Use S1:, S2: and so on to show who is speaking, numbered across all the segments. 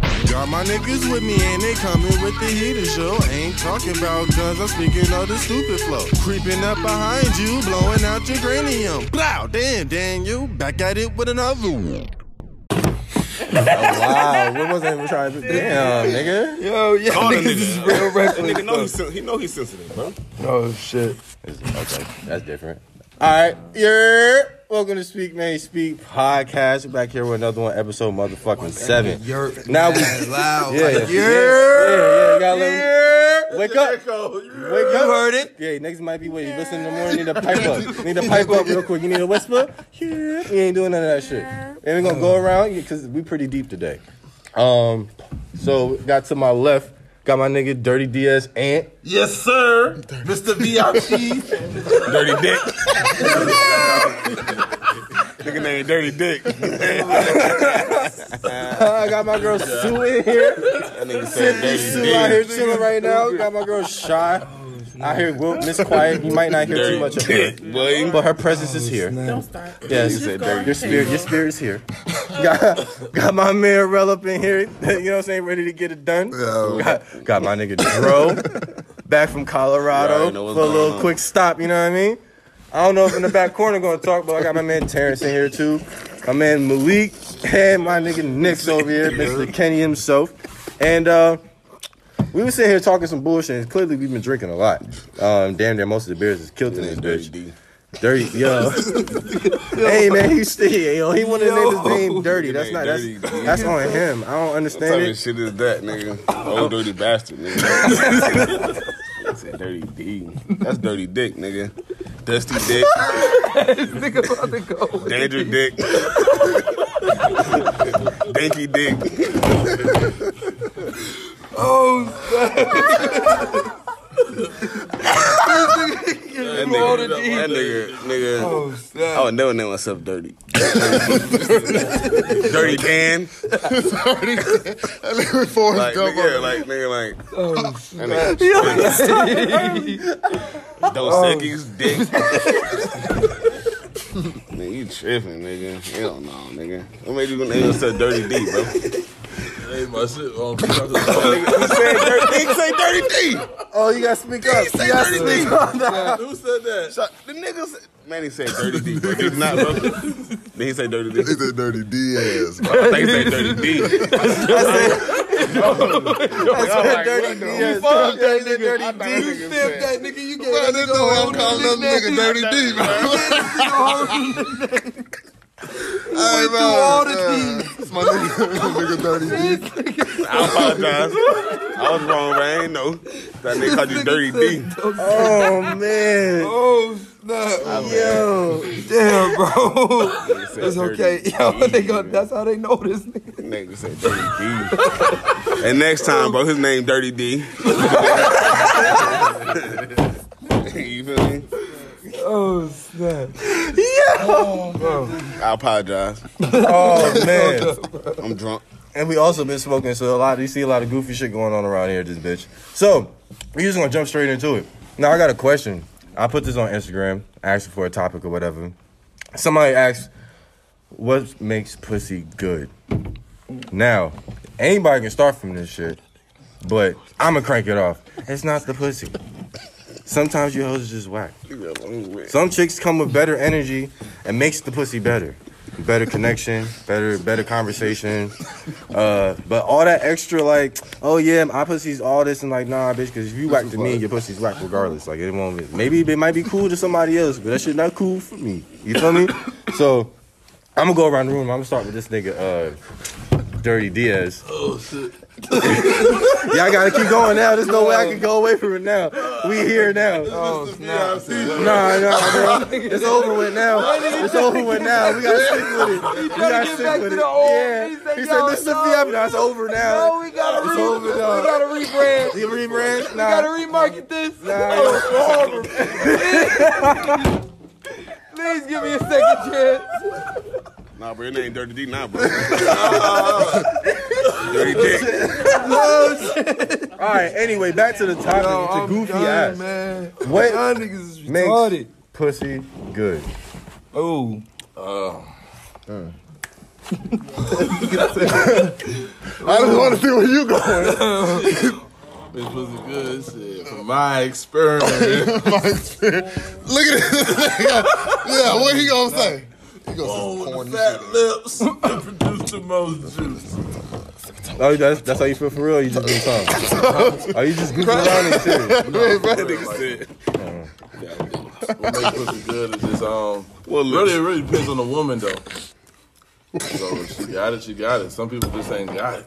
S1: Got my niggas with me and they coming with the heater show. Ain't talking about guns, I'm speaking of the stupid flow. Creeping up behind you, blowing out your cranium. Blow, damn, Daniel, back at it with another one.
S2: Oh, wow, what was I even trying to do? Damn, nigga.
S3: Yo, Oh, yeah,
S4: Call
S3: niggas
S4: that nigga.
S3: is real reckless.
S4: Nigga, know he's sen- he know he's sensitive, bro.
S3: Oh shit.
S2: Okay, that's different. All right, yeah. Welcome to Speak Man Speak podcast. We're back here with another one, episode motherfucking seven.
S3: You're
S2: Now we,
S3: mad loud.
S2: yeah,
S3: like,
S2: yeah, yeah,
S3: yeah,
S2: you gotta let me, wake up, wake up.
S3: You heard it.
S2: Yeah, niggas might be waiting. Listen in the morning, need to pipe up. Need to pipe up real quick. You need a whisper? Yeah. We ain't doing none of that shit. And we're gonna
S3: Oh.
S2: go around because we pretty deep today. Um, so got to my left, got my nigga Dirty Diaz Ant.
S5: Yes, sir. Mr. VIG.
S4: Dirty dick. nigga named Dirty Dick.
S2: I got my girl Sue in here.
S4: That nigga said Dirty
S2: Sue out
S4: Dick.
S2: here chilling right now. Got my girl Shy. I hear Will Miss Quiet. You might not hear too much of her,
S4: Dick, boy.
S2: but her presence is here.
S6: Don't start.
S2: Yes,
S6: Just go
S2: your spirit, your spirit is here. got, got my man Rel up in here. You know what I'm saying? Ready to get it done. Got, got my nigga Dro back from
S4: You
S2: Colorado
S4: already
S2: for
S4: know
S2: a
S4: what's
S2: little
S4: going on.
S2: quick stop. You know what I mean? I don't know if in the back corner gonna talk, but I got my man Terrence in here too. My man Malik and my nigga Nick's over here, Mr. Kenny himself. And uh, we was sitting here talking some bullshit. And clearly, we've been drinking a lot. Um, damn, near most of the beers is killed in this bitch. Dirty, yo. hey man, he still, yo, he wanted to name his name Dirty. That's not that's
S4: Dirty, dude.
S2: that's on him. I don't
S4: What type
S2: understand
S4: of
S2: it.
S4: shit is that, nigga? Old dirty bastard, nigga. He said Dirty D. That's dirty dick, nigga. Dusty dick.
S3: Nigga about to go.
S4: Danger dick. Dinky dick.
S3: Oh,
S4: That
S3: Roll the
S4: nigga,
S3: D.
S4: that nigga, nigga.
S3: oh, snap.
S4: I would never name myself dirty. dirty Dan.
S5: Forrest
S4: Like,
S5: Gump.
S4: nigga, like, nigga, like.
S3: Oh,
S4: That nigga, Dos
S2: Oh.
S4: Equis, dick. nigga, you tripping, nigga. Hell no, nigga. What made you gonna name yourself Dirty D, bro?
S5: Hey, my shit. Um, who
S4: Nigga say Dirty D.
S2: Oh, you gotta speak up. You gotta
S4: Dirty D.
S2: speak
S5: said that?
S4: So, the niggas. Man, he said Dirty D, bro. Did he not, bro? Did he say Dirty D?
S5: It's a dirty Diaz.
S4: I think he said Dirty D.
S3: Oh.
S2: up. Dirty D. Yes,
S5: fuck
S2: yeah, he's a Dirty
S4: I thought
S2: D.
S4: that
S3: you
S4: nigga
S3: stamped that nigga. You gave
S5: Bro,
S3: that
S5: this
S3: nigga
S5: the
S3: a
S5: whole
S3: whole
S5: calling them nigga
S3: nickname.
S5: Dirty D, bro. Hey,
S3: through all the
S5: It's my nigga, nigga Dirty D.
S4: I apologize. I was wrong, bro. I ain't know. That nigga called you Dirty D.
S2: Oh man,
S3: Oh, snap.
S2: yo,
S3: Damn, bro.
S4: Nigga said
S3: It's
S4: Dirty
S3: okay.
S4: D,
S3: Yo, they go,
S4: nigga.
S3: that's how they know this nigga.
S4: Nigga said Dirty D. and next time, bro, his name Dirty D. you feel me?
S3: Oh, snap.
S4: I apologize.
S2: oh man.
S4: I'm drunk.
S2: And we also been smoking, so a lot you see a lot of goofy shit going on around here, at this bitch. So we just gonna jump straight into it. Now I got a question. I put this on Instagram, asked for a topic or whatever. Somebody asked, "What makes pussy good?" Now, anybody can start from this shit, but I'ma crank it off. It's not the pussy. Sometimes you hoes is just whack. Some chicks come with better energy and makes the pussy better. Better connection, better better conversation. Uh, but all that extra like, oh yeah, my pussy's all this and like, nah, bitch, cause if you whack to me, your pussy's whack regardless. Like it won't be maybe it might be cool to somebody else, but that shit not cool for me. You feel me? So I'm gonna go around the room. I'm gonna start with this nigga, uh, Dirty Diaz. Oh shit! Y'all gotta keep going now. There's no way I can go away from it now. We here now.
S3: Oh, snap.
S2: Nah, nah, bro. It's over with now. It's over with now. We gotta stick with it.
S3: trying
S2: We
S3: to
S2: gotta
S3: get
S2: stick
S3: back
S2: with
S3: to
S2: it.
S3: the old-
S2: Yeah.
S3: he said,
S2: He
S3: yo,
S2: said, this is the
S3: no.
S2: Fiat. Nah, it's over
S3: No,
S2: now.
S3: we gotta,
S2: It's
S3: re-
S2: over,
S3: we
S2: dog.
S3: gotta rebrand.
S2: The rebrand?
S3: We gotta
S2: Nah.
S3: remarket this.
S2: Nah.
S3: Please give me a second chance.
S4: Nah, bro, your name Dirty D now, bro. Dirty Dick.
S2: All right. Anyway, back to the topic.
S3: I'm
S2: the goofy
S3: done,
S2: ass.
S3: man.
S2: What
S3: Y'all niggas is
S2: makes-
S3: retarded.
S2: Pussy good.
S3: Oh,
S5: I just want to see where you going.
S6: This was a good shit. From my experience.
S5: Look at this. nigga. yeah, what he gonna say? He gonna say some
S6: With
S5: corny
S6: the
S5: shit.
S6: fat lips that produce the most juice.
S2: Oh, that's, that's how you feel for real? You just being dumb? Are Oh, you just goofing around and shit?
S6: What makes pussy good is just um.
S4: Well,
S6: Really, it really depends on the woman though. So if she got it, she got it. Some people just ain't got it.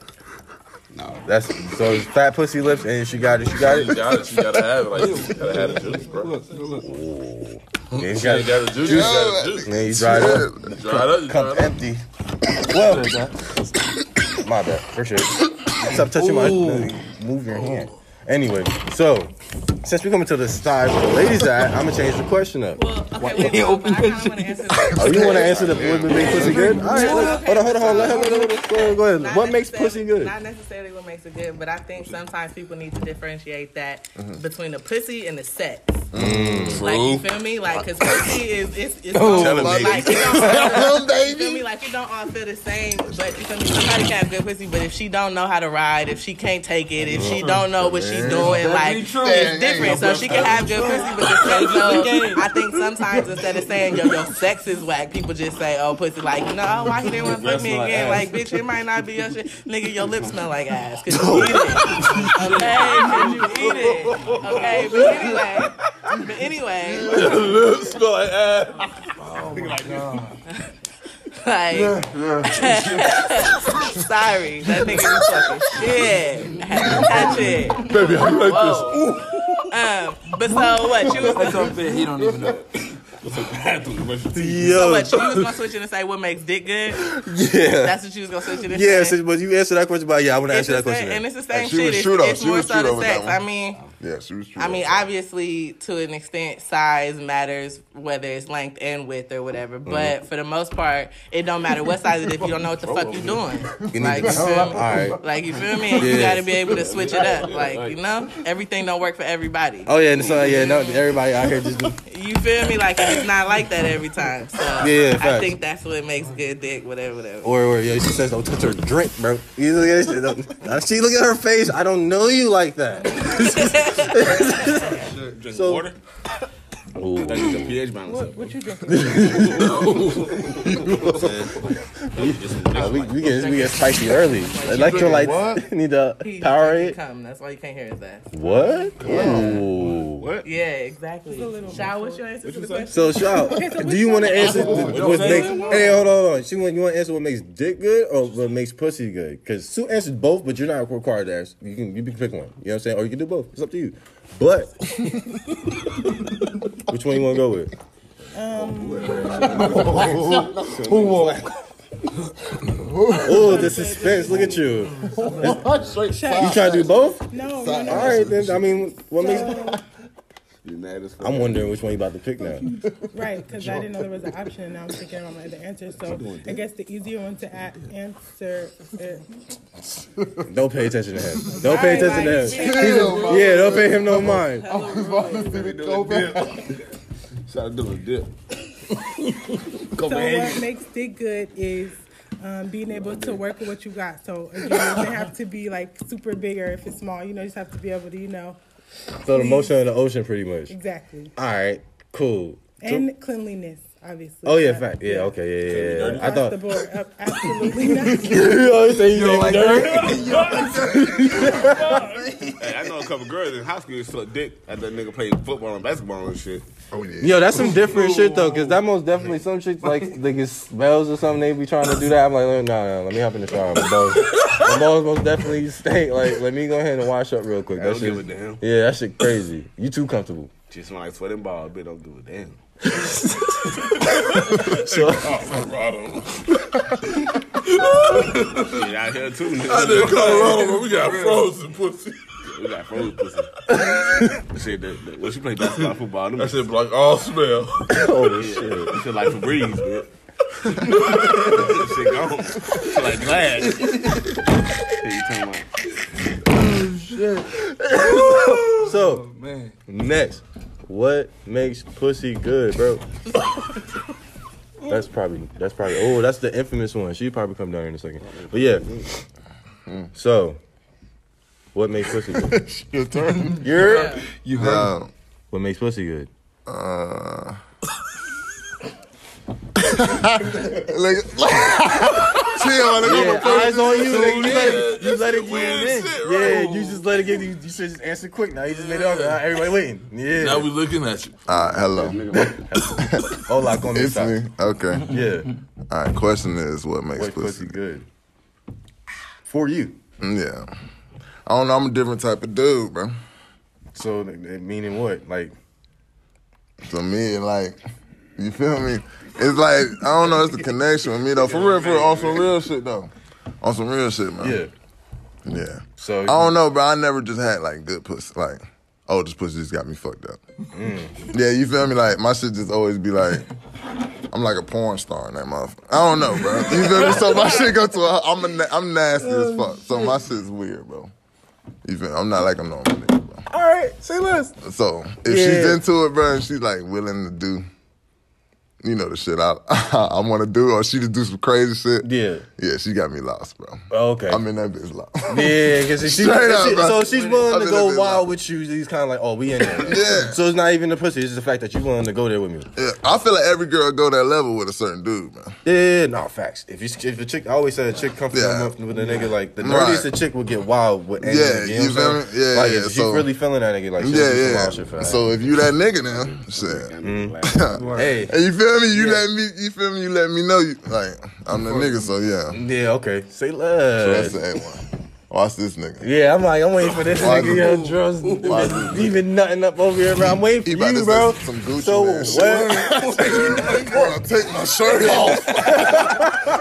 S2: That's, so it's fat pussy lips and she got it, she got
S6: She
S2: it.
S6: got it, she gotta have it. Like you gotta have the juice, bro.
S2: Yeah, you
S6: She
S2: got
S6: ain't
S2: it.
S6: got the juice, you got the juice.
S2: Then you drive up.
S6: You Dried up, you
S2: Cup
S6: dried up.
S2: empty. Well, my bad. Appreciate it. Stop touching my. Move your hand. Anyway, so since we're coming to the side where the ladies at, I'm gonna change the question up.
S7: Well, okay, wait, wait, wait, I kind of want to answer that.
S2: Oh, you want to answer the what makes pussy good? All right, hold on, hold on, hold on. Let her- let her- let her- go ahead, Go ahead.
S7: Not
S2: What makes pussy
S7: necessarily-
S2: good?
S7: Not necessarily what makes it good, but I think sometimes people need to differentiate that between the pussy and the sex. Like you feel me? Like because pussy is it's it's
S4: Tell
S7: all,
S4: him,
S7: like
S4: baby.
S7: it don't
S5: Damn,
S7: all feel, you feel
S5: baby.
S7: me? Like you don't all feel the same, but you feel me? Somebody can have good pussy, but if she don't know how to ride, if she can't take it, if she don't know what she's doing, like
S3: true.
S7: it's different. So she can have good pussy, but the sex though, I think sometimes instead of saying yo your sex is whack, people just say oh pussy like you know oh, why he didn't want to fuck me again like bitch it might not be your shit nigga your lips smell like ass cause you eat it okay 'Cause you eat it okay but anyway but anyway
S6: Smell like ass.
S2: Oh
S7: like sorry that nigga was fucking shit that's it
S4: Baby, I like
S7: um but so what you was
S3: That's unfair. He don't even know.
S7: So
S2: Yo,
S7: what you was gonna switch it and say what makes dick good?
S2: yeah,
S7: That's what you was gonna switch it and
S2: yeah.
S7: say.
S2: So, but you answered that question, but yeah, I want to
S7: It's
S2: answer
S7: the
S2: that
S7: same, and
S2: question.
S7: it's the same
S5: And she
S7: shit.
S5: was
S7: It's,
S5: true, though.
S7: it's
S5: She
S7: more
S5: was
S7: so
S5: true,
S7: the
S5: though, with
S7: sex.
S5: that
S7: I
S5: one.
S7: mean,
S5: Yeah, she was true.
S7: I mean, obviously, to an extent, size matters, whether it's length and width or whatever.
S2: Mm-hmm.
S7: But for the most part, it don't matter what size it is if you don't know what the fuck you're doing. Like you, feel
S2: All
S7: me?
S2: right.
S7: like you feel me? You
S2: Yeah.
S7: gotta be able to switch it up. Like you know, everything don't work for everybody.
S2: Oh yeah, and so yeah, no, everybody out here just.
S7: You feel me? Like it's not like that every time. So
S2: yeah,
S7: I
S2: facts.
S7: think that's what makes good dick, whatever, whatever.
S2: Or, or yeah, she says, "Don't touch her drink, bro." You look at she, she look at her face. I don't know you like that.
S4: Drink
S2: So-
S4: water. Ooh. That is a pH balance. What, you drinking?
S2: Uh, we, we get we get spicy early. Electrolytes need to
S7: He
S2: power
S7: drinking
S2: it.
S7: cum. That's why you can't hear his ass.
S2: What? Ooh.
S7: Yeah, exactly. Shaw, what's your answer to the question?
S2: So shout. do you want to answer th- what makes? Hey, hold on, hold on. She want you want to answer what makes dick good or what makes pussy good? Because Sue answered both, but you're not required to answer. You can you can pick one. You know what I'm saying? Or you can do both. It's up to you. But which one you want to go with? Oh, the suspense! Look at you. You trying to do both?
S7: No,
S2: All right, then. I mean, what makes?
S4: You mad as fuck.
S2: I'm wondering which one you about to pick now.
S8: Right, because I didn't know there was an option, and I was thinking about my other answer. So I guess the easier one to a- answer. uh, Is,
S2: Don't pay attention to him. Don't pay attention to him.
S5: Damn,
S2: Yeah, don't pay him no mind.
S4: Shout out to the dip.
S8: so what makes dick good is um, being able to work with what you got. So again, it doesn't have to be like super big or if it's small. You know, you just have to be able to, you know,
S2: So the motion of the ocean, pretty much.
S8: exactly.
S2: All right, cool.
S8: And cleanliness, obviously.
S2: Oh yeah,
S8: But
S2: fact. Yeah, okay, yeah, yeah. yeah. I
S8: across the
S2: thought.
S8: board, uh, absolutely not.
S2: You always say you like
S4: Hey, I know a couple girls in high school who sucked dick at that nigga played football and basketball and shit.
S5: Oh, yeah.
S2: Yo, that's some different shit though, cause that most definitely some shit like like it smells or something. They be trying to do that. I'm like, no, no, let me hop in the shower. My balls, my balls most definitely stink. Like, let me go ahead and wash up real quick.
S4: I
S2: That
S4: don't give a
S2: shit,
S4: damn.
S2: yeah, that shit crazy. You too comfortable.
S4: Just when I sweat and ball, bitch, don't give a damn.
S2: So,
S4: Oh, Shit out here too,
S6: I did
S4: nigga.
S6: Colorado, but we got frozen pussy.
S4: we got frozen pussy. shit, that, that, when she played basketball, football, them
S6: That shit like all smell.
S2: oh shit.
S4: Shit like Febreze, bitch. shit gone. Shit like glass. Shit, you talking about?
S2: So
S3: Man.
S2: next, what makes pussy good, bro? That's probably that's probably oh that's the infamous one. She probably come down here in a second. But yeah. So, what makes pussy good?
S5: Your turn.
S2: You're
S3: You heard?
S5: Now,
S2: what makes pussy good?
S5: Uh, nigga. Chill, my nigga.
S2: Yeah, eyes on you. nigga. you let it, you let it get in.
S6: shit,
S2: yeah,
S6: right?
S2: you just let it get. You, you should just answer quick. Now you just made it up. Now everybody waiting.
S6: Now
S2: Yeah.
S6: we looking at you.
S5: All right, Uh, hello.
S2: Oh, like on
S5: It's
S2: this
S5: me.
S2: side.
S5: Okay.
S2: Yeah.
S5: All right. Question is, what makes
S2: What
S5: pussy? Mm,
S2: pussy good? For you.
S5: Yeah. I don't know. I'm a different type of dude, bro.
S2: So it- it meaning what? Like
S5: To me, like, you feel me? It's like I don't know. It's the connection with me though. For real, oh, for real, on some real shit though. On some real shit, man.
S2: yeah.
S5: Yeah.
S2: So
S5: I don't know, bro. I never just had like good pussy. Like, oh, this pussy just got me fucked up.
S2: Mm.
S5: Yeah, you feel me? Like, my shit just always be like, I'm like a porn star in that motherfucker. I don't know, bro. You feel me? So my shit go to a, I'm a, na- I'm nasty as fuck. So my shit's weird, bro. You feel me? I'm not like I'm normal, nigga, bro.
S2: All right. Say less.
S5: So if she's into it, bro, and she's like willing to do, you know, the shit I I want to do, or she to do some crazy shit.
S2: Yeah.
S5: Yeah, she got me lost, bro.
S2: Oh, Okay.
S5: I'm in that bitch lost.
S2: Yeah, because she, she,
S5: Straight up, bro.
S2: so she's willing
S5: I'm
S2: to
S5: in
S2: go
S5: the
S2: wild
S5: business.
S2: with you. He's kind of like, oh, we in there.
S5: Yeah.
S2: So it's not even the pussy. It's just the fact that you willing to go there with me.
S5: Yeah, I feel like every girl go that level with a certain dude, man.
S2: Yeah, no facts. If you if a chick, I always said a chick come from
S5: Yeah.
S2: yeah. with a nigga like the
S5: Right.
S2: dirtiest a chick would get wild with. Any,
S5: Yeah,
S2: you,
S5: you
S2: know what I'm
S5: feel
S2: saying?
S5: me? Yeah,
S2: like,
S5: yeah,
S2: If
S5: so-
S2: she's really feeling that nigga, like she'll
S5: yeah,
S2: do some wild
S5: yeah.
S2: shit for that.
S5: So if you that nigga now, shit.
S2: Mm. hey,
S5: Hey, you feel me? You let me. You feel me? You let me know. You like I'm the nigga, so yeah.
S2: yeah, okay, say
S5: So
S2: love.
S5: that's the A one. Watch this nigga.
S2: yeah, I'm like, I'm waiting for this
S5: Why
S2: nigga.
S5: the-
S2: Yo, drugs,
S5: why the-
S2: even nothing up over here, bro. I'm
S5: He
S2: waiting for
S5: about to
S2: you,
S5: say
S2: bro.
S5: some Gucci
S2: so
S5: man shit.
S2: what?
S5: Bro, take my shirt off.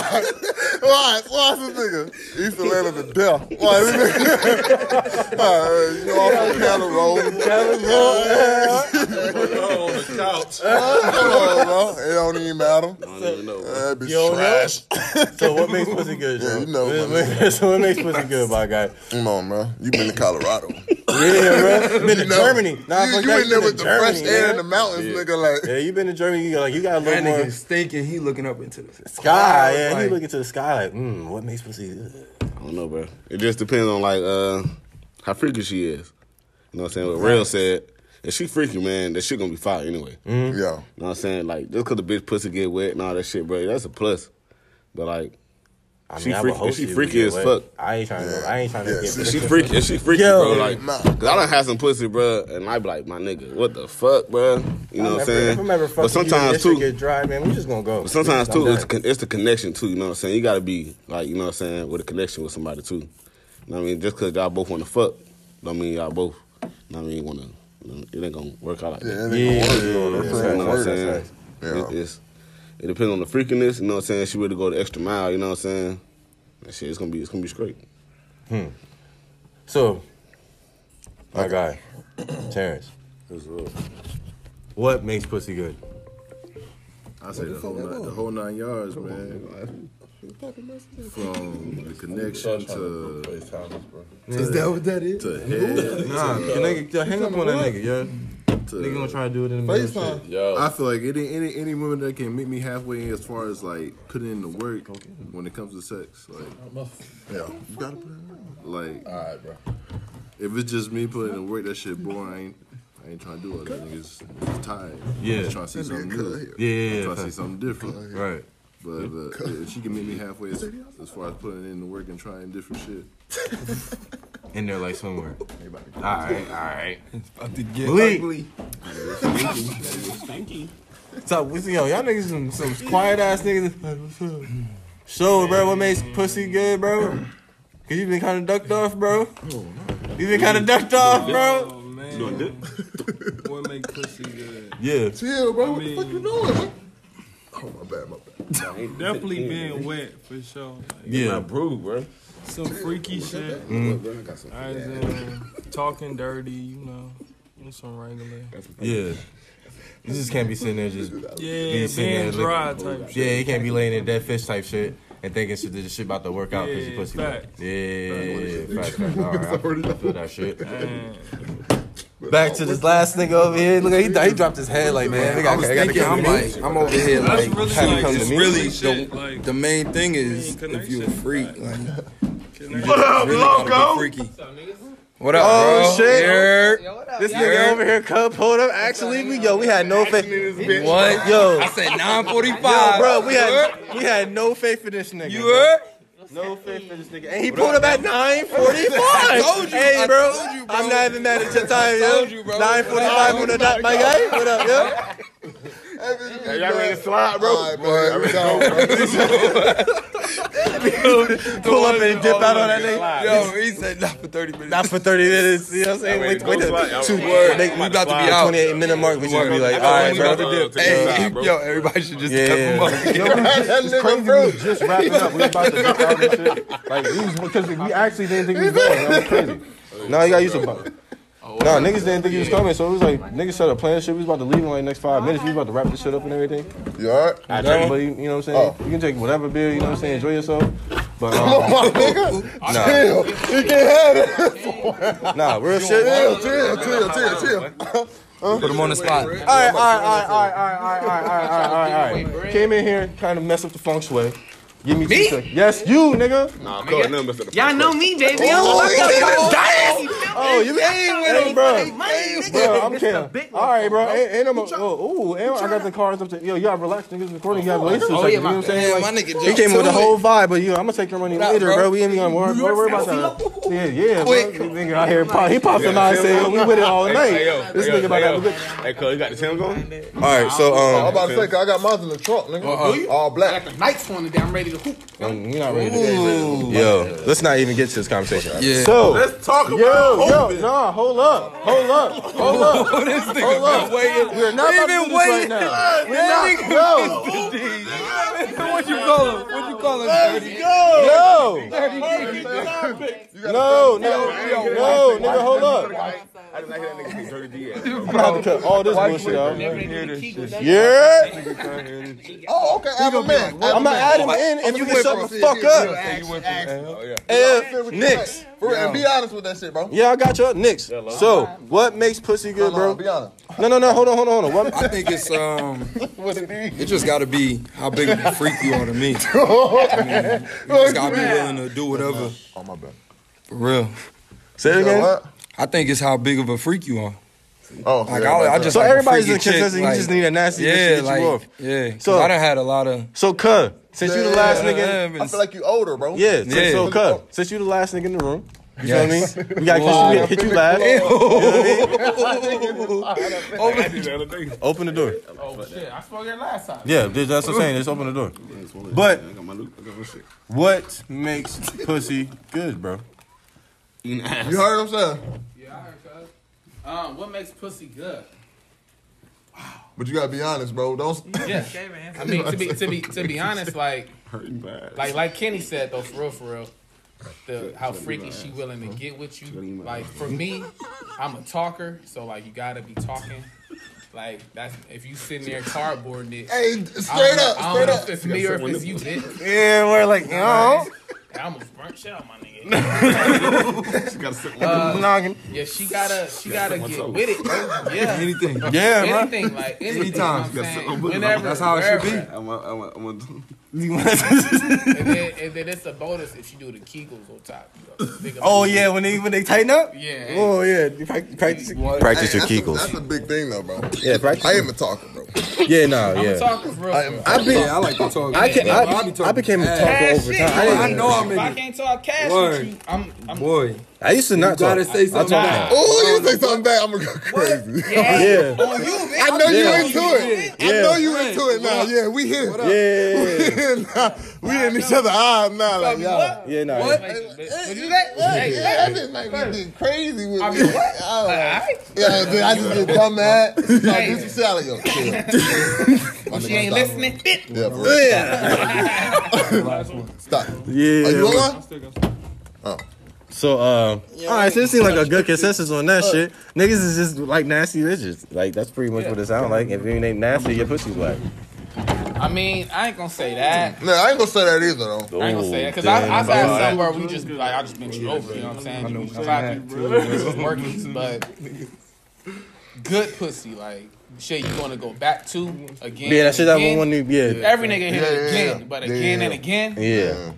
S5: Why? Why is this nigga? East Atlanta to death. Why is this nigga? Alright, you off the counter roll.
S6: On the couch.
S5: Come on, bro. It don't even matter.
S4: I don't even know.
S5: That bitch
S2: You don't
S5: trash.
S2: So what makes pussy good? Bro?
S5: Yeah, you know
S2: What
S5: what it
S2: makes- so what makes pussy good, my guy?
S5: Come on, bro. You been to Colorado.
S2: Yeah, bro. Been to
S5: You know?
S2: Germany. Nah,
S5: you
S2: fuck
S5: you
S2: that,
S5: in there
S2: been
S5: with the
S2: to Germany,
S5: fresh air in
S2: yeah.
S5: the mountains, nigga. Like,
S2: Yeah, you been to Germany. You got like you got a
S3: That
S2: little more
S3: nigga stinking. He looking up into the
S2: sky. Yeah, he
S3: Like,
S2: looking to the sky. Like, mm, what makes pussy good?
S4: I don't know, bro. It just depends on like uh how freaky she is. You know what I'm saying? What Real said, if she freaky, man, that shit gonna be fire anyway.
S2: Mm-hmm.
S5: yo,
S4: Mm-hmm. You know what I'm saying? Like, just cause the bitch pussy get wet and all that shit, bro, that's a plus. But like,
S2: I
S4: She
S2: I would
S4: freaky-
S2: hope
S4: she
S2: would
S4: freaky
S2: get
S4: as
S2: wet.
S4: fuck.
S2: I ain't trying to. I ain't trying to
S5: Yeah,
S2: get.
S5: she-
S4: if she
S2: freaky.
S4: freaky, if she freaky,
S2: Yo.
S4: bro, like,
S5: Nah.
S4: cause I done had some pussy, bro, and I be like, my nigga, what the fuck, bro? You know
S2: If
S4: what I'm
S2: I'm ever-
S4: saying?
S2: If I'm ever fucking
S4: but sometimes
S2: you and this shit
S4: too,
S2: get dry, man. We just gonna go.
S4: but sometimes
S2: I'm
S4: too,
S2: done.
S4: it's, con- it's the connection too. You know what I'm saying? You gotta be like, you know what I'm saying, with a connection with somebody too. You know what I mean? Just cause y'all both want to fuck, don't mean y'all both. You know what I mean? Want to? It ain't gonna work out like that.
S5: yeah, it
S2: yeah,
S5: ain't
S2: yeah,
S5: gonna work.
S2: yeah, yeah,
S5: That's
S2: that's
S5: right.
S4: You know what I'm
S2: facts, that's
S4: saying?
S2: facts.
S5: Yeah.
S4: It, it's, it depends on the freakiness. You know what I'm saying? She ready to go the extra mile. You know what I'm saying? That shit, it's gonna be it's gonna be straight.
S3: Hmm.
S2: So, my guy, Terrence. What makes pussy good?
S6: I say the whole, nine, the whole nine yards, man. From the connection to
S3: Is that what that is?
S6: to head.
S2: Nah, nigga, hang up on that nigga, yo. Nigga gonna try to do it in the middle.
S5: FaceTime.
S6: I feel like any any any woman that can meet me halfway as far as like putting in the work when it comes to sex, like
S5: Yeah. You gotta put it in.
S6: like. All right, bro. If it's just me putting in work, that shit boring. I ain't, I ain't trying to do all that. Niggas just tired.
S2: Yeah.
S6: I'm just trying to see something
S5: Cut
S6: new.
S5: here.
S2: Yeah, yeah, yeah,
S6: Trying to see
S2: facts.
S6: something different.
S2: Right.
S6: But, but if she can meet me halfway as, as far as putting in the work and trying different shit.
S2: In there like somewhere. All right, all right.
S3: About to get
S2: Bleak.
S3: ugly.
S2: So, we see, yo, y'all niggas some, some quiet ass niggas. Like, what's up? So, bro, what makes pussy good, bro? Cause you been kind of ducked off, bro. You been kind of ducked off, bro.
S9: Oh man. What make pussy good?
S2: Yeah.
S5: Chill, bro. What
S9: I
S5: the fuck you
S9: mean-
S5: doing, man? Oh, my bad, my bad.
S9: Definitely being wet for sure. Like,
S2: Yeah.
S4: Prove, bro.
S9: some freaky shit. I was um, talking dirty, you know. on Some regular.
S2: Yeah. You just can't be sitting there just.
S9: Yeah,
S2: sitting
S9: being
S2: there
S9: dry type shit.
S2: Yeah, you can't be laying in dead fish type shit and thinking shit, this shit about to work out because
S9: Yeah,
S2: you pussy. wet.
S9: facts.
S2: Yeah, facts, facts. All right, I feel that shit.
S9: Man,
S2: Back to this last nigga over here. Look, he, he dropped his head like, man, nigga, I,
S6: was
S2: gotta- I gotta
S6: thinking,
S2: get
S6: I'm like, I'm over here
S9: That's
S6: like,
S9: really
S6: trying to
S9: like,
S6: come to
S9: it's
S6: me.
S9: really
S6: The-
S9: shit, like-
S6: the main thing is if you're a freak, like,
S9: What
S6: up, loco? Freaky. What up, bro?
S2: Oh, shit.
S6: Yeah.
S2: This nigga over here, cub, pulled up. Actually, we yo, we had no faith.
S6: What?
S2: Yo.
S6: I said 9:45,
S2: Yo, bro, we
S6: You heard?
S2: had we had no faith for this nigga.
S6: You heard?
S2: No faith for this nigga. And he pulled up at 945. I told you. Hey, bro. I
S6: told you, bro.
S2: am not even mad at your time, yo.
S6: told you, bro.
S2: 945 on the dot, my guy. What up, yo?
S4: Y'all ready to slide, bro?
S5: All right, boy. Here we go.
S2: Pull up and dip out on that nigga.
S6: Yo, he said not for 30 minutes.
S2: Not for 30 minutes. You know what I'm saying? Wait, wait, till two,
S6: Word.
S2: they,
S6: We about to be
S2: the
S6: out.
S2: 28 minute mark, we should be like, all
S6: That's
S2: right,
S6: what we
S2: bro.
S6: about to do. Hey, yo, everybody should just
S2: Yeah,
S6: cut
S2: yeah.
S6: them off.
S5: That nigga, bro.
S2: just wrapping up. We about to get out and shit. Like, we was, because we actually didn't think he was going. That was crazy. No, you gotta use a button. Nah, niggas didn't think he was coming, so it was like niggas started playing shit. We was about to leave in like next five minutes. We was about to wrap this shit up and everything.
S5: You all right?
S2: But you, you know what I'm saying? You can take whatever beer, you know what I'm saying? Enjoy yourself. But um,
S5: My nigga, chill. You can't have it.
S2: nah, real shit.
S5: Chill, chill, chill, chill, chill.
S6: Put them on the spot.
S2: All right, all right, all right, all right, all right, all right, all right, all right, all right, all right. Came in here, kind of messed up the feng shui. Give me, two seconds. Yes, you, nigga.
S4: Nah, call numbers at the
S7: Y'all know me, baby.
S2: Oh, you ain't with him, bro. Bro, I'm kidding. All right, bro. Ain't, ain't no more. Oh, ooh, and I got the cards up to. Yo, you got relaxed, niggas. Recording, you got relaxed. Oh, yeah, you know what I'm saying?
S3: my
S2: Like,
S3: nigga
S2: he
S3: jumped
S2: came with
S3: to
S2: the
S3: it.
S2: whole vibe, but you know, I'm gonna take your money later, bro. We ain't gonna worry, worry about that. Yeah, yeah, bro.
S6: Quick.
S2: This nigga out here, pop, he pops an eye and says, we with it all night. This nigga about to have a good.
S4: Hey, cuz, you got the Tim going?
S2: All right, so
S5: I'm
S2: um, Uh-huh.
S5: about to say, 'cause I got mine in the trunk, nigga. All black.
S3: Nights one today. I'm ready to hoop.
S2: you're Um, not ready today. Yo, let's not even get to this conversation.
S6: Yeah.
S2: So.
S6: Let's talk about
S2: Yo, yo, nah, hold up, hold up, hold up, hold up. We're not about to do this right now. We're not, yo,
S6: What you call him? What you call him?
S2: yo,
S5: You got
S2: no, no, no, nigga, hold up.
S4: I did not hear that nigga say Dirty Diaz.
S2: I'm about to cut all this bullshit out.
S6: Dirty?
S2: Yeah,
S5: Oh, okay. I'm a man.
S2: I'm gonna add him in if you can shut the fuck up.
S5: Oh,
S2: Yeah, Knicks.
S5: For real, and be honest with that shit, bro.
S2: Yeah, I got you. Knicks. So, what makes pussy good,
S5: Bro,
S2: bro?
S5: be honest.
S2: No, no, no. Hold on, hold on, hold on. What-
S6: I think it's um, it just got to be how big of a freak you are to me. I mean,
S2: Mm-hmm.
S6: you just got to be willing to do whatever.
S5: Oh, my bad.
S6: For real,
S2: Say it
S5: You know
S2: again.
S5: what?
S6: I think it's how big of a freak you are.
S5: Oh,
S6: Like,
S5: yeah,
S6: I, I
S5: that's
S6: just
S2: So
S6: like a
S2: everybody's
S6: freaky chick,
S2: inconsistent. You
S6: like-
S2: just need a nasty bitch to
S6: yeah,
S2: get you
S6: like,
S2: off.
S6: yeah. 'Cause
S2: So-
S6: I done had a lot of.
S2: So, cuz, since you the last
S6: Yeah,
S2: nigga,
S5: I feel like you older, bro.
S2: Oh, Yeah, so-
S6: Yeah.
S2: so cut. Since you the last nigga in the room, you
S6: Yes.
S2: know what I mean? We gotta hit, hit you last. You know what I mean? Open the door.
S3: Oh,
S7: I spoke here last time.
S2: Yeah, dude, that's what I'm saying. Just open the door. But
S4: I got my loot. I got my shit.
S2: what makes pussy good, bro?
S4: Eating ass.
S5: You heard what I'm saying?
S3: Yeah, I heard, cuz. Um, what makes pussy good?
S5: But you gotta be honest, bro. Don't.
S3: Yeah, I mean to be to be to be honest, like
S4: Hurting bad.
S3: like like Kenny said though, for real, for real, the how freaky she willing to get with you. Like for me, I'm a talker, so like you gotta be talking. Like that's if you sitting there cardboarding it.
S5: Hey,
S3: I don't
S5: straight
S3: know-
S5: up,
S3: I don't
S5: straight
S3: know
S5: up.
S3: if it's me or if it's you, bitch.
S2: Yeah, we're like, no,
S3: I'm a burnt out, my nigga.
S2: noggin.
S3: Uh, Yeah, she gotta, she gotta
S4: someone's
S3: get
S4: over.
S3: with it. bro. Yeah,
S6: Anything.
S2: Yeah, bro.
S3: anything like anything.
S6: Anytime.
S3: you know what I'm saying?
S4: someone over.
S3: Whenever,
S6: That's how it should
S3: wherever.
S4: I'm a, I'm a, I'm a,
S3: And then, and then it's a bonus if you do the Kegels on top. You know, Think about
S2: oh
S3: it.
S2: yeah, when they when they tighten up.
S3: Yeah.
S2: Oh yeah, you prac- practice.
S5: Hey,
S2: Practice
S5: that's a- That's a big thing, though, bro.
S2: Yeah, practice.
S5: I am a talker, bro.
S2: Yeah, no,
S3: I'm
S2: yeah.
S3: a talker for real. for real.
S2: I be.
S6: Yeah, I like to talk.
S2: I can.
S6: Yeah, I be
S2: I,
S6: talking
S2: I became a
S6: ass.
S2: talker
S3: Ass
S2: over
S3: shit.
S2: time.
S6: I
S2: I,
S6: know I'm
S3: If I
S6: in
S3: can't talk cash
S6: Word.
S3: with you, I'm, I'm
S6: it. Boy,
S2: I used to
S6: you
S2: not talk.
S6: gotta say something.
S2: I
S3: Nah.
S2: talk.
S5: Oh, you say something back, I'm gonna go crazy.
S2: Yeah.
S3: on Oh, you, bitch.
S5: I know
S2: Yeah.
S5: you into it. I
S2: Yeah.
S5: know you into it now. Yeah, we here.
S2: Yeah.
S5: Nah, we in each other eyes now, like y'all.
S3: What?
S2: Yeah, no.
S3: What?
S2: yeah.
S5: Hey, you like, what? Hey, that bitch like we getting crazy with me. I don't know.
S3: Alright.
S5: Yeah, dude, I just get dumb mad. Like, this is Sally, yo.
S3: She ain't listening. Bitch.
S5: Yeah, bro. Stop.
S2: Yeah.
S5: Are you on?
S2: So, uh, all right, so it seemed like a good consensus on that shit. Niggas is just like nasty bitches. Like, that's pretty much what it sounds like. If you ain't nasty, your pussy's black.
S3: I mean, I ain't gonna say that.
S5: No, I ain't gonna say that either, though.
S3: I ain't gonna say that because
S2: Oh, Damn,
S3: I've
S2: bro.
S3: had somewhere we just be like I just been you over. You know what I'm saying? You was clapping, you was working, but good pussy, like shit you want to go back to again.
S2: Yeah, that
S3: and
S2: shit that
S3: again.
S2: one, one new, yeah.
S3: Every nigga hit it again, but again and again,
S2: Yeah.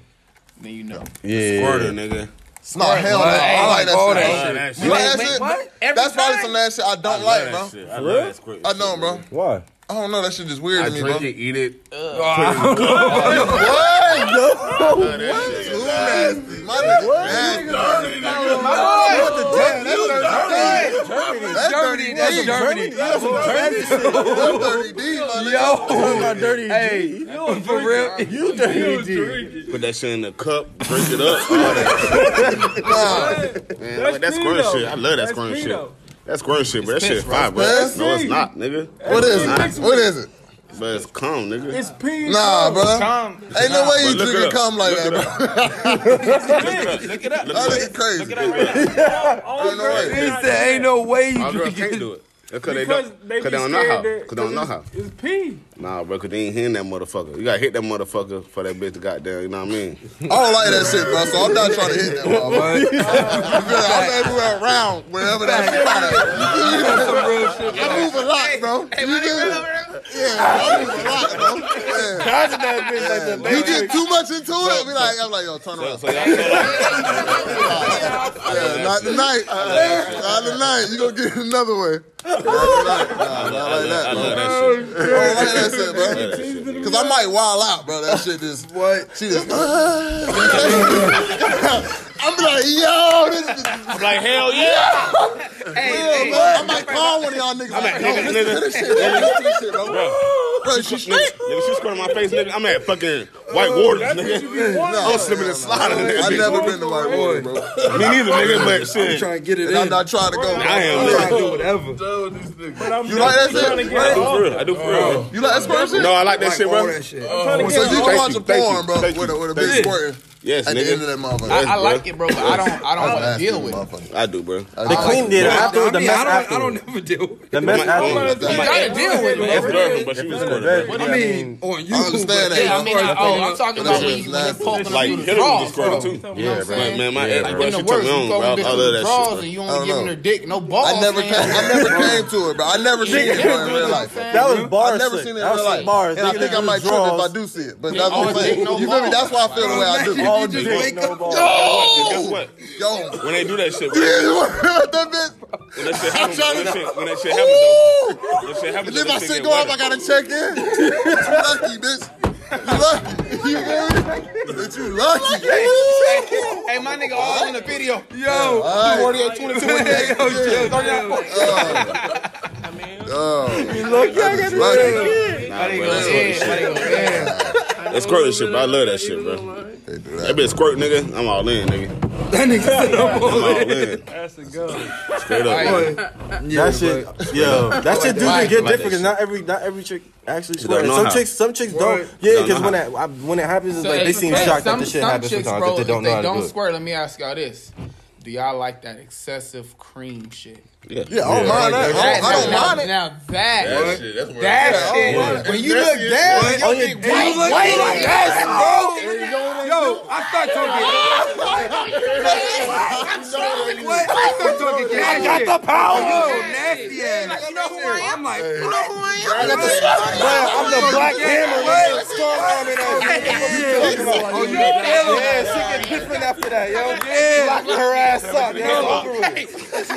S3: then you know.
S2: Yeah.
S4: Squirter, nigga.
S5: No, hell no. I like that
S3: all
S5: shit.
S3: that
S5: bro.
S10: shit.
S5: You like that
S3: Wait,
S5: shit?
S3: what? Every
S5: That's probably
S3: time?
S5: some last shit I don't like, bro.
S10: I love that squirt.
S5: I know, bro.
S2: Why?
S5: I don't know. That shit just weird
S10: I
S5: to me,
S10: drink
S5: bro.
S10: it, eat it.
S5: Ooh, nasty. My nigga nasty. That's dirty D. That's dirty D. That's dirty D, my nigga.
S2: dirty
S10: Hey, for real, you dirty
S4: Put that shit in the cup, drink it up, all that. nah, man, that's, like, that squirt
S9: Vito.
S4: shit. I love that
S9: That's
S4: squirt shit.
S9: Vito.
S4: That squirt shit, bro. That shit
S3: piss, bro.
S4: fire, bro.
S5: That's
S4: No, it's
S9: pee.
S4: not, nigga.
S5: What is it? What is it?
S4: But it's cum, nigga.
S9: It's pee.
S5: Nah,
S9: bro.
S5: bro.
S3: Tom,
S5: Ain't no way you
S4: Look it
S5: drinking
S4: up.
S5: cum like that, bro.
S3: look it up.
S5: That nigga crazy. Ain't no way.
S10: He said, "Ain't no way you
S4: All girls
S10: drink
S4: can't
S10: it."
S4: do it. Because they
S9: Because
S4: don't,
S9: they,
S4: cause
S9: be
S4: they don't know how.
S9: scared that-
S4: Because they don't know how.
S9: It's pee.
S4: Nah, bro, because they ain't hitting that motherfucker. You got to hit that motherfucker for that bitch to goddamn, you know what I mean?
S5: I don't like that shit, bro. So I'm not trying to hit that wall, bro. I'm everywhere around, wherever that shit is. I move a lot, bro. You do? Yeah, I move a lot, bro. Yeah. You get too much into it, I be like, I'm like, yo, turn around.
S4: So y'all know
S5: Yeah, not tonight. Not tonight. You gonna get it another way. Not tonight. Nah, not like that,
S4: I
S5: bro.
S4: love that shit.
S5: I don't like that shit,
S4: I love
S5: bro.
S4: that shit. nigga.
S5: Cause I might wild out, bro. That shit just what? She just. I'm like, yo, this is.
S4: I'm like, hell yeah.
S5: I might call one of y'all niggas. I'm like, yo,
S4: nigga,
S5: listen to this shit, bro. Listen to this shit, bro.
S4: Bro,
S5: Bro, she straight.
S4: nigga, nigga, she squirted in my face, nigga. I'm at fucking White Waters, nigga. I'm slipping and sliding,
S5: I
S4: nigga.
S5: never been to White Water, bro.
S4: Me neither, nigga, but shit.
S10: Trying to get it
S5: And I'm not trying to go.
S4: I am
S5: You
S4: living.
S10: do whatever.
S5: You like that shit?
S4: I do for real. I do for real.
S5: You like that squirt shit?
S4: No, I like that shit,
S10: All
S4: bro.
S10: that shit.
S5: So you
S4: Thank
S5: can watch
S4: you,
S5: a
S4: thank
S5: porn,
S4: you,
S5: bro,
S4: thank
S5: with a
S4: you,
S5: with a
S4: thank
S5: big
S4: you.
S5: squirting
S4: Yes,
S5: at the end of
S4: nigga.
S3: I,
S5: that motherfucker.
S3: I like it, bro, but I don't. I don't want to
S5: Nasty
S3: deal with it.
S5: motherfucker.
S4: I do, bro.
S2: The queen did it afterwards. The
S10: I mean,
S2: mess
S10: I don't, I
S2: afterwards.
S10: don't never do it.
S2: The mess afterwards.
S3: You gotta deal with it.
S4: That's
S3: bro.
S4: verbal, but she was squirting. bro.
S2: Yeah,
S10: I mean, on you.
S5: I understand
S10: but-
S5: that.
S3: Yeah, I mean, I, oh, I'm talking about when you when you're
S5: Nasty.
S3: poking
S4: Like,
S3: them through
S4: Hillary
S3: the drawers,
S4: was
S3: bro.
S4: squirting too.
S3: You know what I'm
S2: bro.
S3: saying?
S4: Man, my
S2: Yeah,
S4: ex,
S2: bro.
S3: In
S4: bro, she
S3: the
S4: took me
S3: worst, you
S4: on, bro. I
S3: fucking bitch through the
S4: love that
S3: drawers
S4: shit.
S3: and you
S5: I
S3: only
S5: don't
S3: giving
S5: know.
S3: her dick, no balls.
S5: I never
S3: man.
S5: came. I never came to it, bro. I never seen it bro, in real life.
S2: That was bars.
S5: I never
S2: shit.
S5: seen it in
S2: That was
S5: real life,
S2: Bars.
S5: and I
S2: Nigga,
S5: think I
S2: that
S5: might
S2: was
S5: trip if I
S2: draws.
S5: do see it. But that's what I'm
S3: always
S5: saying.
S3: ain't oh, no
S5: You feel me?
S3: balls.
S5: That's why I feel the way I do.
S2: All
S10: just
S2: day.
S10: wake
S2: No
S10: up.
S2: balls.
S4: Guess what?
S5: Yo,
S4: When they do that shit, bro.
S5: that bitch.
S4: When that shit happens, when that shit, when that shit happens, though. When that shit happens,
S5: And if
S4: that
S5: I
S4: shit
S5: sit
S4: get
S5: go up,
S4: wetter.
S5: I gotta check in. You lucky, bitch. You lucky. You feel me? But you lucky.
S3: Hey, my nigga, all in the video.
S10: Yo,
S5: All right.
S3: 22 in there.
S10: yo, chill, chill.
S5: Oh,
S2: You look
S5: I
S2: young.
S5: just lucky.
S4: Nah, bro, that's squirting shit. That's squirting shit, bro. I love that shit, bro.
S5: They do
S4: That
S5: that.
S4: bitch squirt, nigga. I'm all in, nigga.
S10: That nigga said I'm
S4: I'm
S10: all
S4: all
S10: in.
S4: in.
S9: That's a go.
S4: Straight up. bro.
S10: Yeah,
S2: That shit, yo, that shit do
S4: Why?
S2: get
S4: Why that
S2: different because
S4: shit?
S2: not every not every chick actually
S4: don't
S2: swears.
S4: know
S2: Some
S4: how.
S2: chicks, some chicks
S10: Right.
S2: don't. Yeah, because when that I- when it happens, it's
S3: So
S2: like they
S3: it's-
S2: seem
S3: hey,
S2: shocked
S3: some-
S2: that this shit
S3: some
S2: happens
S3: chicks,
S2: sometimes
S3: bro,
S2: if they don't know
S3: if they
S2: how to
S3: don't
S2: do it.
S3: squirt, let me ask y'all this. Do y'all like that excessive cream shit?
S5: Yeah, I don't mind that.
S3: That-
S5: I don't- I don't
S3: now,
S5: mind it.
S3: Now that,
S4: That
S3: that,
S4: shit, that's where
S3: shit, when you look down, you
S2: Oh, yeah,
S3: think
S2: dude,
S3: white,
S10: look-
S3: white,
S10: look-
S3: yes, bro.
S10: Yo, I start talking. What? I start talking gas shit. I got the power. Yo, nasty ass.
S3: You know who I am?
S10: I'm like,
S5: I got the-
S2: I'm the black hammer. man. Storm arm in that. Oh, you Yeah, she get different after that, yo.
S10: yeah.
S2: Locking her ass up, yo. It's over with.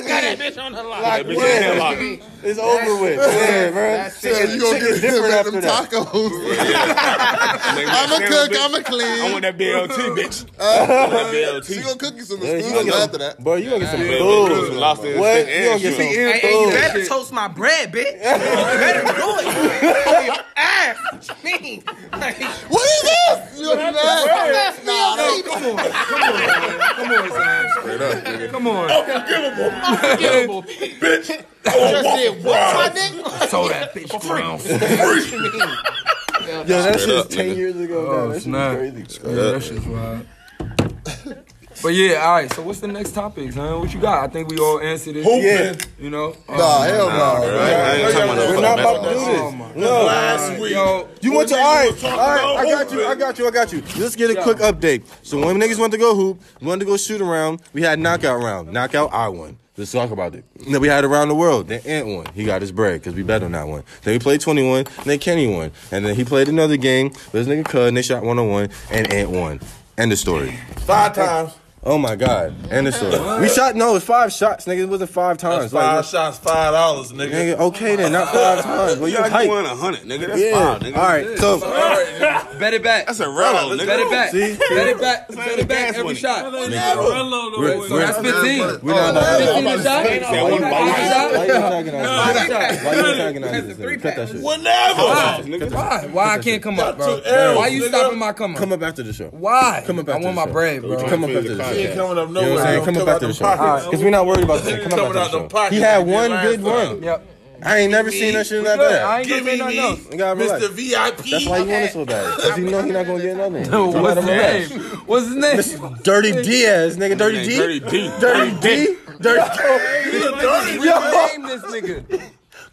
S4: That bitch in hell lock.
S2: It's over with. Yeah, bro.
S3: That's
S5: Yeah,
S3: it.
S5: you gonna
S2: Chicken
S5: get
S2: different
S5: different
S2: after
S5: them
S2: that.
S5: tacos.
S4: I'm
S5: I'm a cook. I'm
S4: I
S5: a
S4: want
S5: clean.
S4: that BLT, bitch. I want that
S5: She
S4: BLT.
S5: gonna cook you some
S2: Yeah, you gonna
S5: exclusives
S2: get
S5: after that.
S2: Bro, you gonna get some
S4: Yeah, we do some
S2: food.
S4: lobster and
S2: What?
S4: shit
S2: You gonna
S4: and
S2: get some
S4: shrimp.
S2: ear
S3: Hey, hey, you
S2: food.
S3: better toast my bread, bitch. You better do it. On your ass. What you mean? Like,
S5: What is this? You gonna be mad?
S3: that's me,
S5: Nah,
S3: I'm
S5: I
S10: Come on, son. Straight up, nigga. Come on.
S3: unforgivable. Bitch. Just said, what, my nigga?
S10: Throw that bitch down.
S2: Yo, that
S4: Straight
S2: shit's
S4: up,
S2: ten
S4: nigga.
S2: years ago.
S10: Oh,
S2: man. That shit
S10: snap.
S2: was crazy.
S10: Yeah, that shit's wild. But yeah, all right. So what's the next topic, son? What you got? I think we all answered it.
S2: Yeah.
S10: You know. Um,
S5: Nah, hell no.
S4: Bro, I ain't talking about no
S2: We're
S4: fucking
S2: not
S4: mess
S2: about
S4: with
S2: to do
S4: that
S2: this.
S10: Oh my God.
S2: No.
S10: Yo,
S2: You want to? All right, all right. I got you. I got you. I got you. Let's get a quick update. So when niggas went to go hoop, wanted to go shoot around. We had knockout round. Knockout, I won. Let's talk about it. And then we had around the world. Then Ant won. He got his bread because we bet on that one. Then we played 21. Then Kenny won. And then he played another game with his nigga Cud and they shot 101 and Ant won. End of story.
S4: Five times.
S2: Oh my God. End of story. We shot, no, it was five shots, nigga. It wasn't five times.
S11: That's five
S2: Like,
S11: shots, five dollars, nigga.
S2: Nigga, okay then, not five times. Well, you
S11: Yeah,
S2: hype.
S11: you won a hundred, nigga. That's
S2: yeah.
S11: five, nigga.
S2: All right, so
S10: Bet it back.
S11: That's a rello, nigga.
S10: Bet it back.
S2: See?
S10: Bet it back. Bet it back every
S11: winning.
S10: shot.
S2: we're,
S10: So that's 15.
S2: we're not knocking
S10: Fifteen a shot.
S2: Why you
S10: Fifteen a shot.
S2: talking
S10: Shot.
S2: Why you antagonizing this nigga? Cut that shit.
S11: Whenever.
S10: Why? Why I can't come up, bro?
S11: two L's,
S10: Why you
S11: nigga.
S10: stopping my come up?
S2: Come up after the show.
S10: Why?
S2: Come up
S10: I
S2: after
S10: want
S2: the
S10: my
S2: show.
S10: bread, bro.
S2: Come up after the show.
S11: He ain't coming up
S2: You know what I'm
S11: nowhere.
S2: saying? Come up after the show. Because we're not worried about the shit. Come up
S11: Coming
S2: after
S11: out
S2: the
S11: them
S2: show. He
S11: pockets
S2: had
S11: like
S2: one
S11: that
S2: good
S11: last
S2: run.
S10: Yep.
S2: I ain't never seen that shit
S10: Good.
S2: after
S10: I
S2: that.
S10: ain't gonna say
S11: Giving
S10: nothing
S11: me
S10: else.
S2: You gotta
S11: Mr.
S2: relax. That's why
S11: VIP.
S2: you want it so bad. Because you know he's not gonna get nothing. You gotta
S10: What's his
S2: relax.
S10: name? What's his name?
S2: Dirty Diaz, nigga. Dirty D.
S11: Dirty D.
S2: Dirty D. Dirty D. Yo,
S10: Rename this nigga.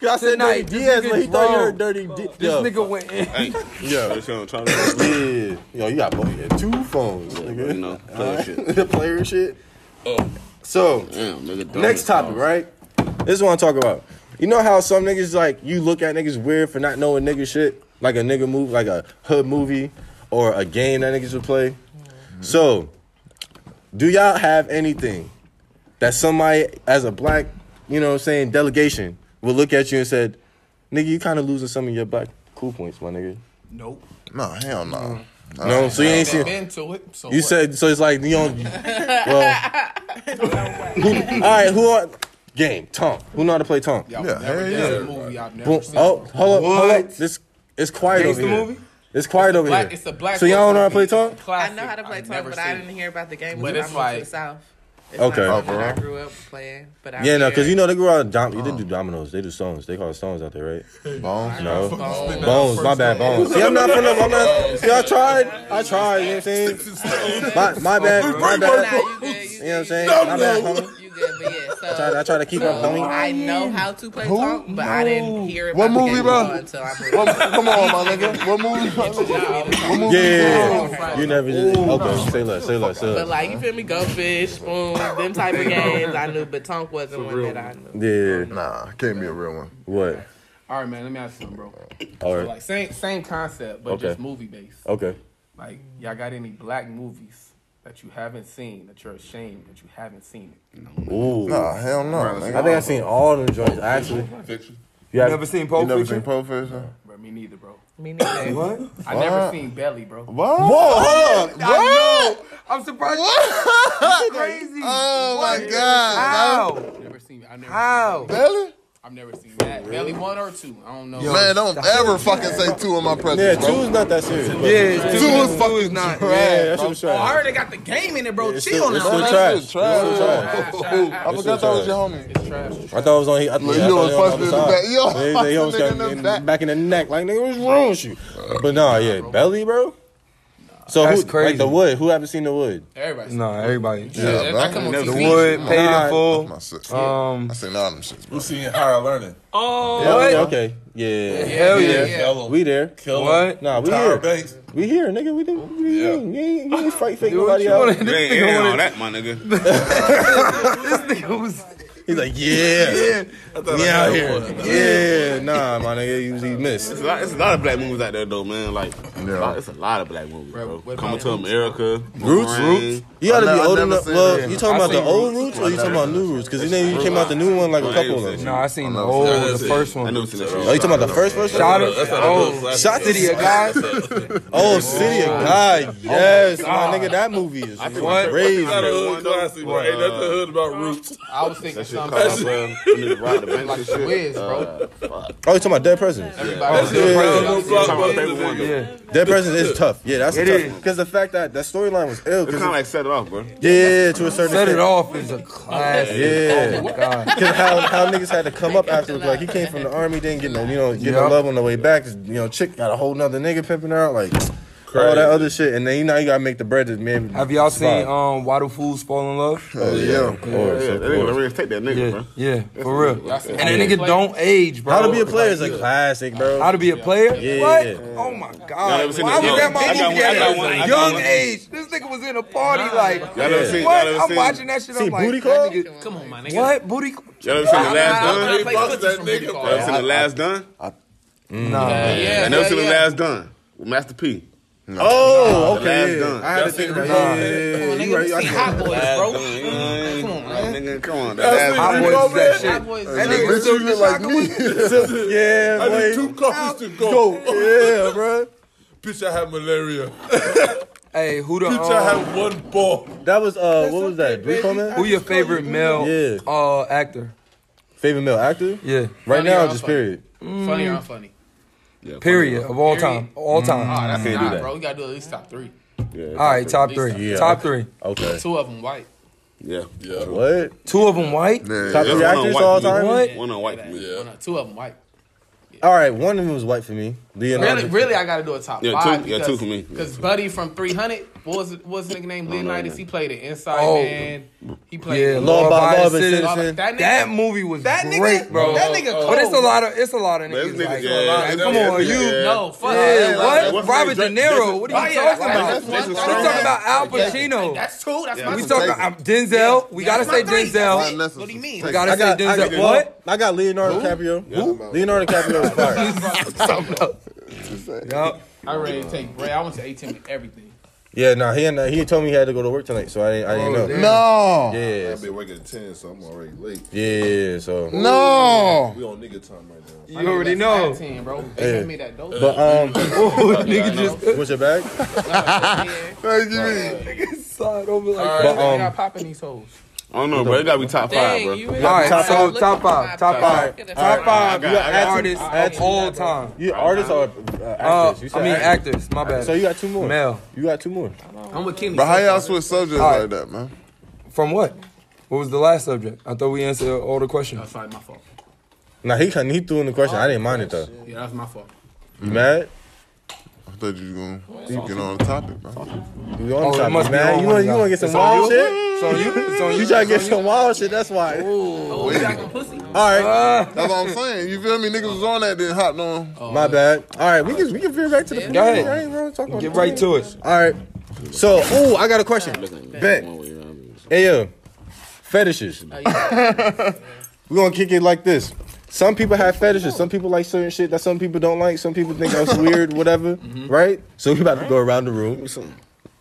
S2: I said Dirty
S10: Tonight, this
S2: Diaz, but he
S10: nigga's
S2: thought you
S10: wrong.
S2: heard Dirty D.
S10: This
S2: Yo.
S10: nigga went in.
S2: Yeah.
S4: That's what I'm trying to
S2: Yeah. Yo, you got both yeah, two phones,
S4: do. You
S2: nigga.
S4: know, player shit. Oh.
S2: The player shit. So,
S4: Damn, nigga. dumb
S2: next
S4: as fuck.
S2: topic, right? This is what I'm talking about. You know how some niggas like you look at niggas weird for not knowing nigga shit, like a nigga move, like a hood movie or a game that niggas would play.
S4: Mm-hmm.
S2: So, do y'all have anything that somebody as a black, you know what I'm saying, delegation would look at you and said, "Nigga, you kind of losing some of your black cool points, my nigga."
S3: Nope.
S5: No, hell no.
S2: No, so you ain't seen.
S3: Been to it. So
S2: You
S3: what?
S2: said so. It's like you don't. Well, who, all right. Who are game? Tom. Who know how to play Tom?
S3: Y'all
S5: Yeah,
S3: never
S5: hell
S3: done
S5: yeah.
S3: a movie I've never
S2: Boom.
S3: seen.
S2: Oh, hold up, hold up.
S10: What?
S2: This it's quiet
S10: Gangsta
S2: over here.
S10: movie?
S2: It's quiet over
S3: Black,
S2: here.
S3: it's a black.
S2: so y'all don't know how to play
S3: movie.
S2: Tom?
S3: Classic.
S7: I know how to play
S3: I've
S7: talk,
S3: never
S7: but
S3: seen
S7: I
S3: it.
S7: didn't hear about the game
S3: But
S7: until I
S3: it's
S7: moved
S3: like-
S7: to the south. It's
S2: Okay.
S7: Not something
S5: Oh,
S7: I
S5: for
S7: grew up playing, but I
S2: Yeah, no, because you
S7: hear-
S2: know they grew out dom-
S3: Uh-huh.
S2: they do dominoes. They do stones. They call it stones out there, right?
S5: Bones.
S2: No. Bones, my bad, bones. See, I'm not from the I'm not see I tried. I tried, you know what I'm saying? My my bad, my
S7: Nah,
S2: bad.
S7: you good, you
S2: You know what I'm
S7: good,
S2: saying?
S7: you
S2: My bad, homie.
S7: good, You good, but yeah. So,
S2: I tried, I tried to keep up, homie.
S7: I know how to play talk, but I didn't hear it.
S5: What
S7: about the
S5: movie,
S7: game
S5: bro?
S7: Until I moved.
S5: What- Come on, my nigga. What movie? What movie?
S2: Yeah, yeah, yeah. You never Okay, say less, say less, say
S7: Oh, But
S2: less.
S7: like you feel me, go fish, spoon, them type of games I knew, but Tonk wasn't one that I knew.
S2: Yeah.
S5: Nah, can't be a real one.
S2: What?
S3: All right, man. Let me ask you something, bro.
S2: All
S3: So,
S2: right.
S3: like same same concept, but
S2: Okay.
S3: just movie based.
S2: Okay.
S3: Like y'all got any black movies that you haven't seen that you're ashamed that you haven't seen it?
S2: Ooh.
S5: Nah, hell no.
S2: I
S5: Nigga.
S2: think I've seen all the joints, actually.
S11: Fiction.
S2: You
S10: You
S2: have-
S10: never seen
S5: You
S10: Pulp
S5: never seen
S10: Fiction?
S5: Pulp Fiction?
S3: Bro, me neither, bro.
S7: Me neither.
S10: What?
S3: I never
S5: What?
S3: seen Belly, bro.
S5: What?
S2: Whoa, hold up.
S10: I know. I'm surprised. That's crazy.
S5: Oh my god.
S10: How?
S3: Never seen. I never.
S10: How?
S5: Belly?
S3: I've never seen that. Belly one or two. I don't know.
S5: Man, don't ever fucking say two in my
S2: Yeah,
S5: presence,
S2: two
S5: bro.
S2: is not that serious.
S10: Yeah, it's
S5: Two
S10: two
S5: is fucking
S10: not.
S2: Yeah, that shit was
S3: I
S2: trash.
S3: heard they got the game in it, bro.
S2: It's
S3: Chill
S2: still, it's
S3: now.
S2: still
S5: That
S2: trash.
S5: shit's
S2: It's still trash.
S5: trash. I
S2: It's
S5: forgot that
S2: still
S5: was your homie.
S3: It's trash.
S2: I thought it was on. He, I, yeah, I
S5: you
S2: thought
S5: was
S2: it on
S5: fussing in
S2: the
S5: the
S2: other
S5: back.
S2: side.
S5: You was
S2: Yeah, he- he
S5: fussing
S2: almost
S5: nigga
S2: got
S5: in the
S2: in-
S5: back.
S2: back in the neck. Like nigga, what's wrong with you? But nah, yeah, belly, bro. So
S10: That's
S2: who, like the
S10: crazy.
S2: wood? Who haven't seen the wood?
S3: Everybody's
S10: No, everybody.
S5: Yeah,
S3: that-
S5: bro.
S3: that come on
S5: Never-
S10: The
S3: TV.
S10: Wood, Paid
S2: Nah.
S10: in Full.
S5: My shit.
S10: Um,
S5: I seen all them shits, bro.
S11: You seen Higher Learning?
S10: oh,
S2: Yeah,
S10: what?
S2: okay, yeah,
S10: Hell yeah.
S11: Kill him.
S2: we there.
S11: Kill him.
S10: What?
S2: Nah, we
S11: Tyra
S2: here.
S11: Banks.
S2: We here, nigga. We didn't. We
S11: Yeah.
S2: didn't. You ain't, you ain't fight fake
S10: Do what
S2: nobody
S10: you
S2: out.
S10: wanna do.
S4: You ain't in on that, my nigga.
S2: He's like, yeah,
S11: I thought
S2: we
S11: I
S2: out
S11: had
S2: here.
S11: one.
S2: Yeah, nah, my nigga, you he missed.
S4: It's a, lot, it's a lot of black movies out there, though, man. Like, it's, a
S5: Yeah.
S4: lot, it's a lot of black movies,
S3: Bro,
S4: bro.
S3: what
S4: Coming
S3: about
S4: to America,
S2: Roots,
S4: Wolverine.
S2: roots. You gotta
S5: I
S2: be
S5: never- I
S2: old
S5: never
S2: enough.
S5: seen
S2: Well,
S5: it.
S2: you talking about the
S10: seen
S2: old roots or you talking about new roots? Because you know you came out the new one like a couple of them.
S10: No, I seen the
S5: I'm not
S10: old,
S11: sure.
S10: the first
S4: I
S10: one.
S4: never seen that
S2: Oh, you
S4: shit.
S2: talking about the first version?
S10: Shout
S11: That's
S10: it.
S11: not a good
S10: Oh,
S11: classic.
S2: Shot to
S10: City of God.
S2: Oh, City of God. Yes, my nigga, that movie is
S10: what?
S2: crazy. Oh,
S11: Not a hood classic, bro. Ain't nothing hood about roots.
S3: I was thinking
S4: That shit
S3: something
S4: called,
S3: else.
S4: bro. We need to ride the bench
S3: like
S4: and
S3: the
S4: shit.
S3: Wiz, bro.
S4: Uh, fuck.
S2: Oh, you talking about Dead Presidents?
S3: Everybody-
S2: shit Yeah. crazy.
S11: No blockbusters.
S4: Favorite one, though.
S10: Yeah.
S2: Dead Presidents is tough. Yeah, that's
S10: It
S2: tough.
S10: is.
S2: Because the fact that that storyline was ill.
S4: It's
S2: 'cause
S4: kind of like set it off, bro.
S2: it- yeah, to a certain
S10: Set it
S2: extent.
S10: off is a classic. Oh
S2: Yeah.
S10: God.
S2: Because how, how niggas had to come up afterwards. Like, he came from the army, didn't get no, you know, get no
S10: Yeah.
S2: love on the way back. You know, chick got a whole nother nigga pimping her out. Like, all that other shit, and then you know you gotta make the bread. Just maybe
S10: Have y'all seen
S2: survive.
S10: um Why Do Fools Fall in Love?
S2: Oh, yeah. Of course, of
S4: That nigga really take that nigga, bro.
S10: Yeah, for real.
S4: Y'all see
S10: And
S4: how
S10: that
S4: he
S10: nigga
S4: play?
S10: don't age, bro.
S4: How to Be a Player is a
S2: classic, bro.
S10: How to be a player?
S2: Yeah.
S10: What?
S2: Yeah.
S10: Oh my
S4: Y'all
S10: god.
S4: ever seen
S10: Why
S4: the-
S10: was that my
S4: I got
S10: movie
S4: one- I got
S10: at
S4: one- I
S10: a
S4: got
S10: young
S4: one.
S10: age? This nigga was in a party like.
S4: Y'all ever seen-
S10: What?
S4: y'all ever
S10: I'm
S4: seen-
S10: watching that shit. I'm
S4: See,
S10: like,
S4: Booty
S10: that
S4: Call?
S10: nigga-
S3: Come on, my nigga.
S10: What booty? Call?
S4: Y'all ever seen the last
S10: Nah,
S4: done? Y'all
S10: nah, nah, nah,
S4: ever
S10: nah,
S4: seen
S10: nah,
S4: the
S10: nah,
S4: last done?
S10: Nah. Mm. Yeah,
S4: I never
S10: yeah,
S4: seen the
S10: yeah.
S4: last done with Master P.
S2: Oh,
S4: The Last
S2: okay. yeah.
S4: Dun.
S2: I had to
S4: Y'all
S2: think
S4: seen
S2: about
S4: the Last
S2: yeah,
S4: Dun?
S2: yeah, yeah,
S3: nigga,
S2: you right,
S3: we
S2: y'all
S3: seen
S2: can't-
S3: Hot Boys, bro.
S4: Come on, nigga, come on.
S10: Y'all seen Hot Boys is that shit.
S3: Hot Boys.
S10: That nigga
S5: Bitch, you
S10: still
S5: look like me.
S2: Yeah,
S11: I need
S2: boy.
S11: two coffees to
S2: Go.
S11: go.
S2: Yeah, bro.
S11: Bitch, I have malaria.
S10: Hey, who the
S11: Bitch, I
S10: um,
S11: have one ball.
S2: That was uh, what was that? Rico man.
S10: who your favorite male
S2: Yeah.
S10: uh actor?
S2: Favorite male actor?
S10: Yeah.
S2: Right
S3: Funny
S2: now,
S3: or
S2: just
S3: funny?
S2: period.
S4: Mm.
S3: Funny or unfunny?
S10: Period of all
S3: Period.
S10: time. All time.
S3: Oh, that's
S2: can't do
S3: not,
S2: that.
S3: bro. We gotta do at least top three.
S10: All right, top three.
S2: Yeah.
S10: Top three.
S2: Okay.
S3: Two of them white.
S4: Yeah.
S11: Yeah.
S2: What?
S10: Two of them white.
S2: Top
S5: Yeah,
S2: three
S4: That's one on
S2: actors
S4: white
S2: all
S4: for
S2: time.
S4: me.
S10: What?
S4: One on white for me.
S11: Yeah.
S3: One or- Two of them white.
S2: All right, one of them was white for me. Leonardo.
S3: Really, really, I gotta do a top
S4: Yeah, two-
S3: five.
S4: yeah,
S3: because-
S4: two for me.
S3: Because Buddy from 300, what was what was his nigga named? Leonidas. He played an inside
S10: Oh.
S3: man. He played.
S10: Yeah,
S2: Law
S10: law
S2: abiding
S10: abiding
S2: citizen.
S10: citizen.
S3: Law- that nigga,
S10: That movie was
S7: That nigga-
S10: great, bro.
S7: that nigga
S10: But
S7: cold.
S10: it's a lot of it's a lot of
S4: That's
S10: niggas.
S4: niggas,
S10: Like,
S4: yeah,
S10: like,
S4: yeah,
S10: come
S4: yeah,
S10: on,
S4: yeah.
S10: you.
S3: no, fuck.
S10: Yeah,
S3: that. Like,
S10: what?
S4: what's
S10: Robert
S4: the
S10: De
S4: name?
S10: Niro. What are you
S3: Oh, yeah,
S10: talking
S3: like,
S10: about?
S3: that's-
S10: We
S3: that's-
S10: talking
S3: that's-
S10: about Al
S3: Like,
S10: Pacino.
S3: that's two. That's
S4: Yeah,
S3: my
S10: We
S3: two.
S10: talking about Denzel. We
S3: Yeah,
S10: gotta
S3: that's
S10: say
S3: my three. That's
S10: Denzel.
S3: it. What do you mean?
S10: We gotta
S2: I
S10: say
S2: got, I
S10: Denzel.
S2: got
S10: What?
S2: I got Leonardo DiCaprio. Leonardo DiCaprio was fire.
S10: Yup.
S3: I ready to take Bray. I went to A10 with everything.
S2: yeah, nah, he and, he told me he had to go to work tonight, so I didn't, I didn't
S10: Oh,
S2: know.
S10: damn.
S5: No,
S2: Yeah,
S6: I've been working at 10, so I'm already late.
S2: yeah, yeah, so.
S5: no.
S6: We on nigga time right now.
S10: You already know.
S3: 10, bro. They
S2: Yeah.
S3: gave me that dope.
S2: But um,
S10: Nigga just
S2: what's your bag?
S5: What you mean?
S10: side over like.
S2: But
S3: They
S2: um,
S3: got popping these hoes.
S4: I don't know, bro. It gotta be top five, bro.
S10: All right, so top five, top five,
S7: Look at
S10: top
S7: the-
S10: five
S2: I got- I got
S10: artists
S2: two. I got
S10: of
S2: two.
S10: all time.
S2: you artists or uh,
S10: Uh,
S2: actors? You
S10: I
S2: said
S10: mean
S2: actors.
S10: actors. My bad.
S2: So you got two more.
S10: Male.
S2: You got two more.
S3: I'm with Kenny.
S5: But how y'all switch subjects
S10: All right.
S5: like that, man?
S10: From what? What was the last subject? I thought we answered all the questions.
S3: That's sorry, my fault.
S2: Nah, he kinda- he threw in the question. I didn't mind it though.
S3: Yeah, that's my fault.
S2: You mad?
S5: I thought you was gonna get on the topic, bro.
S2: You on
S10: Oh,
S2: the
S10: it
S2: topic,
S10: must be
S2: man?
S10: on one
S2: You want
S10: of
S2: you
S10: them.
S2: want to get some
S10: It's on
S2: wild
S10: you?
S2: shit?
S10: So you, so you,
S2: You trying to get some wild shit? That's why.
S3: Oh, you got some pussy?
S2: All right.
S5: That's what I'm saying. You feel me? Niggas was on that, then hopped on.
S2: My bad. All right, we can we can veer back to the.
S10: Go ahead.
S2: I ain't wrong talking about
S10: get
S2: the-
S10: right to it.
S2: All right. So, ooh, I got a question. Bet. Hey yo, fetishes. We're gonna kick it like this. Some people have fetishes. Some people like certain shit that some people don't like. Some people think that's weird, whatever.
S10: Mm-hmm.
S2: Right? So we about to go around the room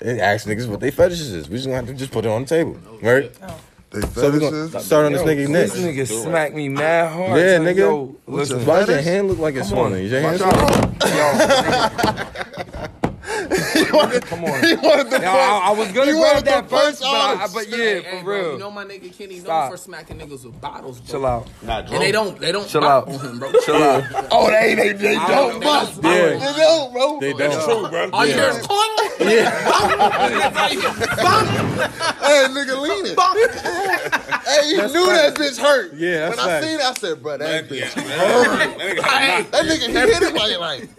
S2: and ask niggas what they fetishes is. We just gonna have to just put it on the table,
S10: Oh,
S2: right?
S5: They
S2: So we
S5: fetishes.
S2: gonna start on this nigga
S10: This
S2: next.
S10: nigga smacked me mad hard.
S2: Yeah,
S10: Like,
S2: nigga.
S10: Yo, listen.
S2: Why does your hand look like it's
S10: Come on.
S2: swollen? Is your hand swollen?
S10: Come on. Yo, I, I was gonna
S5: He
S10: grab
S5: wanted
S10: that
S5: to punch
S10: first, but, I,
S5: out.
S10: but yeah,
S3: Hey,
S10: for
S3: bro, You
S10: real.
S3: know my nigga Kenny known
S10: Stop.
S3: for smacking niggas with bottles, bro.
S10: Chill out.
S4: Not
S3: And they don't, they don't
S10: Chill
S3: bop
S10: out.
S3: on him, bro.
S10: Chill out.
S5: Oh, they they they don't bust.
S2: Yeah.
S5: They don't, bro.
S2: They don't.
S11: True, bro.
S3: All you hear is
S5: Hey, nigga, lean it. hey, you knew that bitch hurt.
S2: Yeah, that's
S5: When I
S2: facts.
S5: seen it, I said, bro, that bitch.
S3: Hey,
S5: That nigga, he hit it like, like,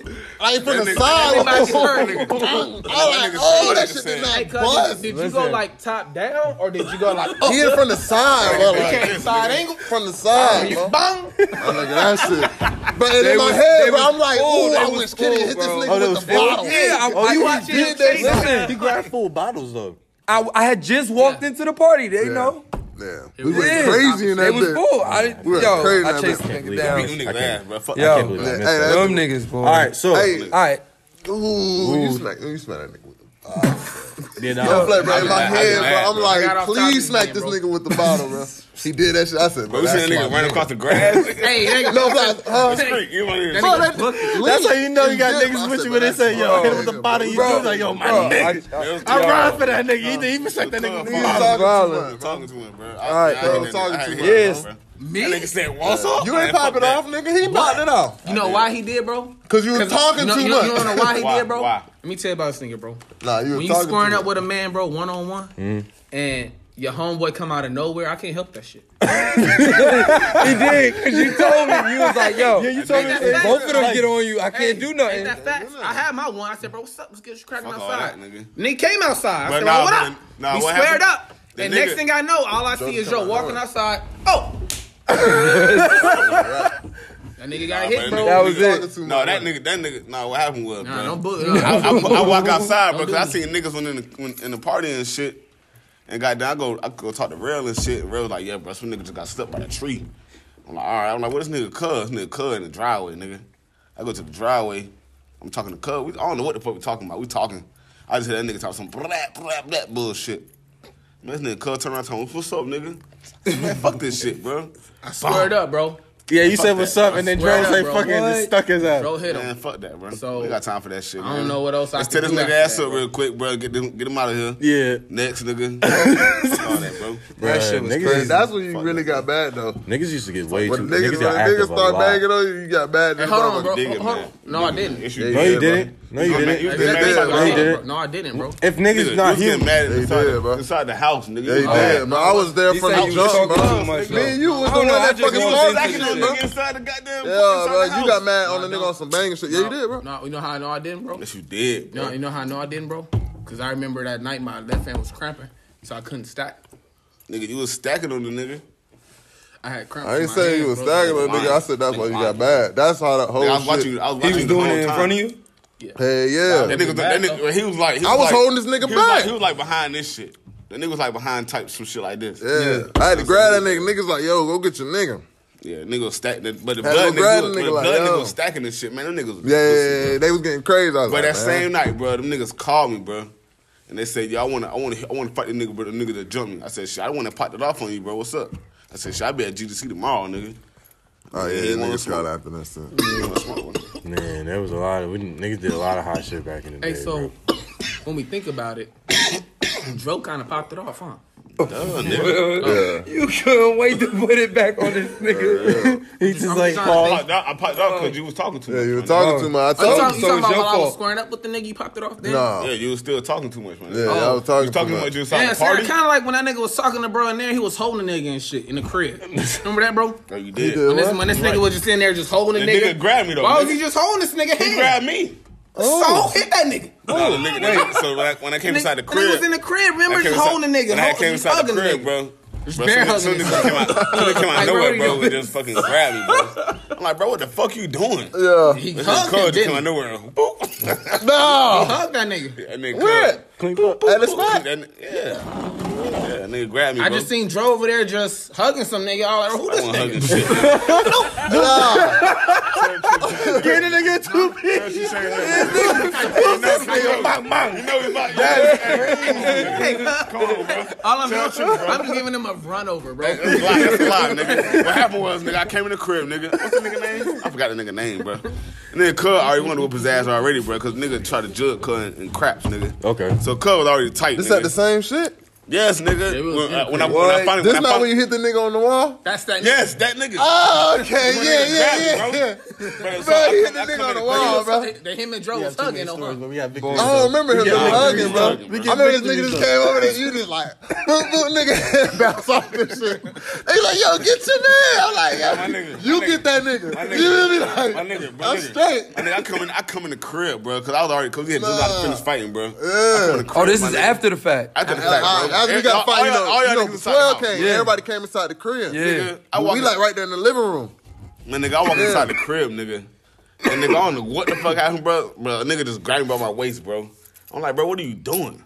S5: like from the side.
S3: everybody
S5: Like,
S3: heard it.
S5: I like, oh, that shit did
S3: Hey,
S5: not
S3: cuz,
S5: bust.
S3: did you go like top down or did you go like
S5: He hit it from the side, bro. Like,
S3: side angle?
S5: from the side, bro.
S3: Bang!
S5: I'm like, that shit. But in my
S10: was-
S5: head,
S10: they
S5: bro,
S10: was
S5: I'm like,
S10: full,
S5: ooh,
S10: they
S5: I
S10: was
S5: wish Kenny
S10: full,
S5: hit this
S10: bro.
S5: nigga
S2: Oh, they was
S5: with the
S2: full?
S5: bottle.
S10: Yeah, I'm, I,
S5: watched
S10: I,
S5: did that
S10: listen,
S2: He grabbed full bottles though.
S10: I, I had just walked into the party. They know.
S5: Yeah. We
S10: Yeah.
S5: went crazy in
S10: They
S5: that
S10: was
S5: bitch.
S10: full. I,
S5: We were
S10: yo,
S5: crazy
S10: I
S5: that
S10: chased the
S5: bitch.
S10: nigga
S2: Can't
S10: down.
S2: believe
S4: Niggas ass, bro. Fuck.
S2: I can't believe
S10: Yo,
S2: I missed
S5: Hey,
S2: that.
S5: that-
S10: them niggas, boy.
S2: All right, so
S5: Hey,
S10: All right.
S5: ooh, you smack, you smack that nigga. with the-
S2: then
S5: I'm
S2: uh,
S5: like, bro, in my head, bro, I'm
S3: got
S5: like,
S3: off topic
S5: please smack
S3: again,
S5: this
S3: bro.
S5: nigga with the bottle, bro. He did that shit. I said,
S4: But
S5: bro,
S4: we
S5: that's
S4: seen a
S5: my
S4: nigga running across the grass.
S3: Hey, nigga,
S5: No, I'm like, huh?
S4: Freak, you know what
S5: Bro, that-
S2: that's how you know you got
S5: did. I
S2: niggas with
S5: said,
S2: you
S5: bro,
S2: when they
S5: that's
S2: say,
S5: my
S2: yo, hit him with the
S5: nigga,
S2: bottle.
S5: bro.
S2: You do like, yo, my nigga.
S4: I mean?
S2: I ride for that nigga. You think even suck that
S4: Talking
S2: nigga?
S4: to him,
S5: Talking
S10: Bro.
S5: too much.
S4: talking to him, bro. All
S5: right, bro, talking to him. Yes.
S4: Me? That nigga said Walsall.
S5: You ain't pop it off, nigga. He popped it off.
S3: You know why he did, bro?
S5: Cause you was talking
S3: you know,
S5: too
S3: you know, You
S5: much.
S3: don't know why he
S4: Why?
S3: did, bro?
S4: Why?
S3: Let me tell you about this nigga, bro.
S5: Nah, you
S3: When
S5: was
S3: you
S5: talking
S3: squaring
S5: too
S3: up
S5: much.
S3: with a man, bro, one on one, and your homeboy come out of nowhere, I can't help that shit.
S10: he did, cause you told me you was like, yo,
S3: Yeah, you told me
S10: if
S3: that.
S10: both of them
S3: Like,
S10: get on you, I
S3: Hey,
S10: can't do
S3: ain't
S10: nothing.
S3: that facts? I had my one. I said, bro, what's up? Let's get you cracking
S4: Fuck all
S3: outside.
S4: that, nigga.
S3: nigga. came outside. I
S4: But
S3: said,
S4: nah,
S3: well, what
S4: but
S3: up?
S4: then- nah,
S3: we
S4: what
S3: squared
S4: happened?
S3: up.
S4: The
S3: and
S4: nigga-
S3: next thing I know, all I see is Joe walking outside. Oh! that nigga got hit, bro.
S4: No, that nigga, that nigga. Nah, what happened was, bro?
S3: don't bull-
S4: I, I- I walk outside,
S3: Don't
S4: bro,
S3: do
S4: because I
S3: it.
S4: seen niggas when in the when, in the party and shit. And goddamn, I go, I go talk to Rail and shit. And Rail was like, yeah, bro, some nigga just got stuck by a tree. I'm like, all right. I'm like, what this nigga cuz? This nigga cuz in the driveway, nigga. I go to the driveway. I'm talking to cuz. We, I don't know what the fuck we talking about. We talking. I just hear that nigga talk some blah, blah, blah bullshit. Man, this nigga cuz turn around and me, what's up, nigga? Man, fuck this shit, bro. I
S3: Squared up, bro.
S2: Yeah, you said what's up, and then Dre
S4: Squared
S2: say
S4: up, bro.
S2: fucking
S4: What?
S2: just stuck his ass.
S4: Bro, hit him. Man, fuck that, bro. So, we got time for that shit.
S3: I don't
S4: man.
S3: know what else I
S4: Let's
S3: can
S4: tear
S3: do
S4: this nigga
S3: after
S4: ass
S3: that,
S4: up
S3: bro.
S4: real quick, bro. Get them, get him out of here.
S2: Yeah.
S4: Next, nigga. All that, bro.
S2: That shit was Niggas- crazy.
S5: That's when you really got bad though.
S2: Niggas used to get way
S5: When
S2: too.
S5: niggas,
S2: Niggas,
S5: when
S2: got active
S5: niggas
S2: a
S5: start
S2: lot.
S5: banging on you, you got bad.
S3: Hey,
S5: niggas
S3: hold
S5: start
S3: on, bro.
S5: digging,
S3: Hold
S5: man.
S3: on. No, I didn't.
S2: No, you didn't. No, you
S4: You
S2: didn't.
S4: was getting mad.
S2: No, you didn't.
S3: No, I didn't, bro.
S2: If
S4: Nigga,
S2: niggas not
S4: you was getting
S2: human,
S4: mad inside,
S5: did, bro.
S4: inside the house, nigga.
S5: Yeah, you did, man. I was there
S2: He
S5: from
S2: said
S5: the
S2: you was
S5: jump,
S2: talking too
S5: bro.
S2: much,
S5: Me and
S2: though.
S5: you was
S2: I
S5: the
S2: don't
S5: one
S2: know, I
S5: that
S2: just
S5: fucking
S2: know
S5: started
S2: exactly
S5: that
S2: what
S5: shit,
S2: nigga
S5: bro.
S4: inside the goddamn.
S5: Yeah, bro. You got mad on the nigga on some banging shit. Yeah, you
S3: No,
S5: did, bro.
S3: No, you know how I know I didn't, bro?
S4: Yes, you did.
S3: No, you know how I know I didn't, bro? Because I remember that night my left hand was cramping, so I couldn't stack.
S4: Nigga, you was stacking on the nigga.
S3: I had cramps.
S5: I
S3: in
S5: ain't
S3: my
S5: saying
S3: hand,
S5: you was
S3: bro.
S5: stacking little nigga. I said that's why you got bad. That's how that whole
S4: Nigga, I was
S5: shit.
S4: watching you- I was He was watching you the doing whole it in time. front of you?
S5: Hey, yeah.
S4: That nigga, that nigga, he was like, he
S5: I was
S4: like-
S5: holding this nigga
S4: he was like-
S5: back.
S4: he was like behind this shit. The nigga was like behind type some shit like this.
S5: Yeah. I had to grab that nigga. Niggas like, yo, go get your nigga.
S4: Yeah, nigga was stacking, but the
S5: Had
S4: blood
S5: no grab
S4: nigga, was-
S5: the nigga
S4: the
S5: like,
S4: blood
S5: yo.
S4: nigga was stacking this shit, man. Them niggas. was
S5: Yeah, yeah, yeah, they was getting crazy. I was
S4: But
S5: like,
S4: that
S5: man.
S4: same night, bro, them niggas called me, bro, and they said, "Yo, I want to, I want to, I want to fight the nigga, but the nigga that jumped me." I said, "Shit, I want to pop it off on you, bro. What's up?" I said, "Shit, I be at GDC tomorrow, nigga."
S5: Oh yeah,
S4: He
S5: that
S4: wanna
S5: niggas
S4: smoke.
S5: got after that stuff.
S4: He wanna smoke with me.
S2: man, there was a lot of we, didn't- niggas did a lot of hot shit back in the day.
S3: Hey, so
S2: bro.
S3: when we think about it, Dro kind of popped it off, huh?
S4: Oh,
S3: Oh.
S5: Yeah.
S10: You couldn't wait to put it back on this nigga.
S2: He's
S3: just like,
S4: I
S3: Paul.
S4: popped out- I popped
S10: Uh, Oh.
S4: out because you was talking too much.
S5: Yeah, you were
S4: man.
S5: talking too much.
S3: Oh,
S5: I
S3: you
S5: told
S3: talking, you
S10: so
S3: talking
S10: it's
S3: about while I
S10: your
S3: was
S10: fault.
S3: squaring up with the nigga, you popped it off then? Oh.
S5: Nah.
S4: Yeah, you was still talking too much, man.
S5: Yeah, I was
S4: You
S5: talking
S4: was talking
S5: too
S4: about
S5: much.
S4: you was
S3: Damn,
S4: at the
S3: son,
S4: party.
S3: kind of like when that nigga was talking to bro in there, he was holding a nigga and shit in the crib. Remember that, bro?
S4: Oh, you did.
S5: did.
S3: When this,
S5: What?
S3: when this nigga was just in there just holding
S4: The
S3: a nigga.
S4: nigga grabbed me, though,
S3: Why was
S4: nigga.
S3: you just holding this nigga hand?
S4: He grabbed me.
S10: Oh.
S3: So hit that nigga.
S4: No, the nigga, wait. So when I, when I came
S3: Nigga-
S4: inside the
S3: nigga
S4: crib,
S3: was in the crib. Remember
S4: I came
S3: just
S4: inside-
S3: holding nigga.
S4: When I
S3: Hold-
S4: came
S3: just
S4: inside the
S3: hugging
S4: crib,
S3: nigga.
S4: bro.
S3: Just
S4: bro,
S3: bear
S4: soon as- soon
S3: hugging
S4: as he came out, soon as he came out
S3: Like, where
S4: nowhere,
S3: you
S4: bro,
S3: been?
S4: and just fucking grabbed me, bro. I'm like, bro, what the fuck you doing?
S5: Yeah.
S3: He
S4: This nigga
S3: hugged him,
S4: Cud just
S3: didn't
S4: came
S3: he?
S4: out nowhere. and Boop.
S5: No.
S3: Hug that nigga.
S4: And then
S5: Where?
S4: Cud-
S2: Clean up.
S5: At the spot.
S4: That, yeah. Yeah, that nigga grabbed me,
S3: I
S4: bro.
S3: just seen Dro over there just hugging some nigga. I was like, who
S4: I
S3: this
S4: wasn't hugging
S3: nigga?
S4: shit.
S2: get a nigga two piece.
S4: You know he's like, yeah.
S3: All I'm I'm just giving him a run over, bro.
S4: That's a lie, that's a lie, nigga. What happened was, nigga, I came in the crib, nigga. What's the nigga name? I forgot the nigga name, bro. And then Cud already wanted to whoop his ass already, bro, because nigga tried to jug Cud and, and craps, nigga.
S2: Okay.
S4: So Cud was already tight,
S5: This
S4: nigga.
S5: at the same shit.
S4: Yes, nigga.
S3: It was
S4: when, I,
S3: good.
S4: when, I, when I
S5: What?
S4: finally,
S5: This
S4: when I
S5: not
S4: fin-
S5: when you hit the nigga on the wall.
S3: That's that nigga.
S4: Yes, that nigga.
S5: Oh, okay.
S4: When they
S5: Yeah, yeah,
S4: grabbed me,
S5: yeah, yeah.
S4: Bro, so
S5: Bro,
S4: I
S5: he hit
S4: come-
S5: the
S4: I come in
S5: nigga on the
S4: crib.
S5: wall, bro.
S3: They, him and Dro was hugging on her.
S2: we have victory.
S5: I don't remember him just hugging, bro.
S4: hugging, bro.
S5: I remember this nigga just came over there. You just like, boop, boop, nigga, bounce off this shit. They like, yo, get your man. I'm like, yo,
S4: My nigga, my
S5: you
S4: nigga.
S5: get that nigga.
S4: My nigga.
S5: You feel me? Like,
S4: My nigga, bro.
S5: I'm
S4: nigga.
S5: straight.
S4: My nigga, I come in, I come in the crib, bro, because I was already, because we had just about to finish fighting, bro.
S10: Oh, this is after the fact.
S4: After the
S5: All
S4: fact,
S5: right,
S4: bro.
S5: after we got
S4: all,
S5: fight, you
S4: y'all-
S5: know, you
S4: y'all
S5: know,
S4: niggas
S5: the
S4: inside the
S5: 12
S4: house.
S5: came.
S10: Yeah.
S5: Everybody came inside the crib.
S10: Yeah.
S4: I walk
S5: we
S4: in-
S5: like right there in the living room.
S4: Man, nigga, I walk
S5: Yeah.
S4: inside the crib, nigga. And nigga, I don't know what the fuck happened, bro. Bro, a nigga just grabbed me by my waist, bro. I'm like, bro, what are you doing?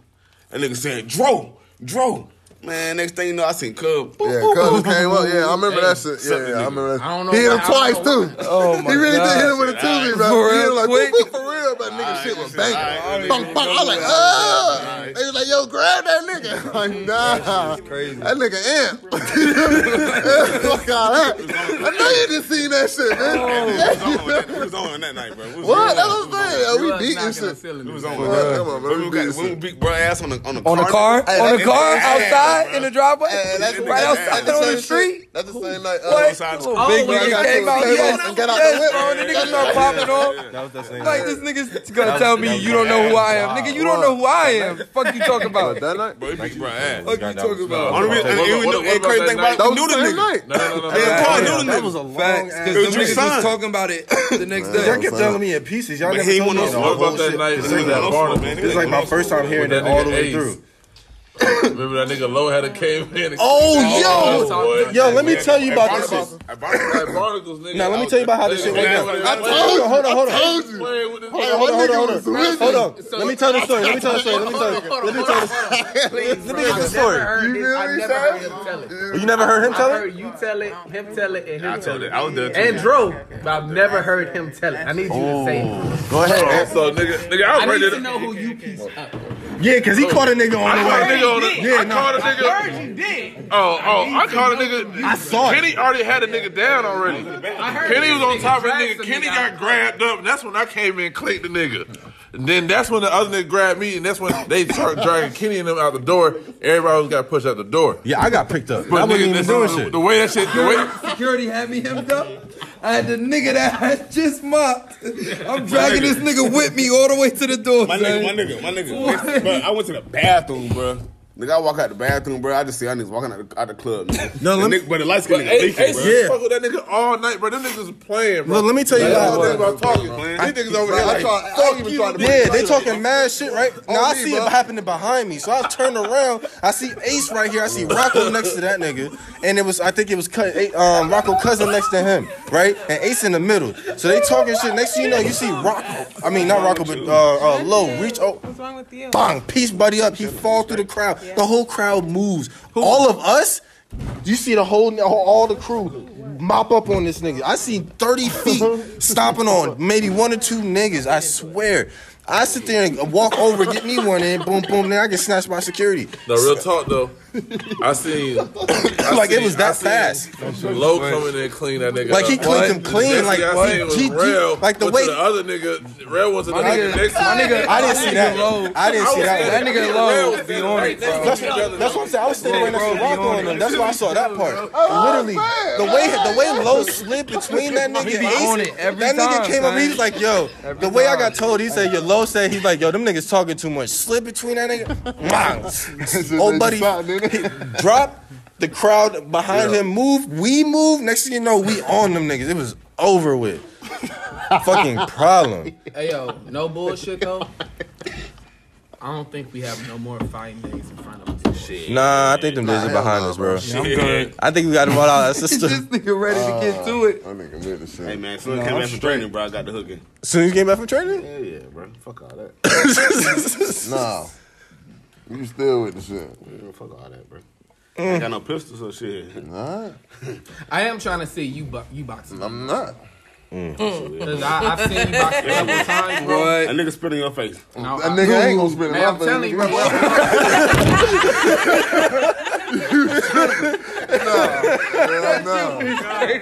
S4: And nigga said, Dro, Dro. Man, next thing you know, I seen Cub. Boop,
S5: Yeah,
S4: boop,
S5: cuz
S4: boop,
S5: came
S4: boop,
S5: up. Yeah, I
S4: boop.
S5: remember
S4: Hey,
S5: that shit. Yeah,
S4: suck the
S5: yeah, I
S4: nigga.
S5: remember that.
S3: I don't know
S5: He hit him
S3: why- I
S5: twice
S3: don't know
S5: too. Oh
S10: my
S5: He really did
S10: God.
S5: hit him with a
S4: All right.
S5: two bro.
S10: For
S5: He hit
S10: real
S5: him like
S10: quick?
S5: boop, boop, for real, but nigga
S4: right,
S5: shit was
S4: all right, all right,
S5: banging. Bang, bang. I was like, ah. They was like, yo, grab that nigga. Like, nah. That nigga amp. Fuck all that. I know you just seen that shit,
S4: It was
S5: man.
S4: on with that- it was on that night, bro. It was
S5: What?
S4: on.
S5: That was bad. Yo,
S3: Dro
S5: We
S3: was
S5: beating
S3: knocking her
S5: shit.
S4: It
S3: cylinders.
S4: was on.
S5: Bro,
S4: Bro.
S5: come on, bro.
S4: When we
S5: We
S4: got- when we beat bro ass on the on the
S10: On the car?
S4: Hey,
S10: On
S4: that
S10: the
S4: nigga
S10: car?
S4: ass,
S10: Outside?
S4: bro.
S10: In the driveway?
S5: Hey, that's
S10: Right
S4: that's-
S10: outside?
S4: that's
S10: On
S5: same
S10: the
S5: shit.
S10: street?
S5: That's the same night. uh,
S10: What?
S4: Outside.
S10: Oh, big
S5: when
S10: nigga
S5: I got to
S10: came
S5: the
S10: out.
S5: table
S10: Yes,
S5: and got out the
S10: yes,
S5: whip.
S10: bro. And the nigga started popping off.
S2: That was the same.
S10: Like, this nigga's gonna tell me you don't know who I am, nigga? You don't know who I am. Fuck you talking about?
S5: That night?
S4: Bro, it beat my ass.
S10: Fuck you talking about?
S4: Only reason- and- and we know- and crazy thing about it,
S5: That
S4: we
S5: was
S4: knew
S5: the
S4: the
S5: same
S4: nigga.
S5: night.
S4: Yeah, Quan knew the nigga.
S10: Facts,
S4: It
S10: because
S4: was
S10: them
S4: your
S10: niggas
S4: son.
S10: was talking about it the next
S5: Man,
S10: day.
S2: Y'all kept telling me in pieces. Y'all
S4: But
S2: never
S4: he
S2: told me
S4: went
S2: the
S4: on
S2: whole
S4: smoke.
S11: What about that
S2: shit.
S11: night?
S2: This
S11: This
S2: is
S11: nigga
S2: like-
S11: Low Barnum,
S4: man.
S2: This is like my first time hearing
S11: That
S2: that all the
S11: nigga
S2: way
S11: Ace.
S2: through.
S11: Remember that nigga Low had a came in. And
S2: Oh,
S11: boy.
S2: Yo, let me tell you about this shit.
S4: At Barnabas-
S11: Like Barnacles, nigga.
S2: Now let me tell you about how this shit went down.
S11: Hold on,
S2: Hold on, hold on, hold on.
S11: Playing with this
S2: Hold on, hold on, hold on, hold on. Hold on. Let me tell the story. Let me tell the story. Let me tell. Let me tell. the- Let
S7: Please, bro.
S2: me get the
S7: I've never
S2: story.
S7: heard
S5: You
S7: this.
S5: really
S7: I've never
S5: said
S7: heard him tell it.
S2: You never heard him
S7: I
S2: tell it?
S7: heard you tell it, him tell it, and him
S4: I
S7: tell
S4: told it.
S7: it.
S4: I was there too.
S7: And Dro, but I've never heard him tell it. I need you
S2: Oh.
S7: to say it.
S5: Go ahead.
S11: So, nigga, nigga, I
S3: I
S11: was
S3: need
S11: ready
S3: to
S11: to.
S3: know who you piece up.
S2: Yeah, cause he caught a nigga
S11: I
S2: on the
S11: caught a
S2: way.
S11: nigga on the.
S2: Yeah,
S11: I
S2: no.
S11: caught a nigga.
S3: heard you did.
S11: Oh, oh, I caught a nigga.
S2: I saw it.
S11: Kenny already had a nigga down already. Kenny was on
S3: nigga
S11: top of the
S3: grabbed
S11: nigga.
S3: some
S11: Kenny
S3: nigga
S11: got
S3: out.
S11: grabbed up. and That's when I came in and clicked the nigga. And then that's when the other nigga grabbed me, and that's when they started dragging Kenny and them out the door. Everybody was got pushed out the door.
S2: Yeah, I got picked up. I
S11: But
S2: wasn't
S11: nigga,
S2: even
S11: this-
S2: doing
S11: the,
S2: shit.
S11: the way that shit, the way.
S10: Security had me hemmed up. I had the nigga that I had just mopped. I'm dragging this nigga with me all the way to the door.
S12: My nigga, my nigga, my nigga. Bro, I went to the bathroom, bro.
S4: Nigga, I walk out the bathroom, bro. I just see y'all niggas walking out the, out the club. Nigga.
S2: No,
S4: The
S2: let me-
S4: nigga, but the light
S11: But
S4: skinned nigga
S11: Ace,
S4: leaking,
S11: Ace
S4: bro.
S11: used to fuck with that nigga all night, bro. Them niggas was playing, bro.
S2: Look, let me tell you
S11: That's
S2: how
S11: all
S2: it
S11: they
S2: was.
S11: about talking. These niggas over here like,
S10: fuck you,
S2: Yeah, they talking mad shit, right? Now I see it happening behind me, so I turned around. I see Ace right here. I see Rocco next to that nigga, and it was I think it was cut, um, Rocco cousin next to him, right? And Ace in the middle. So they talking shit. Next thing you know, you see Rocco. I mean, not Rocco, but uh, uh, Low reach out.
S8: What's wrong with you?
S2: Bang, peace buddy up. He fall through the crowd. The whole crowd moves. All of us, you see the whole, all the crew mop up on this nigga. I see 30 feet stomping on maybe one or two niggas. I swear. I sit there and walk over, get me one in, boom, boom, then I get snatched by security.
S11: No, real talk though. I seen I
S2: Like, it
S11: seen-
S2: was
S11: I
S2: that
S11: seen
S2: fast.
S11: Low coming in and clean that nigga.
S2: Like, he
S11: up.
S2: cleaned him clean.
S11: Next
S2: Like,
S11: thing I seen was
S2: he, he,
S11: Rail
S2: like, the
S11: went
S2: way.
S11: to the other nigga. Rail was to the nigga
S10: nigga-
S11: next. to
S10: my
S11: him.
S10: nigga,
S2: I didn't see that.
S10: Low.
S2: I didn't see that one.
S10: That nigga Low was be on it, bro.
S2: That's, that's what I'm saying. I was standing right next to Rocco on him. That's why I saw that part. Literally, the way the way Low slid between that nigga
S10: He be
S2: and Ace,
S10: on it every
S2: that nigga
S10: time,
S2: came up. He
S10: son.
S2: was like, "Yo," the way I got told, he said, "Yo, Low said he's like, yo, them niggas talking too much." Slid between that nigga,
S5: So
S2: Mwah. old
S5: they
S2: buddy,
S5: decided, didn't
S2: he drop. The crowd behind him move. We move. Next thing you know, we on them niggas. It was over with. Fucking problem.
S3: Hey yo, no bullshit though. I don't think we have no more fighting days in front of us. Shit.
S2: Nah, I think them days are
S5: hell
S2: behind
S5: nah,
S2: us, bro.
S10: I'm good.
S2: I think we got them all out. Uh, That's just
S10: This nigga ready to get to it.
S5: That nigga lit as
S4: Hey,
S5: shit.
S4: man, so I came back from training, bro. I got the hooking.
S2: soon as you came back from training.
S4: Yeah, yeah, bro. Fuck all that.
S5: Nah. You still with the shit.
S4: Yeah, Fuck all that, bro. I ain't got no pistols or shit.
S5: Nah,
S3: I am trying to see you, bo- you boxing.
S5: I'm not.
S3: Cause I, I've seen you box a couple times, bro.
S4: That nigga spit in your face.
S3: Now,
S5: That
S3: I-
S5: nigga ain't gonna spit in
S3: Hey,
S5: my
S3: I'm telling
S5: face.
S3: you,
S5: Nah,
S3: bro.
S5: nah.
S10: That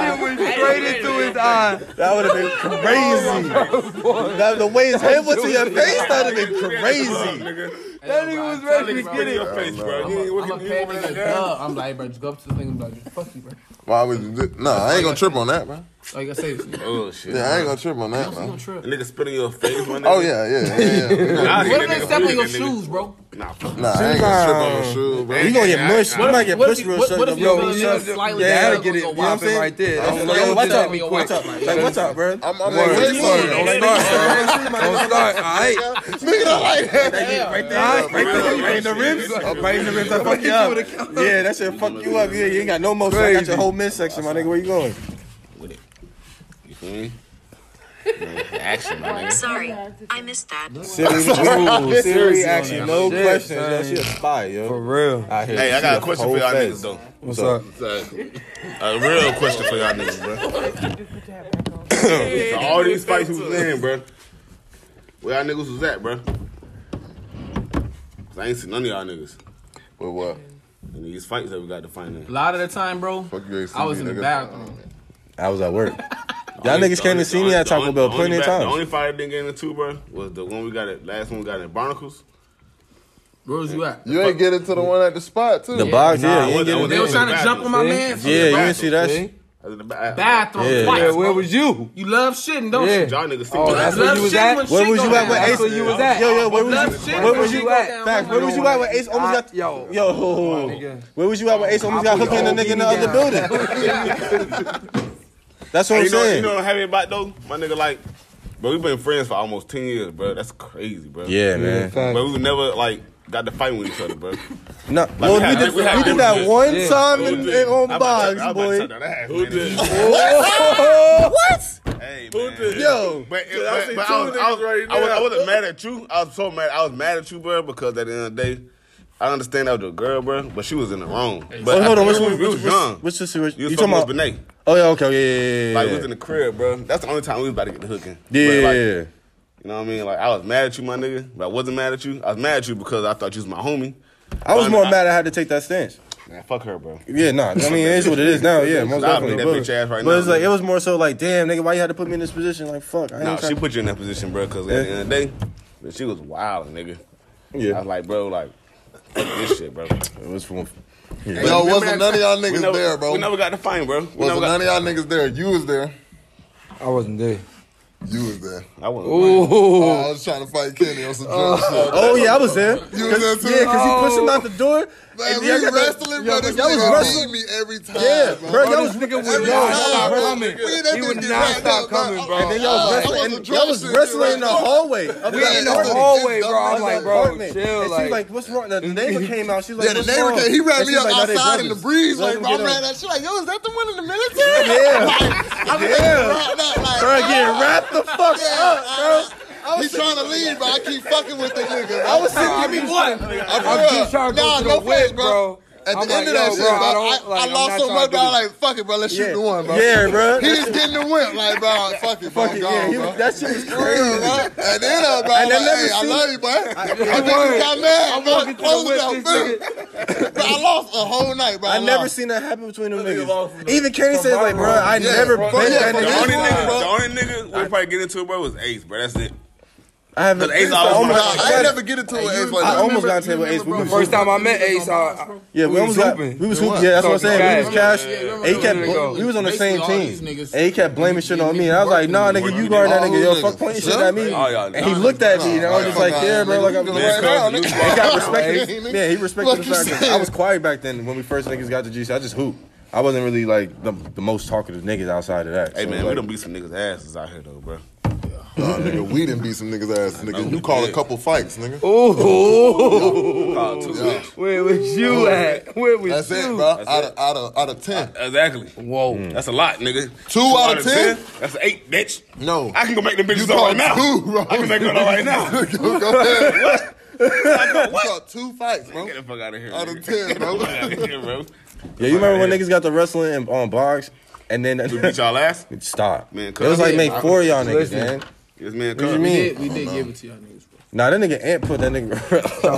S10: shit went straight into his eye.
S2: That would have been crazy. that, the way his head was to your face, that would have been crazy.
S10: That nigga was ready to get it.
S4: Your face, bro. You ain't
S3: I'm a
S4: looking- you
S3: fan
S4: ain't looking
S3: nigga,
S4: like that.
S3: duh. I'm like, bro, just go up to the thing and be like, fuck you, bro.
S5: Why would you do? Nah, I ain't gonna trip on that, man.
S3: Like I say, this nigga.
S4: Oh, shit.
S5: Yeah, I ain't gonna trip on that,
S3: Don't
S5: man.
S3: trip.
S4: That nigga spit in your face, my nigga.
S5: Oh yeah, yeah, yeah. yeah.
S4: Nah, I
S3: What if
S4: hate that
S3: they
S4: nigga.
S3: step on your
S4: That nigga-
S3: shoes, bro?
S4: Nah,
S5: Nah, I ain't gonna trip on no shoe, bro.
S2: You gonna get mushed. You might get
S3: What if
S2: pushed
S3: you-
S2: real
S3: what- what
S2: short.
S3: if
S2: Yo,
S3: you-
S10: Yo,
S3: Yo,
S10: you
S3: slightly
S10: gotta
S3: down,
S10: get
S3: go
S10: it
S3: wide.
S10: popping right there. That's
S2: yo,
S10: what
S2: yo,
S10: I'm
S2: watch
S10: saying.
S3: Yo,
S2: out,
S3: yo,
S2: watch out, like, watch out, bro.
S5: I'm, I'm
S10: Word.
S5: like,
S10: Word. Don't start, bro. Don't start. All right.
S2: Right there, right in the ribs, right in the ribs. I fuck you up. Yeah, that shit fuck you up. Yeah, you ain't got no motion. I got your whole midsection, my nigga. Where you going?
S4: You feel me? Action, my nigga.
S13: Sorry, I missed that.
S2: Serious, serious action,
S10: on that.
S2: no
S10: Shit,
S2: questions. Yo,
S10: man.
S2: she a spy, yo.
S10: For real.
S2: Out here,
S4: Hey, I
S2: she
S4: got a question for y'all
S2: cold
S4: niggas
S2: face.
S4: though.
S10: What's up?
S4: A real question for y'all niggas, bro. so all these fights we was in, bro. Where y'all niggas was at, bro? 'Cause I ain't seen none of y'all niggas
S5: But what?
S4: in these fights that we got to find
S3: A
S4: in.
S3: lot of the time, bro,
S5: Fuck you, ain't
S3: I was
S5: seen
S3: in
S5: me,
S3: the
S5: nigga.
S3: bathroom.
S2: I was at work. Y'all niggas came to see me at Taco Bell plenty of
S4: times. The
S2: times.
S4: only fight I didn't get into, bro, was the one we got at last one we got at Barnacles.
S3: Where was you at?
S5: You ain't get into the one at the spot too.
S2: The box, yeah, you ain't
S4: I
S2: getting
S4: wasn't-
S3: They
S4: I
S3: were
S4: wasn't
S3: trying
S4: in
S3: to
S4: the
S3: jump on
S4: bathroom.
S3: my man.
S2: Yeah, you didn't see that shit.
S4: was in the bathroom.
S3: Bathroom
S10: Yeah.
S3: fights,
S10: Yeah,
S3: bro.
S10: where was you?
S3: You love shitting, don't
S10: Yeah.
S3: you?
S10: Y'all niggas think- Oh, that's where you was at? Where was you at with Ace?
S2: Yo, yo, where was
S10: Love
S2: you?
S10: shit
S2: Where
S10: go
S2: was you
S10: down
S2: at? Facts. Where was you at when Ace almost got? Yo, yo. Where was you at when Ace almost got hooked in the nigga in the other building? That's what
S4: Hey,
S2: I'm
S4: you know,
S2: saying.
S4: You know what I'm happy about though? My nigga, like, bro, we've been friends for almost ten years, bro. That's crazy, bro.
S2: Yeah, man. Yeah,
S4: But we never like got to fight with each other, bro.
S2: No, well, we did- we did that one time in- in- on Boggs, boy.
S4: Who did?
S2: What?
S4: Hey,
S11: man.
S2: Yo.
S4: But,
S11: Dude, I
S4: but,
S11: see
S4: but I, was,
S11: two
S4: I, was,
S11: niggas right
S4: I, was,
S11: now.
S4: I wasn't mad at you. I was so mad. I was mad at you, bro, because at the end of the day, I understand that was a girl, bro, but she was in the wrong. But
S2: But hold on, which
S4: we, we
S2: one? Which
S4: was young.
S2: one? Which sister? which-
S4: You was
S2: You
S4: talking
S2: talking
S4: with
S2: about?
S4: Benet.
S2: Oh yeah, okay, yeah, yeah, yeah,
S4: Like, we
S2: yeah.
S4: was in the crib, bro. That's the only time we was about to get the hooking.
S2: Yeah,
S4: But, like,
S2: yeah, yeah.
S4: You know what I mean? Like, I was mad at you, my nigga, but I wasn't mad at you. I was mad at you because I thought you was my homie.
S2: I was
S4: But
S2: more mad I had to take that stance.
S4: Man, fuck her, bro.
S2: Yeah, nah. I mean, it is what it is now. Yeah, most
S4: Nah, I mean,
S2: definitely.
S4: that
S2: but
S4: bitch ass right
S2: but
S4: now,
S2: it's like
S4: man.
S2: it was more so like, damn, nigga, why you had to put me in this position? Like, fuck. I ain't
S4: Nah,
S2: tryna-
S4: she put you in that position, bro, because at the end of the day, but she was wild, nigga. Yeah. I was like, bro, like, fuck this shit, bro. It
S2: was from.
S5: Yo, wasn't none of y'all niggas
S4: we never,
S5: there, bro.
S4: We never got to find, bro. We never
S5: Wasn't
S4: got-
S5: none of y'all niggas there. You was there.
S10: I wasn't there.
S5: You was there.
S4: I wasn't.
S5: Oh, I was trying to fight Kenny on some jump shit.
S2: Oh yeah, I was there.
S5: You was there too?
S2: Yeah, because he pushed him out the door.
S5: Man,
S2: and
S5: we
S2: y'all got that-
S5: wrestling,
S2: yo,
S5: bro. This
S2: y'all was
S5: nigga
S2: wrestling.
S5: beat me every time.
S2: Yeah,
S5: bro.
S2: bro, y'all was nigga
S5: Every time, bro. We didn't
S10: He
S5: even
S10: would
S5: get
S10: not
S5: back
S10: stop
S5: up,
S10: coming, bro.
S2: And then y'all was wrestling. and y'all was wrestling in the hallway. of
S10: We
S2: that
S10: in the
S2: apartment.
S10: hallway, bro. I'm
S2: Of
S10: like,
S2: that
S10: bro,
S2: apartment.
S10: chill,
S2: And she
S10: like-
S2: was like, "What's wrong?" The neighbor came out. She was
S5: Yeah, the
S2: like, "What's
S5: neighbor
S2: wrong?"
S5: came. He
S2: And
S5: ran me
S2: she was
S5: up
S2: like, "Nah, they
S5: outside in the
S2: brothers.
S5: breeze.
S2: Let
S5: Like,
S2: them
S5: bro, I
S2: get on.
S5: ran that shit. Like, yo, is that the one in the military?
S2: Yeah.
S5: Like, I was
S2: Yeah.
S5: like, bro, like,
S2: Bro, getting wrapped the fuck up, bro.
S5: I was trying to leave, but I keep fucking with the nigga. Bro.
S2: I was sitting
S5: I
S2: there,
S10: I'm just trying to go
S5: nah,
S10: to
S5: no
S10: the whip,
S5: face, bro.
S10: bro.
S5: At the end
S10: I'm like,
S5: of that
S10: yo,
S5: shit,
S10: bro,
S5: bro,
S10: I
S5: I,
S10: don't-
S5: I,
S10: like, I'm
S5: lost
S10: not
S5: so
S10: trying
S5: much,
S10: to
S5: bro.
S10: do
S5: I like, fuck it, bro, let's shoot
S2: Yeah.
S5: the one, bro.
S2: Yeah, bro.
S5: He just getting the whip, like, bro, like, fuck it, bro,
S2: Fuck it,
S5: gone,
S2: yeah, he
S5: bro.
S2: was- that shit was
S5: For real,
S2: crazy.
S5: bro. At the end of it, bro, I was
S2: And I
S5: like,
S2: never
S5: hey, I
S2: seen-
S5: love you, bro. I think you
S10: word.
S5: got mad,
S10: I'm
S5: bro.
S10: walking to the
S5: Close
S10: whip,
S5: it out,
S10: this
S5: bro. Bro, I lost a whole night, bro.
S2: I never
S5: lost.
S2: seen that happen between them niggas. Even Kenny said, like, bro, I
S5: Yeah,
S2: never
S5: bro,
S2: banged
S5: yeah,
S2: that
S5: bro,
S4: The
S5: That's
S4: only
S2: nigga.
S5: why,
S4: nigga,
S5: bro.
S4: the only nigga we probably get into it, bro, was Ace, bro. That's it.
S2: I haven't. Oh
S4: Cause Ace
S2: I
S4: always
S2: almost
S4: wanna-
S2: got-
S5: I ain't never get into an ace like
S2: I
S5: that.
S2: almost got into it with Ace. We was
S10: First time I met Ace, I, I-
S2: Yeah, we,
S10: was
S2: almost got.
S10: hooping.
S2: We was
S10: We
S2: hooping.
S10: won.
S2: Yeah, that's what I'm
S10: So
S2: saying. We
S10: cash.
S2: was cash. And he
S10: remember
S2: kept.
S10: that nigga.
S2: We was on the
S3: Basically,
S2: same
S3: all
S2: team.
S3: these niggas-
S2: And he kept blaming shit on me. And I was like, Nah, nigga, you guarding that nigga. Yo, fuck pointing shit at me.
S4: Oh, yeah,
S2: And he looked at me, and I was just like, Yeah, bro. Like I'm
S5: Man,
S2: just
S5: come on,
S2: And
S5: nigga.
S2: he got respected.
S5: Right.
S2: Yeah, he
S5: What
S2: respected
S5: you
S2: the fact that
S5: saying?
S2: I was quiet back then when we first niggas got to GC. I just hooped. I wasn't really like the, the most talkative niggas outside of that.
S4: Hey
S2: So,
S4: man,
S2: like,
S4: we done beat some niggas' asses out here though, bro.
S5: Nah, nigga, we didn't beat some niggas' ass, nigga. You call a couple fights, nigga.
S4: Oh, two bitch.
S10: where was you at? Where was
S5: That's
S10: you?
S5: it, bro. Out of out of out of ten.
S4: Exactly.
S10: Whoa.
S4: That's a lot, nigga.
S5: Two out of ten?
S4: That's eight, bitch.
S5: No.
S4: I can go make them bitches up
S5: call
S4: right now.
S5: two, bro.
S4: I can make one up right now.
S5: Go go ahead.
S4: I go,
S5: You
S4: what?
S5: caught two fights, bro.
S4: Get the fuck out of here.
S5: Out of
S4: nigga.
S5: ten,
S4: Get the
S5: bro.
S4: fuck out of here, bro.
S2: Yeah, you remember when niggas got the wrestling and, on box, and then
S4: We beat y'all ass.
S2: Stop.
S4: Man,
S2: it was like make four of y'all niggas,
S10: Listen.
S2: man.
S4: It's me and
S2: What you
S4: Cub.
S2: mean?
S3: We did give it to y'all niggas.
S2: Nah, that nigga Ant put that nigga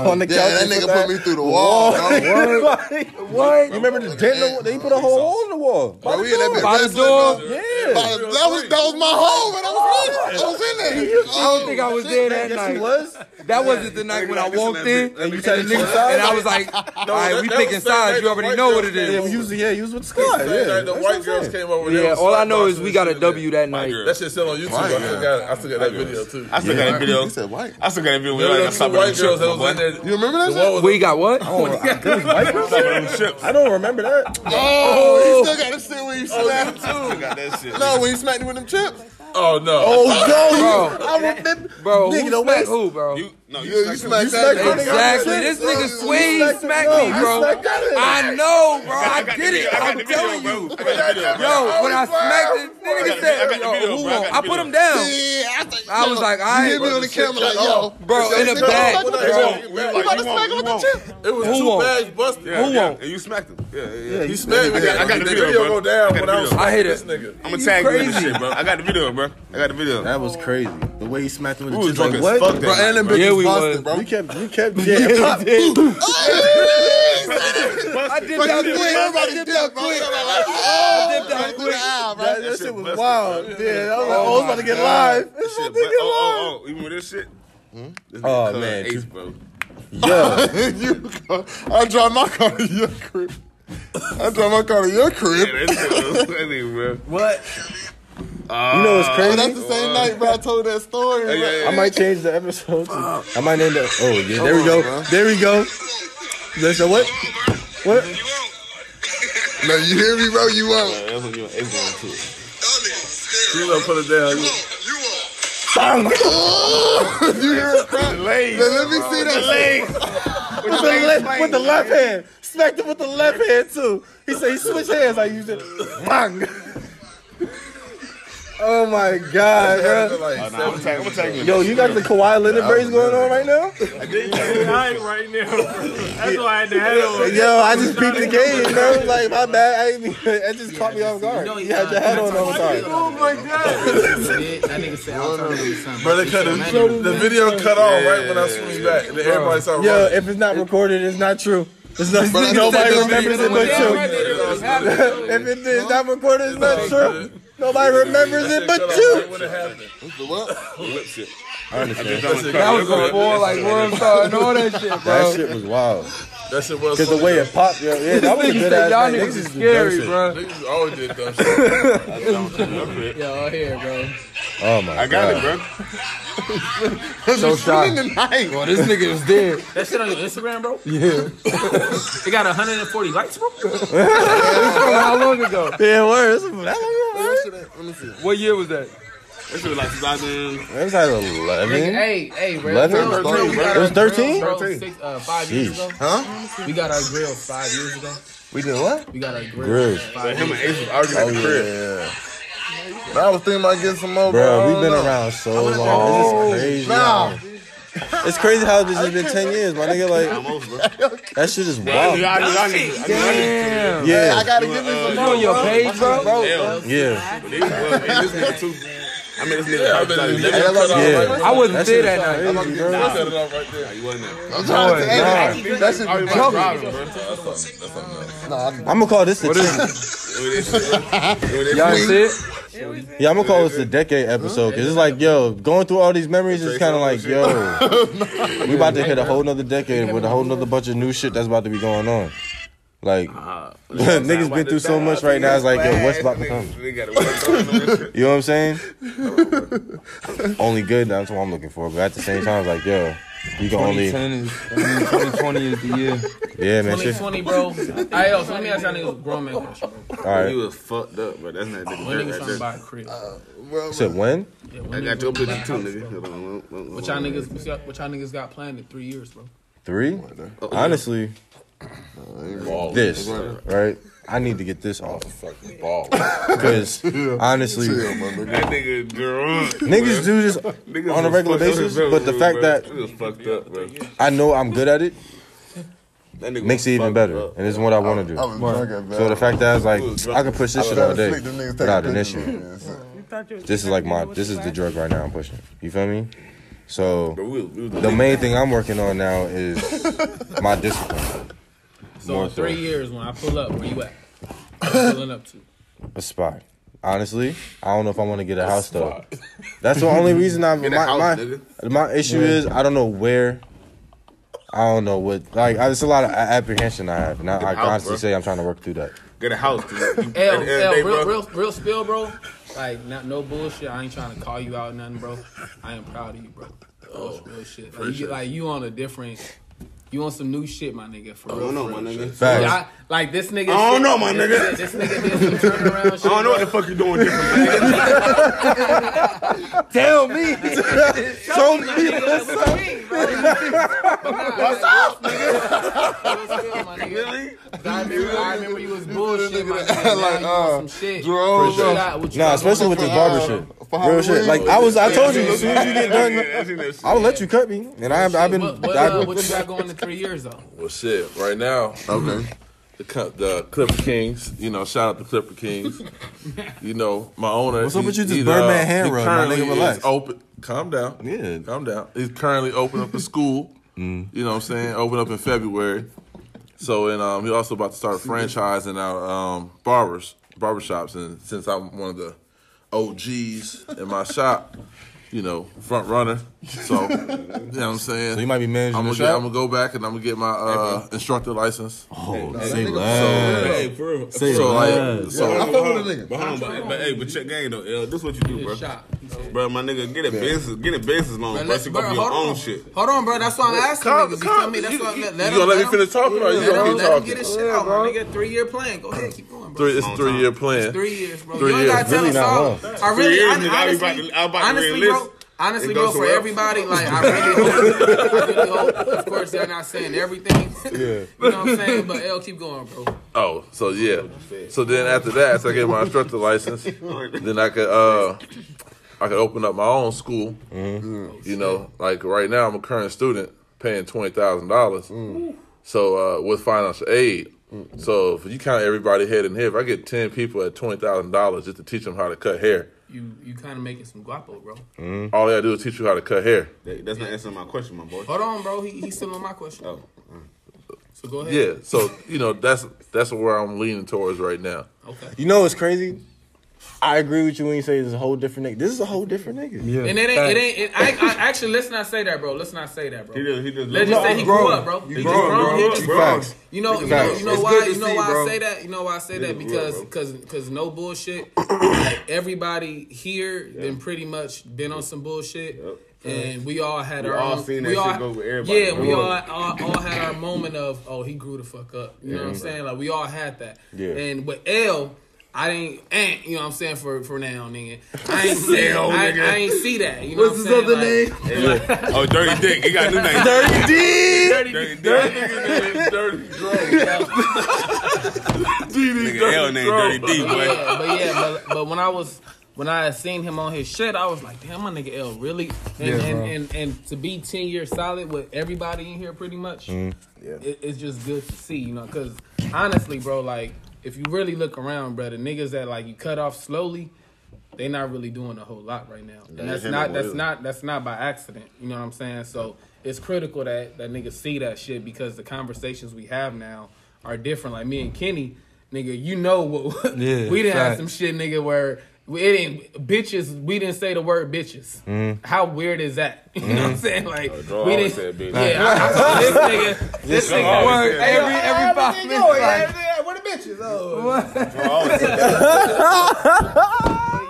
S2: on the couch.
S5: Yeah, that
S2: and
S5: nigga
S2: that-
S5: put me through the wall, bro.
S2: Like, what? You remember the dent? in the- They put a whole hole in the wall.
S5: Bro, we in that bitch
S10: By the
S5: wrestling,
S10: door?
S5: bro.
S2: Yeah.
S5: By the- That was that was my home, and I was in it. I was in there. Oh.
S10: I don't think I was there that
S2: Yes, he
S10: night.
S2: was.
S10: That wasn't the night when I walked in.
S2: And you
S10: And,
S2: said
S10: the nigga, and I was like, all right,
S11: that-
S10: we
S11: that
S10: picking
S11: was the same
S10: sides.
S11: night
S10: You
S11: the
S10: already
S11: white
S10: know what
S11: girls
S10: it
S2: Yeah,
S10: is.
S2: we was, yeah, he was with Scott. Yeah,
S11: Like, the
S2: that's what
S11: white
S2: I'm
S11: girls
S2: saying.
S11: came over.
S10: Yeah,
S11: there was
S10: all I
S11: slap
S10: know is
S11: boxing
S10: we
S11: and
S10: got a
S11: shit like
S10: W that
S4: My
S10: night.
S4: girl.
S11: That shit still on YouTube. I still got, I still got that video too.
S4: I still got that video.
S5: He said white.
S4: I still got that video.
S11: There
S4: where I got
S11: was some
S4: stopped by them
S11: white girls
S4: chips, my
S11: that
S4: boy.
S11: was in there.
S5: You remember that
S11: The
S5: shit?
S11: wall was
S10: We got what?
S2: I don't remember that.
S5: Oh, he still got to sit where you slapped.
S10: Oh.
S4: I still got that shit.
S5: No, when he smacked me with them chips.
S11: Oh no.
S2: Oh no, you, I remember.
S10: Bro,
S2: nigga,
S10: who
S2: the
S10: smacked
S2: waist.
S10: who, bro?
S4: You, no, you,
S5: Yeah, you smacked that.
S2: smacked
S5: nigga.
S2: that
S10: Exactly. This
S5: Yeah,
S10: nigga
S5: you
S10: Sway
S2: smacked
S10: smacked
S2: that-
S10: me,
S2: no,
S10: bro.
S2: you smacked that nigga.
S10: I know, bro. I
S4: got the
S10: did
S4: video.
S10: it.
S4: I got
S10: I'm
S4: the video,
S10: telling
S4: bro.
S10: you.
S4: I got the video, bro.
S10: Yo, when I smacked
S4: I
S10: it,
S4: got
S10: nigga
S4: the- I got
S10: said,
S4: the
S10: yo,
S4: video,
S10: who
S4: bro. I
S10: won?
S4: got
S10: I
S4: the
S10: put him
S4: video.
S10: down.
S5: Yeah, I, think,
S10: I was like,
S5: you
S10: I
S5: hit me on the camera like, yo,
S10: Bro, in the
S5: nigga,
S10: back.
S5: fuck with that
S11: Bro,
S5: shit.
S11: we
S5: You
S11: were like,
S5: about
S11: you
S5: to smack
S4: won't,
S5: him with the
S4: you
S5: chip?
S11: It was
S10: Who
S11: two
S10: won?
S11: bags busted.
S4: Yeah,
S10: Who
S4: yeah,
S10: won't?
S4: And you smacked him. Yeah, yeah,
S2: Yeah,
S4: yeah.
S2: you
S11: He smacked me.
S4: I got- I got the video, bro.
S11: go down
S4: I got
S11: when
S4: the
S11: I was
S4: video.
S10: I hit it.
S11: this nigga.
S4: I'm gonna
S10: You
S4: tag you in this
S10: crazy.
S4: shit, bro. I got the video, bro. I got the video.
S2: That was crazy. The way he smacked him with
S4: We was
S2: the
S4: drunk as
S2: chest, like,
S4: fuck that
S5: Bro, and
S4: night,
S5: them
S4: bro.
S10: Yeah,
S5: bitches
S10: we
S5: busted,
S10: was.
S5: bro.
S2: You kept, you kept, yeah.
S10: I did
S5: But you
S10: that
S5: did
S10: quick.
S5: everybody did that quick.
S2: oh,
S10: I did
S5: Right through
S10: that
S5: the
S10: quick.
S5: eye, bro.
S2: That, that shit was wild. Yeah, I was like, oh, it's about to get live.
S4: This
S2: It's
S4: shit, bro.
S2: about
S4: Oh,
S2: to get live.
S4: oh, oh. Even with this shit. This
S2: Oh,
S4: nigga cut
S2: man.
S4: Ace, bro.
S2: Yeah.
S5: You go- I drive my car to your crib. I'm talking about to your crib.
S12: Yeah, that shit was funny, bro.
S5: What?
S2: You know
S4: Uh,
S2: what's
S10: Oh,
S2: crazy?
S5: Uh, That's the same night, bro. I told that story. bro.
S2: I might change the episode. to- I might end up. Oh yeah, there we go. There we go. Let's go. What? What?
S5: No, you hear me, bro? You won't.
S12: That's what you were going to. You gonna put it down.
S5: you hear it crack?
S12: legs,
S5: Now, let me see that.
S12: legs.
S2: With the, left, with the left hand. Smacked him with the left hand too. He said he switched hands. I used it. Bang. Oh my god, bro.
S12: Oh, nah, I'm taking- I'm taking
S2: Yo, you got the Kawhi Leonard braids going on right now?
S9: I ain't right now. That's why I had to have it.
S2: Yo, I just peeped the game, bro. Like my bad, I ain't even, that just caught me off guard. You had your hat on all the time.
S9: Oh my god.
S3: That nigga said, I'll turn on you something.
S11: Bro, they cut the, the video cut off right when I swing back, and everybody started
S2: Yo,
S11: running.
S2: if it's not recorded, it's not true. It's not,
S5: But I
S2: nobody
S5: think that's
S2: remembers it
S5: the
S2: but
S5: reason
S2: you.
S5: why
S2: If it is not recorded, it's not true. Nobody remembers it but you.
S11: I understand.
S10: That was before like World Star and all that shit,
S2: That
S10: bro.
S2: shit was wild.
S11: That shit was.
S2: Cause the way it popped, yo, yeah, that was a
S10: Niggas
S2: good
S10: said
S2: ass
S10: y'all
S2: night.
S10: niggas
S2: Niggas
S10: is
S2: just did dumb
S10: scary,
S2: shit.
S10: bro.
S11: Niggas always did dumb shit.
S3: Yo, here, bro.
S2: Oh my
S4: I got it,
S2: God.
S4: bro.
S10: So shocked. Well, this nigga was dead.
S3: That shit on your Instagram, bro?
S10: Yeah.
S3: It got 140 likes, bro?
S10: How long ago?
S2: Yeah, worse. That was worse.
S10: What year was that?
S12: That shit was like 2000.
S2: That was like eleven.
S3: Hey, hey, bro.
S2: Eleven?
S3: Bro, bro, we got
S2: It was
S3: our grill,
S2: 13?
S3: bro, six- uh, five years
S2: Jeez.
S3: ago.
S5: Huh?
S3: We got our grill five years ago.
S2: We did what?
S3: We got our grill.
S2: Grill.
S3: Five
S12: Him
S3: years
S12: and
S3: ago.
S12: Ace was arguing
S5: Oh
S12: at the crib.
S5: yeah. But I was thinking about getting some more,
S2: Bro,
S5: bro. Oh,
S2: we've been around so long. This is crazy.
S5: Nah.
S2: It's crazy how this has been ten years, my nigga. Like that shit is wild.
S12: I knew uh, y'all niggas- I knew y'all niggas-
S5: Damn. Hey, I
S2: Yeah,
S5: gotta give me some
S10: You
S5: more.
S10: on your page, bro?
S5: bro.
S2: yeah.
S12: They was- and this nigga too. I mean, this nigga probably thought he
S5: Hey,
S12: living.
S5: that's what I'm-
S2: Yeah.
S10: I wasn't
S2: That
S10: there
S2: shit
S10: that night.
S2: is crazy, bro.
S12: Cut it off right there. You wasn't there.
S5: I'm trying to hey,
S10: Boy,
S5: that- That shit
S12: Are you
S5: be
S12: about
S5: trouble.
S12: driving, bro?
S2: I'm gonna call this the ten.
S10: Y'all see it?
S2: Yeah, I'm gonna call this the decade episode because it's like, yo, going through all these memories is kind of like, yo, we about to hit a whole nother decade with a whole nother bunch of new shit that's about to be going on. Like, niggas been through so much right now. It's like, yo, what's about to come?
S12: They got to work on this shit.
S2: You know what I'm saying? only good. That's what I'm looking for. But at the same time, it's like, yo, you can only,
S10: 2010 is, I mean, 2020 is the year.
S2: yeah, man. Shit. All
S3: 2020, bro. Hey, yo, so let me ask y'all niggas a grown man question, bro.
S12: You
S2: right.
S12: was fucked up, bro. That's not
S3: When niggas trying
S12: nigga
S3: to
S12: dirt right
S3: buy a crib?
S2: So when?
S12: there. I got your picture too, nigga. Hold on, hold on, hold on.
S3: What y'all niggas, what y'all- what y'all niggas got planned in three years, bro?
S2: Three?
S12: Oh,
S2: Honestly, this right. I need to get this off
S11: Fucking ball.
S2: because honestly,
S12: That nigga drunk.
S2: niggas do this
S12: Niggas
S2: on a
S12: was
S2: regular
S12: fucked up
S2: basis.
S12: as hell,
S2: But the
S12: bro.
S2: fact that
S12: Niggas fucked up, bro.
S2: I know I'm good at it
S12: That nigga
S2: makes it even
S12: fucked
S2: better,
S12: up.
S2: and it's what I want to
S5: I
S2: do.
S5: was drunk at
S2: So the fact that I was like, I can push this shit all day
S5: Slick, them niggas take
S2: without
S5: a
S2: an
S5: picture
S2: issue.
S5: with me, man.
S8: You thought you was
S2: This is like my,
S8: expecting me
S2: this
S8: to
S2: is the
S8: laugh.
S2: drug right now I'm pushing. You feel me? So
S12: Bro, we was- we was
S2: The main thing I'm working on now is my discipline.
S3: So
S2: More
S3: in three
S2: so.
S3: years, when I pull up, where you at? What you pulling up to?
S2: A spot. Honestly, I don't know if I want to get a house though. That's the only reason I'm my
S12: a house,
S2: my,
S12: nigga.
S2: my issue is I don't know where. I don't know what like I- it's a lot of a- apprehension I have, and I, I
S12: house,
S2: can honestly
S12: bro.
S2: say I'm trying to work through that.
S12: Get a house, dude. You- at the
S3: L,
S12: end of the
S3: L,
S12: day,
S3: real,
S12: bro,
S3: real, real spill, bro. Like, not, no bullshit. I ain't trying to call you out, nothing, bro. I am proud of you, bro. Oh, real shit. Like you, get- like, you on a different, you on some new shit, my nigga. For real,
S12: don't know,
S3: for real
S12: my nigga.
S3: shit.
S2: Facts.
S3: Yeah, I- like this nigga.
S12: I don't know, my nigga.
S3: This, this nigga did some turnaround shit.
S12: I don't know what the fuck you doing different.
S2: Tell me, tell me.
S3: What's up, nigga? Really? I remember, I remember you was bullshit, my nigga. Like,
S5: Like,
S3: you on some
S5: uh,
S3: shit.
S5: Jerome,
S3: What you got- what you
S2: Nah,
S3: got
S2: especially
S3: going
S2: with this
S3: on?
S2: barber shit.
S5: For
S2: Real shit.
S5: Halloween.
S2: Like I was, I told you as soon as you get done,
S12: Done,
S2: I'll let you cut me, and I, I've been.
S3: What, what, uh, what you got going in three years though?
S11: Well, shit. Right now,
S5: Okay.
S11: the, Cl- the Clipper Kings. You know, shout out to Clipper Kings. you know, my owner.
S2: What's up with
S11: he-
S2: you just
S11: he,
S2: Birdman hand
S11: he
S2: rub, my nigga,
S11: currently is
S2: relax.
S11: Open. Calm down.
S2: Yeah. Mm.
S11: Calm down. He's currently open up a school. You know what I'm saying? Open up in February. So and um, he also about to start franchising out um, barbers, barbershops. And since I'm one of the OGs in my shop, you know, front runner. So, you know what I'm saying?
S2: So you might be managing
S11: I'm
S2: the
S11: gonna,
S2: shop?
S11: I'm gonna go back and I'm gonna get my uh, instructor license.
S2: Oh,
S3: Hey, say nigga, less. for real. Hey, for real. Say
S11: so, like,
S3: less.
S11: so,
S3: Yeah, I fuck with a nigga.
S4: But, hold on, but, but hey, but check game though, L. This what you do, bro. Bro, my nigga, get a
S3: Yeah.
S4: business, get a business loan,
S3: Bro,
S4: bro.
S3: let's-
S4: so you gonna
S3: bro,
S4: be your
S3: hold
S4: own
S3: on.
S4: shit.
S3: Hold on, bro. That's why I'm asking
S11: Calm-
S3: niggas. You
S11: calm-
S3: feel me? That's why I'm let, let
S11: you
S3: him.
S11: gonna let me
S3: him-
S11: finish talking, or you
S3: Let
S11: gonna
S3: him,
S11: keep
S3: let him
S11: talking?
S3: get his shit out, my nigga. Three year plan. Go ahead, keep going. Bro.
S11: Three, it's a three year plan.
S3: Three years, bro.
S11: Three
S3: you ain't
S11: years.
S3: gotta tell
S11: Really
S3: us
S11: not
S3: all.
S11: long.
S3: I really,
S11: Three years,
S3: hon-
S11: nigga. I was
S3: honestly,
S11: about to- I was about to
S3: honestly,
S11: re-enlist.
S3: bro. Honestly,
S11: It go
S3: bro, for
S11: somewhere else.
S3: everybody, like I really, hope, I really hope. Of course, they're not saying everything. you know what I'm saying? But L, keep going, bro.
S11: Oh, so yeah. So then after that, so I get my instructor license. Then I could uh, I could open up my own school.
S3: Mm-hmm.
S11: You know, like right now I'm a current student paying twenty thousand dollars. So uh, with financial aid. So if you count everybody head and head, if I get ten people at twenty thousand dollars just to teach them how to cut hair,
S14: You you kind of making some guapo, bro.
S11: all I gotta do is teach you how to cut hair.
S4: That's not answering my question, my boy.
S3: Mm-hmm. Hold on, bro. He, he's still on my question. Oh. So go ahead.
S11: Yeah. So you know that's that's where I'm leaning towards right now.
S3: Okay.
S2: You know what's crazy? I agree with you when you say this is a whole different nigga. This is a whole different nigga. Yeah.
S3: And it ain't, it ain't, it, I, I, actually, let's not say that, bro. Let's not say that, bro. He
S4: just, he just
S3: Let's just
S2: No,
S3: say he
S2: you
S3: grew
S2: grown.
S3: up, bro.
S2: You
S3: He
S2: grown,
S3: grown.
S2: bro.
S3: He just
S2: You
S3: grown.
S2: facts.
S3: You know, you know,
S2: Facts.
S3: you know
S2: It's
S3: why,
S2: good to
S3: you know
S2: see,
S3: why I
S2: bro.
S3: say that. You know why I say that because, because, because no bullshit. like, everybody here been pretty much been on some bullshit, and we all had
S4: We
S3: our
S4: all
S3: own-
S4: seen that
S3: we
S4: shit
S3: all-
S4: go with everybody,
S3: Yeah,
S4: bro.
S3: we all, all all had our moment of oh he grew the fuck up. You know what I'm
S4: Yeah.
S3: saying? Like we all had that.
S4: Yeah.
S3: And with L. I ain't, eh, you know what I'm saying for for now, nigga. I ain't see,
S4: Hell,
S3: I,
S4: nigga.
S3: I ain't see that. You know
S4: What's
S3: what I'm
S4: his
S3: saying?
S4: other Oh, Dirty Dick. He got new name.
S3: Dirty
S4: Dick.
S3: Dirty
S4: Dirty
S11: Dick. Dirty
S4: Nigga, L named Dirty D,
S3: But
S4: boy.
S3: yeah, but yeah, but, but when I was when I had seen him on his shit, I was like, damn, my nigga L really. And
S14: Yeah,
S3: and,
S14: bro.
S3: and and to be ten years solid with everybody in here, pretty much, it, it's just good to see, you know. Because honestly, bro, like if you really look around, bro, the niggas that like you cut off slowly. They not really doing a whole lot right now,
S14: They
S3: and that's
S14: ain't
S3: not
S14: no
S3: that's
S14: really.
S3: not that's not by accident. You know what I'm saying? So it's critical that that niggas see that shit because the conversations we have now are different. Like me and Kenny, nigga, you know what?
S10: Yeah,
S3: we didn't have
S10: facts.
S3: some shit, nigga, where we- it ain't bitches. We didn't say the word bitches.
S10: Mhm.
S3: How weird is that? You know what
S10: Mm-hmm.
S3: I'm saying? Like
S10: Dro
S3: we
S10: always
S3: didn't.
S10: said bitch.
S3: Yeah, I- I- this nigga, this
S10: Dro
S3: nigga,
S10: always said Every- bitch. every five
S3: Everything
S10: minutes,
S3: going,
S10: like-
S3: yeah, Where the bitches? Oh.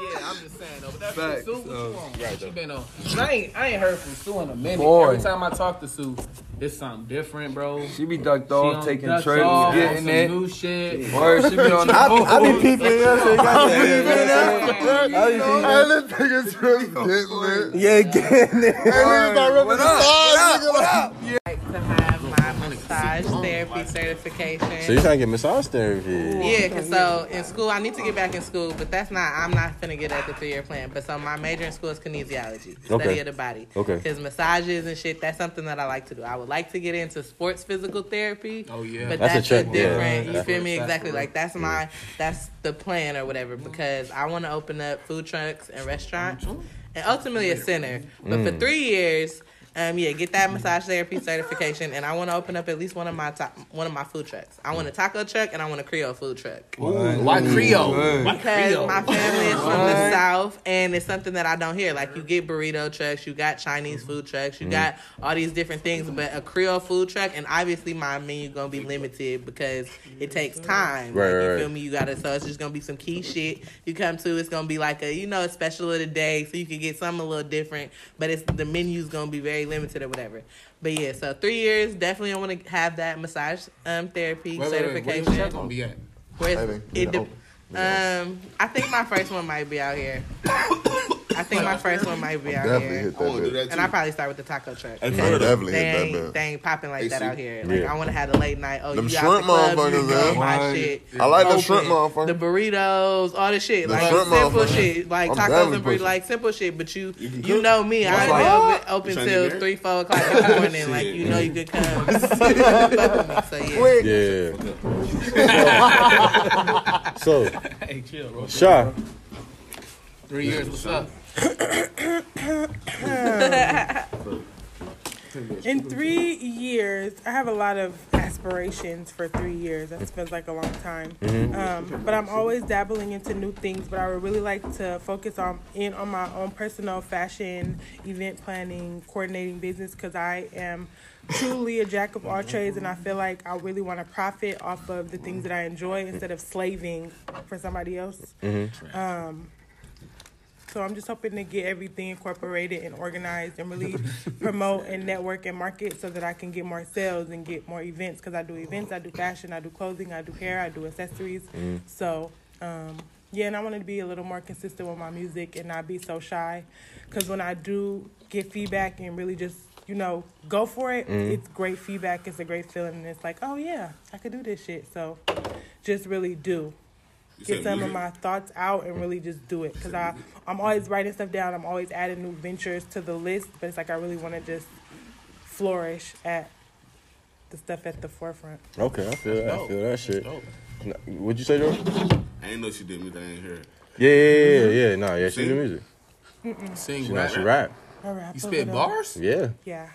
S3: Facts, Sue, what you want? What you been on? 'Cause I ain't, I ain't heard from Sue in a minute.
S10: Boy.
S3: Every time I talk to Sue, it's something different, bro. She
S10: be ducked off, taking
S3: ducked
S10: trips,
S3: off,
S10: getting
S3: on some
S10: it.
S3: new shit.
S10: Word, she be on the
S3: I-
S10: phone.
S3: I be peeping, you know what I'm saying?
S10: I be
S3: Yeah, yeah,
S10: peeping
S3: yeah.
S10: that. I be peeping.
S5: Hey, this nigga's just getting lit. Yeah, getting lit. Hey, niggas about
S10: Word.
S5: rubbing
S10: What
S5: the
S10: up?
S5: side, nigga. Like,
S7: like to have my massage therapy certification.
S2: So you trying to get massage therapy?
S7: Yeah, 'cause so in school, I need to get back in school, but that's not, I'm not finna get at the three year plan. But so my major in school is kinesiology, study
S2: Okay.
S7: of the body.
S2: Okay.
S7: Because massages and shit, that's something that I like to do. I would like to get into sports physical therapy. Oh, yeah. But that's,
S2: That's a
S7: a,
S2: check, yeah.
S7: different, you
S2: Yeah.
S7: feel me?
S2: That's
S7: Exactly.
S2: right.
S7: Like, that's my, that's the plan or whatever, because I wanna open up food trucks and restaurants and ultimately a center. But for
S13: Mm.
S7: three years, um, yeah, get that massage therapy certification, and I want to open up at least one of my to- one of my food trucks. I want a taco truck, and I want a Creole food truck.
S3: Why Creole? Why
S7: Because
S3: Creole?
S7: my family is from the south, and it's something that I don't hear. Like you get burrito trucks, you got Chinese food trucks, you
S13: Mhm.
S7: got all these different things, but a Creole food truck, and obviously my menu gonna be limited because it takes time.
S13: Right,
S7: Like, you
S13: right, right.
S7: feel me? You gotta. So it's just gonna be some key shit you come to. It's gonna be like a you know a special of the day, so you can get something a little different. But it's the menu's gonna be very limited or whatever. But yeah, so three years definitely. I want to have that massage um therapy
S3: Wait, wait, wait, where's
S7: certification.
S3: the truck gonna be at?
S7: Where's-
S3: Baby,
S7: it de-
S3: you
S7: um, I think my first one might be out here. I think my first one might be
S5: I'm
S7: out
S5: definitely
S7: here.
S5: hit that I wanna do bit. that
S7: and I
S5: too.
S7: probably start with the taco truck.
S5: I'm
S7: Because
S5: definitely
S7: they
S5: hit that
S7: ain't-
S5: bit.
S7: They ain't popping like
S5: Hey,
S7: that
S5: see?
S7: out here. Like
S5: Yeah.
S7: I want to have the late night. Oh,
S5: Them
S7: you
S5: shrimp
S7: out the club, you
S5: motherfuckers, huh?
S7: doing my
S5: Right.
S7: shit.
S5: I like them
S7: Open.
S5: shrimp motherfuckers.
S7: The burritos, all the shit,
S5: The
S7: like
S5: shrimp
S7: simple
S5: motherfuckers.
S7: shit, like
S5: I'm
S7: tacos
S5: definitely
S7: and burritos,
S5: pushing.
S7: like simple shit. But you, you,
S5: cook?
S7: know me,
S5: That's
S7: I
S5: right.
S7: be open,
S5: You
S7: open
S5: tryna
S7: till
S5: get
S7: three, four o'clock in the morning. like you know, you could come. Fuck with me, so yeah.
S2: Yeah. So,
S3: Hey, chill, bro.
S2: Shaw.
S8: Oh.
S3: Three years, what's up?
S13: In three years, I have a lot of aspirations for three years. That feels like a long time.
S7: Mhm.
S13: Um, but I'm always dabbling into new things. But I would really like to focus on in on my own personal fashion, event planning, coordinating business because I am truly a jack of all trades, and I feel like I really want to profit off of the things that I enjoy instead of slaving for somebody else. Um, so I'm just hoping to get everything incorporated and organized and really promote and network and market so that I can get more sales and get more events because I do events, I do fashion, I do clothing, I do hair, I do accessories.
S7: Mm.
S13: So, um, yeah, and I want to be a little more consistent with my music and not be so shy because when I do get feedback and really just you know go for it,
S7: Mm.
S13: it's great feedback. It's a great feeling, and it's like, oh yeah, I could do this shit. So, just really do
S7: You
S13: get
S7: said
S13: some of
S7: music?
S13: my thoughts out and really just do it because I I'm always writing stuff down. I'm always adding new ventures to the list, but it's like I really want to just flourish at the stuff at the forefront.
S2: Okay, I feel that. I
S4: dope.
S2: feel that shit.
S4: dope.
S2: Nah, What'd you say, Jordan?
S4: I ain't know she did music. I ain't hear it.
S2: Yeah, yeah, yeah, yeah. Nah, yeah, she
S4: Sing?
S2: do music.
S13: Mm-mm.
S4: Sing,
S2: She, nah,
S4: rap.
S2: she rap.
S13: I rap
S4: You
S13: a
S4: spit
S13: little.
S4: bars?
S2: Yeah.
S13: Yeah.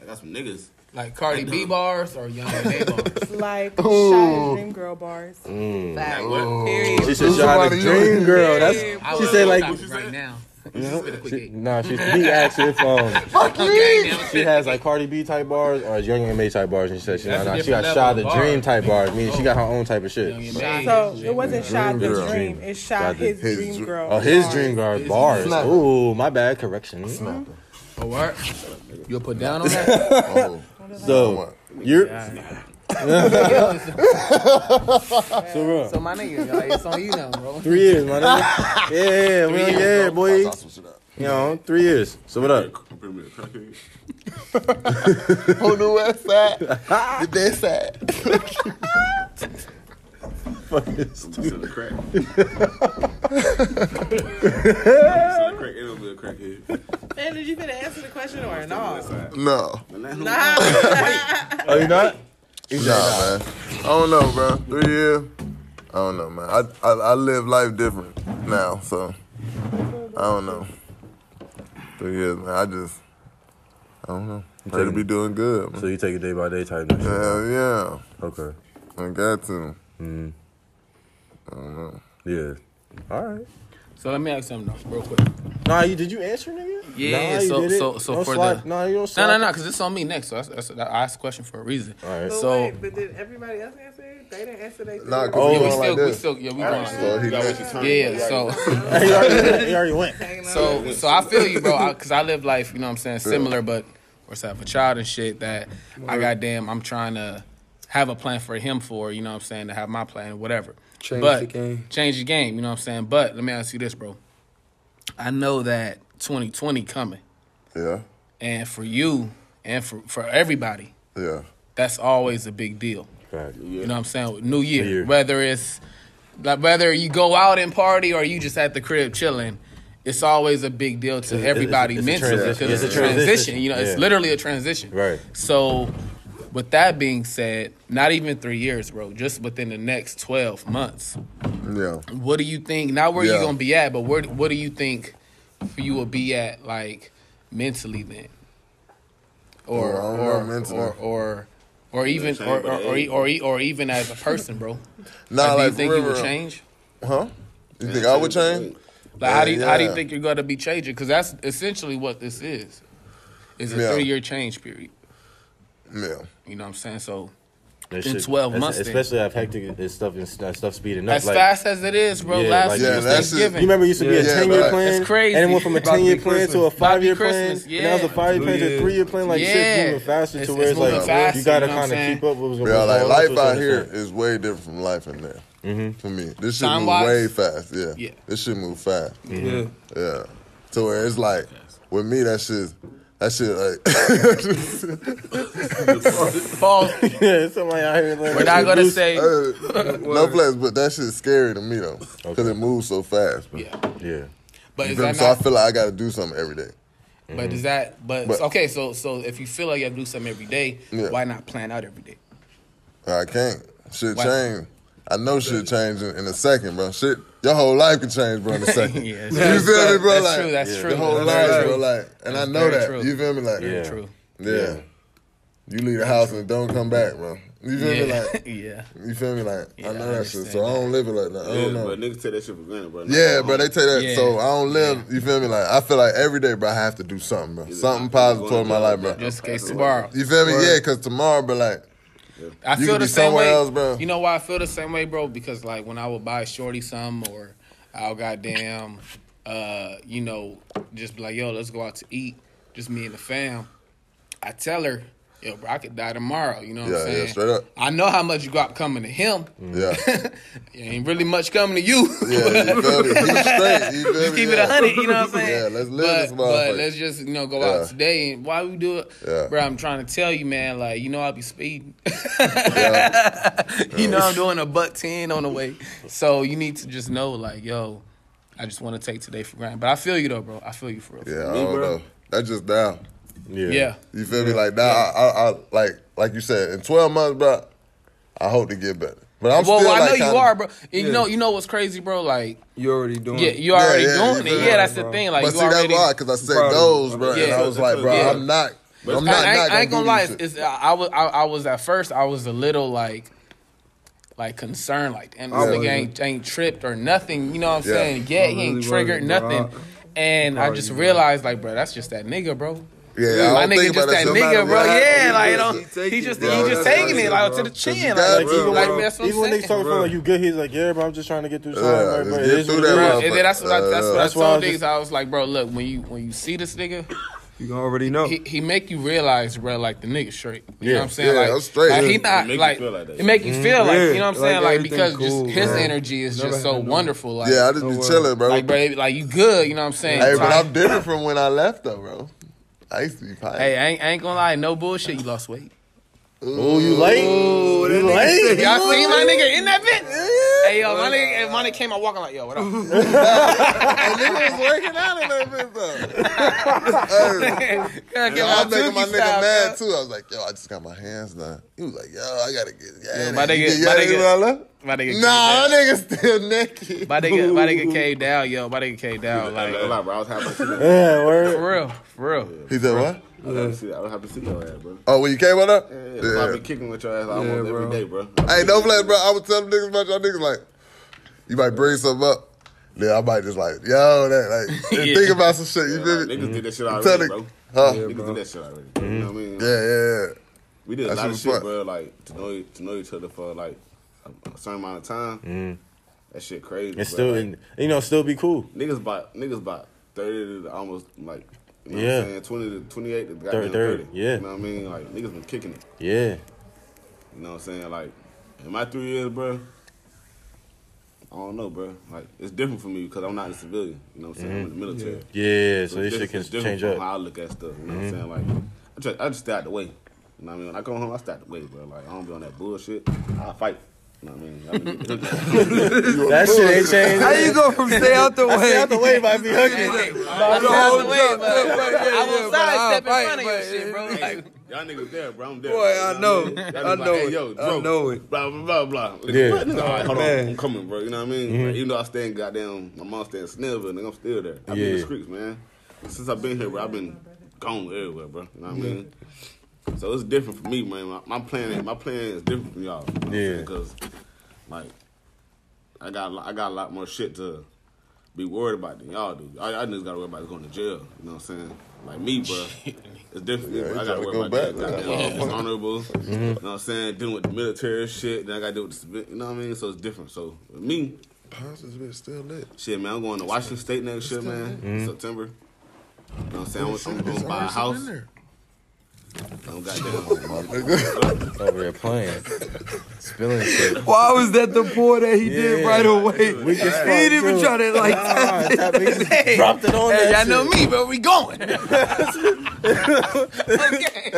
S4: I got some niggas.
S3: Like Cardi B bars or Young May bars?
S13: like
S2: Ooh.
S13: Shia Dream Girl bars.
S2: Mm.
S13: Like
S3: what?
S13: Period.
S2: She said she had a
S13: Somebody else.
S2: dream girl. That's
S13: Period. I
S2: she
S13: was
S2: said
S13: gonna
S2: like
S13: stop you
S3: right now.
S2: No, she, nah, she he asked if um
S3: Fuck
S2: she has like Cardi B type bars or Young and May type bars, and she said she nah,
S3: That's a
S2: nah, she got
S3: different
S2: Shy
S3: level
S2: the
S3: of bar. Oh.
S2: Dream type bars. Meaning she got her own type of shit.
S13: So it wasn't Shia the
S2: Girl.
S13: Dream. It's Shia his, Dream Girl.
S2: Oh, his
S13: bars.
S2: dream girl bars.
S3: Snapper.
S2: Ooh, my bad. Correction.
S3: Or Oh, what? You'll put down on that?
S2: So you're. so bro,
S3: So my nigga, like, it's on you now, bro.
S2: three years, my nigga. Yeah, yeah,
S3: Three
S2: well,
S3: years,
S2: yeah,
S3: bro.
S2: boy. You know, three years. So what up?
S5: On the west side, the dead side.
S2: Fucking
S4: stupid. Crack.
S5: crack.
S4: Ain't no crack here.
S10: Man, did you finna answer the question or no?
S5: No.
S10: Nah.
S2: Are Oh, you not?
S5: Nah, man. I don't know, bro. Three year. I don't know, man. I, I I live life different now, so I don't know. Three years, man. I just I don't know. Ready to be doing good. Man.
S2: So you take it day by day type. Hell
S5: yeah.
S2: Okay.
S5: I got to.
S2: Mm.
S5: I don't know.
S2: Yeah. All right.
S3: So let me ask something though, real quick.
S2: Nah, you did you answer, nigga?
S3: Yeah,
S2: Nah, you
S3: so
S2: did it.
S3: so so
S2: Don't
S3: for
S2: slack.
S3: the
S2: Nah, you don't
S3: no
S2: slack.
S3: no no because it's on me next. So that's, that's, I asked a question for a reason. All
S2: right.
S10: But
S3: So
S10: wait, but did everybody else answer? it? They didn't answer their
S3: Nah, 'cause we
S10: three.
S3: Yeah, we going like still- we this. still- yeah, we going- So he got- Yeah, so- He already went, he already went. so so I feel you, bro, because I, live life, you know what I'm saying, similar, but of course I have a child and shit that I goddamn I'm trying to have a plan for him for, you know what I'm saying, to have my plan, whatever.
S11: Change
S3: but,
S11: the game.
S3: Change the game, you know what I'm saying. But let me ask you this, bro. I know that 2020 coming,
S5: Yeah.
S3: and for you and for for everybody,
S5: Yeah.
S3: that's always a big deal. You know what I'm saying? New year,
S11: New Year.
S3: whether it's like whether you go out and party or you just at the crib chilling, it's always a big deal to
S11: it's-
S3: everybody
S11: it's a
S3: mentally
S11: transition.
S3: because it's,
S11: It's
S3: a
S11: a
S3: transition.
S11: transition.
S3: You know,
S11: Yeah.
S3: it's literally a transition.
S2: Right.
S3: So, with that being said, not even three years, bro. Just within the next twelve months,
S5: Yeah.
S3: what do you think? Not where
S5: Yeah.
S3: you gonna be at, but where? What do you think you will be at, like mentally then, or
S5: Well, Oh, I don't know,
S3: or,
S5: mentally.
S3: or or or even
S5: same,
S3: or
S5: but
S3: or, or,
S5: hey.
S3: or e- or even as a person, bro?
S5: Nah,
S3: do
S5: like,
S3: you think
S5: for
S3: you would
S5: real.
S3: change?
S5: Huh? You think I would change?
S3: Like, how do you, how do you
S5: Yeah.
S3: think you're gonna be changing? Because that's essentially what this is. Is a
S5: Yeah.
S3: three year change period.
S5: Yeah.
S3: You know what I'm saying? So
S2: That
S3: in
S2: shit-
S3: twelve
S2: es-
S3: months, then,
S2: especially I've hectic this stuff and that stuff speeding up.
S3: as
S2: like-
S3: fast as it is, bro.
S2: Yeah,
S3: last
S2: like,
S3: year
S2: yeah,
S3: was
S2: that's it.
S3: Thanksgiving.
S2: You remember it used to be a 10-year plan?
S3: It's crazy.
S2: And it went from a
S3: About to be
S2: 10-year plan to a
S3: Christmas. About be
S2: 5-year plan,
S3: Christmas,
S2: and now it's a 5-year plan to a 3-year plan, like, shit's moving faster to
S3: It's-
S2: where
S3: it's
S2: it's like,
S3: moving
S2: you
S3: faster,
S2: gotta
S3: know what I'm
S2: kinda
S3: saying?
S2: keep up with what's
S5: Real, like
S2: on,
S5: life
S2: that's what
S5: out
S2: I'm
S5: here
S2: saying.
S5: is way different from life in there. Mm-hmm. For me, this shit move
S2: Time-wise?
S5: way fast. Yeah.
S2: Yeah.
S5: this shit move fast.
S2: Mhm.
S5: yeah, To where it's like with me, that shit, that shit like.
S3: Pause.
S2: yeah, somebody out here. Like,
S3: We're not gonna say-
S5: Uh, no flex, but that shit's scary to me though, because it moves so fast. Bro.
S3: Yeah,
S2: yeah.
S3: But
S5: you
S3: is
S5: feel me?
S3: that
S5: so I
S3: not-
S5: feel like I got to do something every day.
S2: Mm-hmm.
S3: But is that but,
S5: Mm-hmm. But-
S3: okay? So so if you feel like you have to do something every day,
S5: Yeah.
S3: why not plan out every day?
S5: I can't. Shit
S3: Why?
S5: change. I know shit change in, in a second, bro. Shit, your whole life can change, bro. In a second,
S3: Yeah,
S5: you
S3: that's
S5: feel
S3: true.
S5: me, bro?
S3: That's
S5: like
S3: true, that's
S5: your
S3: true.
S5: whole
S3: That's
S5: life,
S3: very
S5: bro.
S3: true.
S5: Like, and I
S3: That's
S5: know
S3: very
S5: that.
S3: true.
S5: You feel me? Like,
S3: Very true.
S5: Yeah. You leave the house and don't come back, bro. You feel me?
S4: Yeah.
S5: Like,
S4: Yeah.
S5: You feel me? Like, I know that shit,
S4: understand
S5: so I don't live it like that. I
S4: Yeah,
S5: don't know.
S4: but niggas take that shit for granted, bro.
S5: Yeah, bro, they take that.
S4: Yeah.
S5: So I don't live. You feel me? Like I feel like every day, bro, I have to do something, bro. Something positive toward my life, bro.
S3: Just in case tomorrow.
S5: You feel me?
S3: Word.
S5: Yeah, because tomorrow, bro, like
S3: I
S5: you
S3: feel
S5: could
S3: the
S5: be
S3: same
S5: somewhere
S3: way.
S5: else, bro.
S3: You know why I feel the same way, bro? Because like when I would buy Shorty some or I'll goddamn uh, you know, just be like, yo, let's go out to eat. Just me and the fam. I tell her, yo, bro, I could die tomorrow. You know what
S5: Yeah,
S3: I'm
S5: yeah,
S3: saying?
S5: straight up.
S3: I know how much you got coming to him.
S5: Yeah.
S3: ain't really much coming to you.
S5: Yeah, you feel me? Keep it straight. You feel
S3: Just
S5: me?
S3: keep it
S5: Yeah.
S3: a hundred. You know what I'm saying?
S5: Yeah, let's live
S3: but,
S5: this
S3: But
S5: motherfucker.
S3: let's just you know go
S5: Yeah.
S3: out today and why we do it,
S5: Yeah.
S3: bro. I'm trying to tell you, man. Like you know, I'll be speeding. you know, I'm doing a buck ten on the way. So you need to just know, like, yo, I just want to take today for granted. But I feel you though, bro. I feel you for real.
S5: Yeah, I don't know. That's just now. Yeah.
S3: Yeah.
S5: You feel me? Like now, I, I, I, like, like you said, in twelve months, bro, I hope to get better. But I'm
S3: well, well,
S5: still
S3: I
S5: like,
S3: know you
S5: kinda-
S3: are, bro. And You know, you know what's crazy, bro. Like
S10: you already doing.
S3: Yeah, you already doing
S5: you
S3: it.
S5: feel
S3: Yeah,
S5: me?
S3: that's the thing. Like,
S5: but
S3: you
S5: see,
S3: already,
S5: that's why, because I set
S3: Proud of you.
S5: goals, bro, and
S3: Yeah.
S5: I was like, bro,
S3: Yeah.
S5: I'm not, I'm
S3: I- I,
S5: not,
S3: ain't-
S5: not
S3: I ain't
S5: gonna
S3: gonna lie.
S5: do this shit.
S3: It's, I was I, I was at first I was a little like like concerned like damn this
S12: I
S3: nigga
S12: wasn't.
S3: ain't ain't tripped or nothing. You know what I'm
S12: Yeah.
S3: saying? Yeah,
S12: I
S3: he
S12: really
S3: ain't triggered
S12: wasn't, bro.
S3: nothing. And I
S12: Proud of
S3: just
S12: you,
S3: realized like bro, that's just that nigga, bro.
S5: Yeah, I
S3: my
S5: don't
S3: nigga
S5: think
S3: just
S5: about
S3: that
S5: that shit.
S3: nigga,
S5: No matter
S3: bro.
S5: what
S3: Yeah,
S5: happens,
S3: like
S5: he
S3: you know,
S5: take it,
S3: he just
S5: bro.
S3: he just
S5: That's how
S3: taking
S5: it
S3: it
S5: is,
S3: like to
S5: bro.
S3: the
S5: Cause you
S3: chin,
S5: gotta
S3: like,
S5: do it,
S3: like
S5: bro.
S3: that's what I'm
S15: Even when
S3: saying.
S15: niggas talk
S3: bro.
S15: for you good, he's like, yeah, bro, I'm just trying to get through time.
S5: Yeah,
S15: like, bro, it
S5: just get
S15: is
S5: through
S15: what it
S5: that Uh,
S15: is.
S5: motherfucker.
S3: And then that's what I, that's what
S5: That's
S3: I
S5: why I
S3: told
S5: was
S3: niggas.
S5: just-
S3: I was like, bro, look, when you when you see this nigga,
S10: you gonna already know.
S3: He, he make you realize, bro, like the nigga straight. You know
S10: Yeah.
S3: what I'm saying?
S10: Yeah,
S3: like,
S10: I'm straight.
S3: Like, he
S10: Yeah.
S3: not
S10: It make you
S3: like,
S10: feel like that.
S3: it make you
S10: Mhm.
S3: feel like
S10: Yeah.
S3: you know what I'm
S10: Like
S3: saying? Like
S10: everything
S3: because
S10: cool,
S3: just his
S10: bro.
S3: energy is
S10: Never
S3: just so
S10: had no-
S3: wonderful. Like
S5: Yeah, I just be No word. chilling, bro.
S3: Like, bro, like you good. You know what I'm saying?
S5: Hey, but
S3: Time-
S5: I'm different from when I left, though, bro. I used to be pious.
S3: Hey, I ain't, I ain't gonna lie, no bullshit. You lost weight.
S5: Ooh, you late?
S3: Y'all
S5: Ooh, you
S3: seen
S5: late?
S3: my nigga in that bitch? Hey, yo, my nigga, and my nigga came out walking like, yo, what
S5: And nigga was working out in that bitch,
S3: up? Girl,
S5: Yo,
S3: get
S5: I
S3: my
S5: was making my
S3: Twinkie
S5: nigga
S3: style,
S5: mad
S3: girl.
S5: too. I was like, yo, I just got my hands done. He was like, yo, I gotta get. Yeah,
S3: my nigga-
S5: you get
S3: my
S5: yelled
S3: nigga-
S5: at when I left?
S3: My nigga,
S5: Nah, that nigga still naked.
S3: My nigga, my nigga came down, yo. My nigga came down. Like, I was happy to see that.
S5: Yeah, word.
S3: For real, for real.
S5: He said what?
S4: I don't have to see that. I don't have to see your ass, bro.
S5: Oh, when you came on up?
S4: Yeah, yeah, I be kicking with your ass almost every day,
S5: bro.
S4: bro.
S5: Hey, no flex, bro. I would tell them niggas about y'all niggas like, you might bring something up. Then I might just like, yo, that like and
S4: Yeah.
S5: think about some shit. You
S4: Yeah,
S5: feel
S4: like,
S5: me?
S15: Mm-hmm.
S4: niggas did that shit
S5: You
S4: already,
S5: tell the-
S4: bro.
S5: Huh?
S4: Yeah, niggas did that shit already. bro. You know what I mean?
S5: Yeah, yeah, yeah.
S4: We did a
S5: That
S4: lot of
S5: was
S4: shit,
S5: fun.
S4: bro. Like to know e, to know each other for like a, a certain amount of time.
S15: Mhm.
S4: That shit crazy.
S15: It's
S4: bro.
S15: still,
S4: Like,
S15: and, you know, still be cool.
S4: niggas bought niggas bought thirty to almost like you know
S15: Yeah.
S4: what I'm saying twenty to twenty eight to
S15: Thir-
S4: goddamn
S15: thirty,
S4: thirty.
S15: yeah.
S4: you know what I mean. Like niggas been kicking it.
S15: Yeah.
S4: You know what I'm saying? Like, in my three years, bro, I don't know, bro. Like, it's different for me because I'm not a civilian. You know what I'm saying? I'm in the
S15: Mhm.
S4: military.
S15: Yeah. Yeah, so this
S4: it's
S15: shit
S4: diff-
S15: can
S4: it's different
S15: change
S4: from
S15: up.
S4: How I look at stuff. You know
S15: Mhm.
S4: what I'm saying? Like, I just, I just stay out the way. You know what I mean? When I come home, I stay out the way, bro. Like, I don't be on that bullshit. I fight. You know what I mean? I be-
S15: That shit ain't changed.
S10: How you go from stay out the way?
S15: I stay out the way by me hugging.
S10: I
S4: stay out the way,
S10: no,
S4: but-
S10: no, but- yeah,
S4: I will
S15: uh,
S10: yeah, but I'll
S4: sidestep in
S10: fight,
S4: front of your
S10: but-
S4: shit, bro. Y'all niggas there, bro. I'm there.
S10: Boy, I
S4: You
S10: know.
S4: what mean? Y'all
S10: I
S4: niggas
S10: know
S4: like, hey,
S10: it.
S4: yo,
S10: I
S4: bro.
S10: know it.
S4: Blah blah blah blah.
S15: Yeah.
S4: Nigga, nigga, all right, hold
S15: Man.
S4: on, I'm coming, bro. You know what I mean?
S15: Mhm.
S10: Mm-hmm.
S4: Like, even though I stay in goddamn, my mom stay in Snellville, nigga, I'm still there. I've been in
S15: Yeah.
S4: the streets, man. Since I've been here, bro, I've been gone everywhere, bro. You know what I mean? So it's different for me, man. My, my plan, ain't- my plan is different from y'all.
S15: Yeah.
S4: Because, like, I got, a lot- I got a lot more shit to be worried about than y'all do. All y'all niggas gotta worry about is going to jail. You know what I'm saying? Like me, bro. It's different.
S5: Yeah,
S4: bro.
S5: you
S4: I
S5: gotta
S4: gotta worry
S5: go
S4: about that.
S5: back,
S4: Goddamn,
S5: yeah.
S4: it's honorable.
S5: Mhm.
S4: You know what I'm saying? Dealing with the military shit. Then I gotta deal with the civi- You know what I mean? So it's different. So with me,
S5: Pounds is been still lit.
S4: shit, man, I'm going to Washington State next year, man.
S5: Mhm.
S4: In September. You know what I'm saying? I'm,
S5: It's-
S4: I'm
S5: it's
S4: going to buy a
S5: already
S4: house.
S5: sitting in
S4: I'm goddamn.
S15: Over there playing. Spilling shit.
S10: Why was that the pour that he did
S15: Yeah.
S10: right away?
S15: Weak as fuck,
S10: he didn't even
S15: too.
S10: try to like
S15: Nah,
S10: tap
S15: Oh, tap it.
S10: it.
S15: He just dropped it on
S3: Hey,
S15: that
S3: y'all know
S15: shit.
S3: me, bro. We going.
S15: That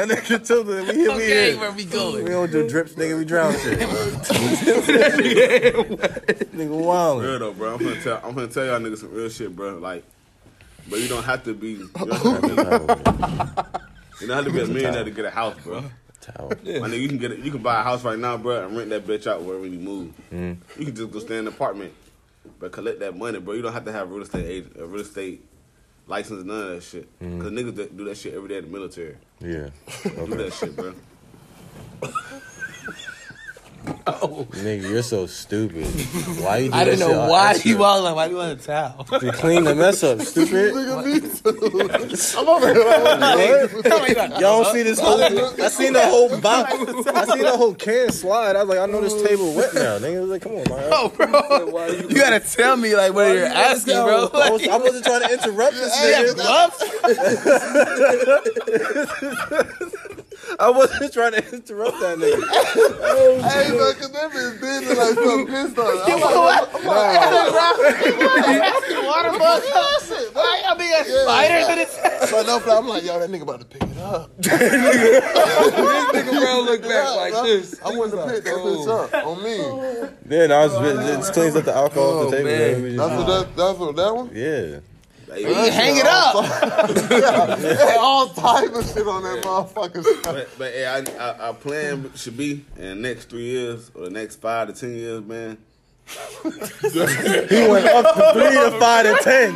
S15: nigga tilted. it. We here. we
S3: Okay,
S15: here.
S3: where we going?
S15: We don't do drips, nigga. We drown shit. nigga, wild.
S4: Real though, bro. I'm gonna tell I'm gonna tell y'all niggas some real shit, bro. Like, but you don't have to be. You don't have to be, you don't have to be a millionaire to get a house, bro. My nigga, you can get a, you can buy a house right now, bro, and rent that bitch out wherever you move.
S15: Mm.
S4: You can just go stay in an apartment, but collect that money, bro. You don't have to have real estate agent, a real estate license, none of that shit.
S2: Mhm.
S4: Cause niggas that do that shit every day in the military.
S2: Yeah.
S4: Do that shit, bro.
S2: Nigga, you're so stupid. Why you do
S16: I
S2: that
S16: didn't
S2: shit
S16: know
S2: on
S16: why
S2: accident?
S16: you all like, why you on a towel?
S2: You clean the mess up, stupid.
S16: I'm over here.
S15: Y'all don't see this whole. I seen the whole box. I seen the whole can slide. I was like, I know this table wet now. Nigga I was like, come on, man.
S16: Oh, bro. You gotta tell me, like, what you're asking, bro.
S15: I, was, I wasn't trying to interrupt this nigga. I wasn't trying to interrupt that nigga.
S16: Oh,
S5: Hey, man, cause that bitch did like some pissed on. I'm
S16: like,
S5: I'm like,
S16: Water bug. Why y'all being spiders in it?
S5: But no, but I'm like, yo, that nigga about to pick it up.
S16: This nigga Brown look back like
S5: this. Oh. I wanted to pick that bitch up on me.
S2: Then I was it just cleans up the alcohol
S3: Oh,
S2: off the table.
S5: man.
S2: man.
S5: That's what that. That's what that one.
S2: Yeah.
S5: That
S16: hang
S5: shit
S16: it up.
S5: all type of shit on that motherfucker.
S4: But, but yeah, I, I, our plan should be in the next three years or the next five to ten years, man.
S15: He went up to three to five to ten.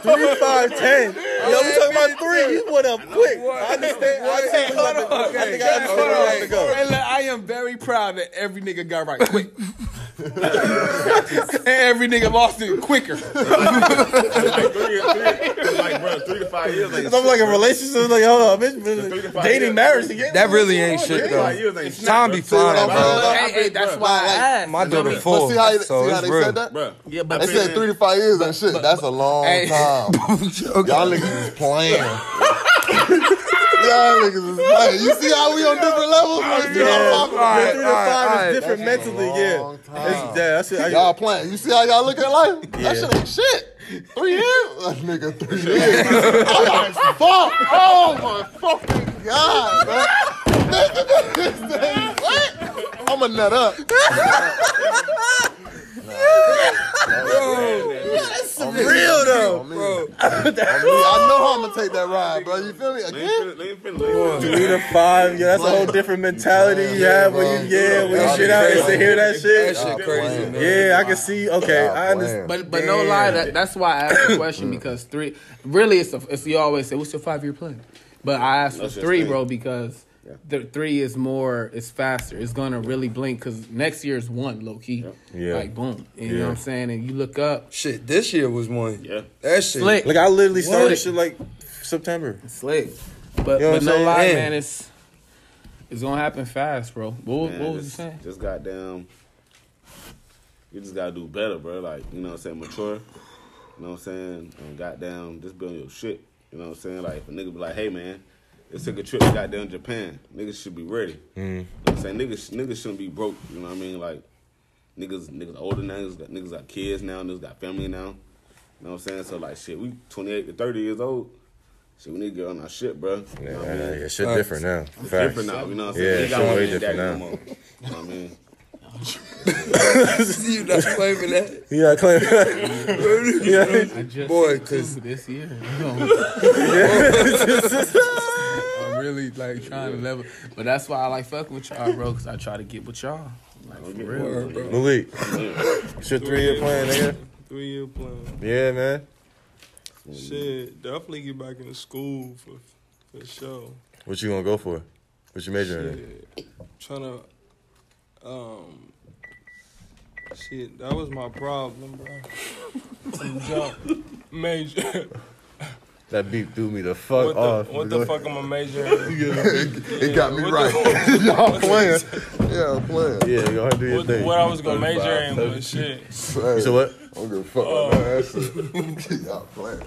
S15: Three, five, ten. Yo, we talking about three. You went up quick. I understand. I understand.
S16: Hold on.
S15: I think I
S16: Hold on.
S15: understand.
S16: Hey, look, I am very proud that every nigga got right quick. and every nigga lost it quicker.
S4: Like, bro, three to five years. Like,
S15: I'm like a relationship. Like, hold on, bitch.
S4: five
S15: Dating,
S4: years.
S15: marriage, together.
S10: That really ain't shit
S4: years
S10: though.
S4: ain't shit,
S10: Time
S4: bro.
S10: be flying, bro.
S16: Hey, hey, that's why I asked.
S10: My daughter
S5: But
S10: four,
S5: see how,
S10: so
S5: see how
S10: it's
S5: they
S10: real.
S5: said that?
S16: Yeah, but
S5: they said three to five years and shit. That's a long
S16: Hey.
S5: time. Y'all niggas is playing. Y'all niggas is playing. You see how we on different levels? Like, dude, I'm talking about
S15: Three
S5: it.
S15: to five is different mentally. Yeah. It's- yeah, that's it. I-
S5: Y'all playing. You see how y'all look at life?
S15: Yeah.
S5: That shit ain't shit. Three years? That nigga, three years. I'm like, fuck. Oh my fucking God, bro. Nigga, what? I'm a nut up. That's
S15: real, though,
S5: bro. I know how I'm gonna take that ride, bro. You feel me? Again?
S15: Three to five, yeah, that's a whole different mentality you have when you yeah, when you shit out and to hear that shit. Yeah, I can see. Okay, I understand.
S3: But but no lie, that, that's why I asked the question because three. Really, it's a, it's you always say what's your five year plan, but I asked for
S12: That's your
S3: three,
S12: thing.
S3: bro, because the three is more, it's faster, it's gonna really blink because next year is one low key,
S10: Yeah.
S3: like boom, and you
S10: Yeah.
S3: know what I'm saying, and you look up,
S10: shit, this year was one.
S3: Yeah,
S10: That shit.
S3: Slick.
S10: Like, I literally
S15: started shit
S3: Slick.
S15: like September.
S3: Slick.
S15: You know
S3: But, but
S15: what I'm
S3: no lie,
S15: saying?
S3: man, it's it's gonna happen fast, bro. What, was-
S4: Man,
S3: what was you
S4: just-
S3: saying?
S4: Just goddamn. You just gotta do better, bro. Like, you know what I'm saying? Mature. You know what I'm saying? And goddamn, just build your shit. You know what I'm saying? Like, if a nigga be like, hey, man, let's take a trip to goddamn Japan. Niggas should be ready.
S2: Mm.
S4: You know what I'm saying? Niggas, niggas shouldn't be broke. You know what I mean? Like, niggas, niggas older now. Niggas got, niggas got kids now. Niggas got family now. You know what I'm saying? So, like, shit, we 28 to 30 years old. Shit, we need to get on our shit, bro. You know what I
S2: Yeah,
S4: mean?
S2: yeah, shit different now.
S4: It's
S2: Facts.
S4: different now. You know what I'm
S2: Yeah,
S4: saying? We ain't got
S2: shit
S4: one
S2: way
S4: big daddy
S2: different
S4: no more. You know what I mean?
S16: you not claiming that.
S15: Yeah, I claim. yeah.
S3: I just
S16: Boy,
S3: hit two this year. you know. I'm really like trying to level, but that's why I like fucking with y'all, bro. Cause I try to get with y'all. Like for real,
S15: Word, bro.
S2: Malik, it's your three year plan, nigga.
S9: Three year plan.
S2: Yeah, man.
S9: Shit, definitely get back in school for for sure.
S2: What you gonna go for? What you majoring in?
S9: Trying to, um, shit, that was my problem, bro. Some jump major.
S2: That beat threw me the fuck
S9: what the,
S2: off.
S9: what the fuck am I majoring? in?
S5: It got me
S9: what
S5: right.
S9: the-
S5: Y'all playing. Yeah, I'm playing.
S2: Yeah, go ahead do your
S9: What,
S2: thing.
S9: what I was gonna major
S2: 35,
S9: in was shit.
S2: You said what?
S5: I'm gonna fuck with that shit. y'all playing.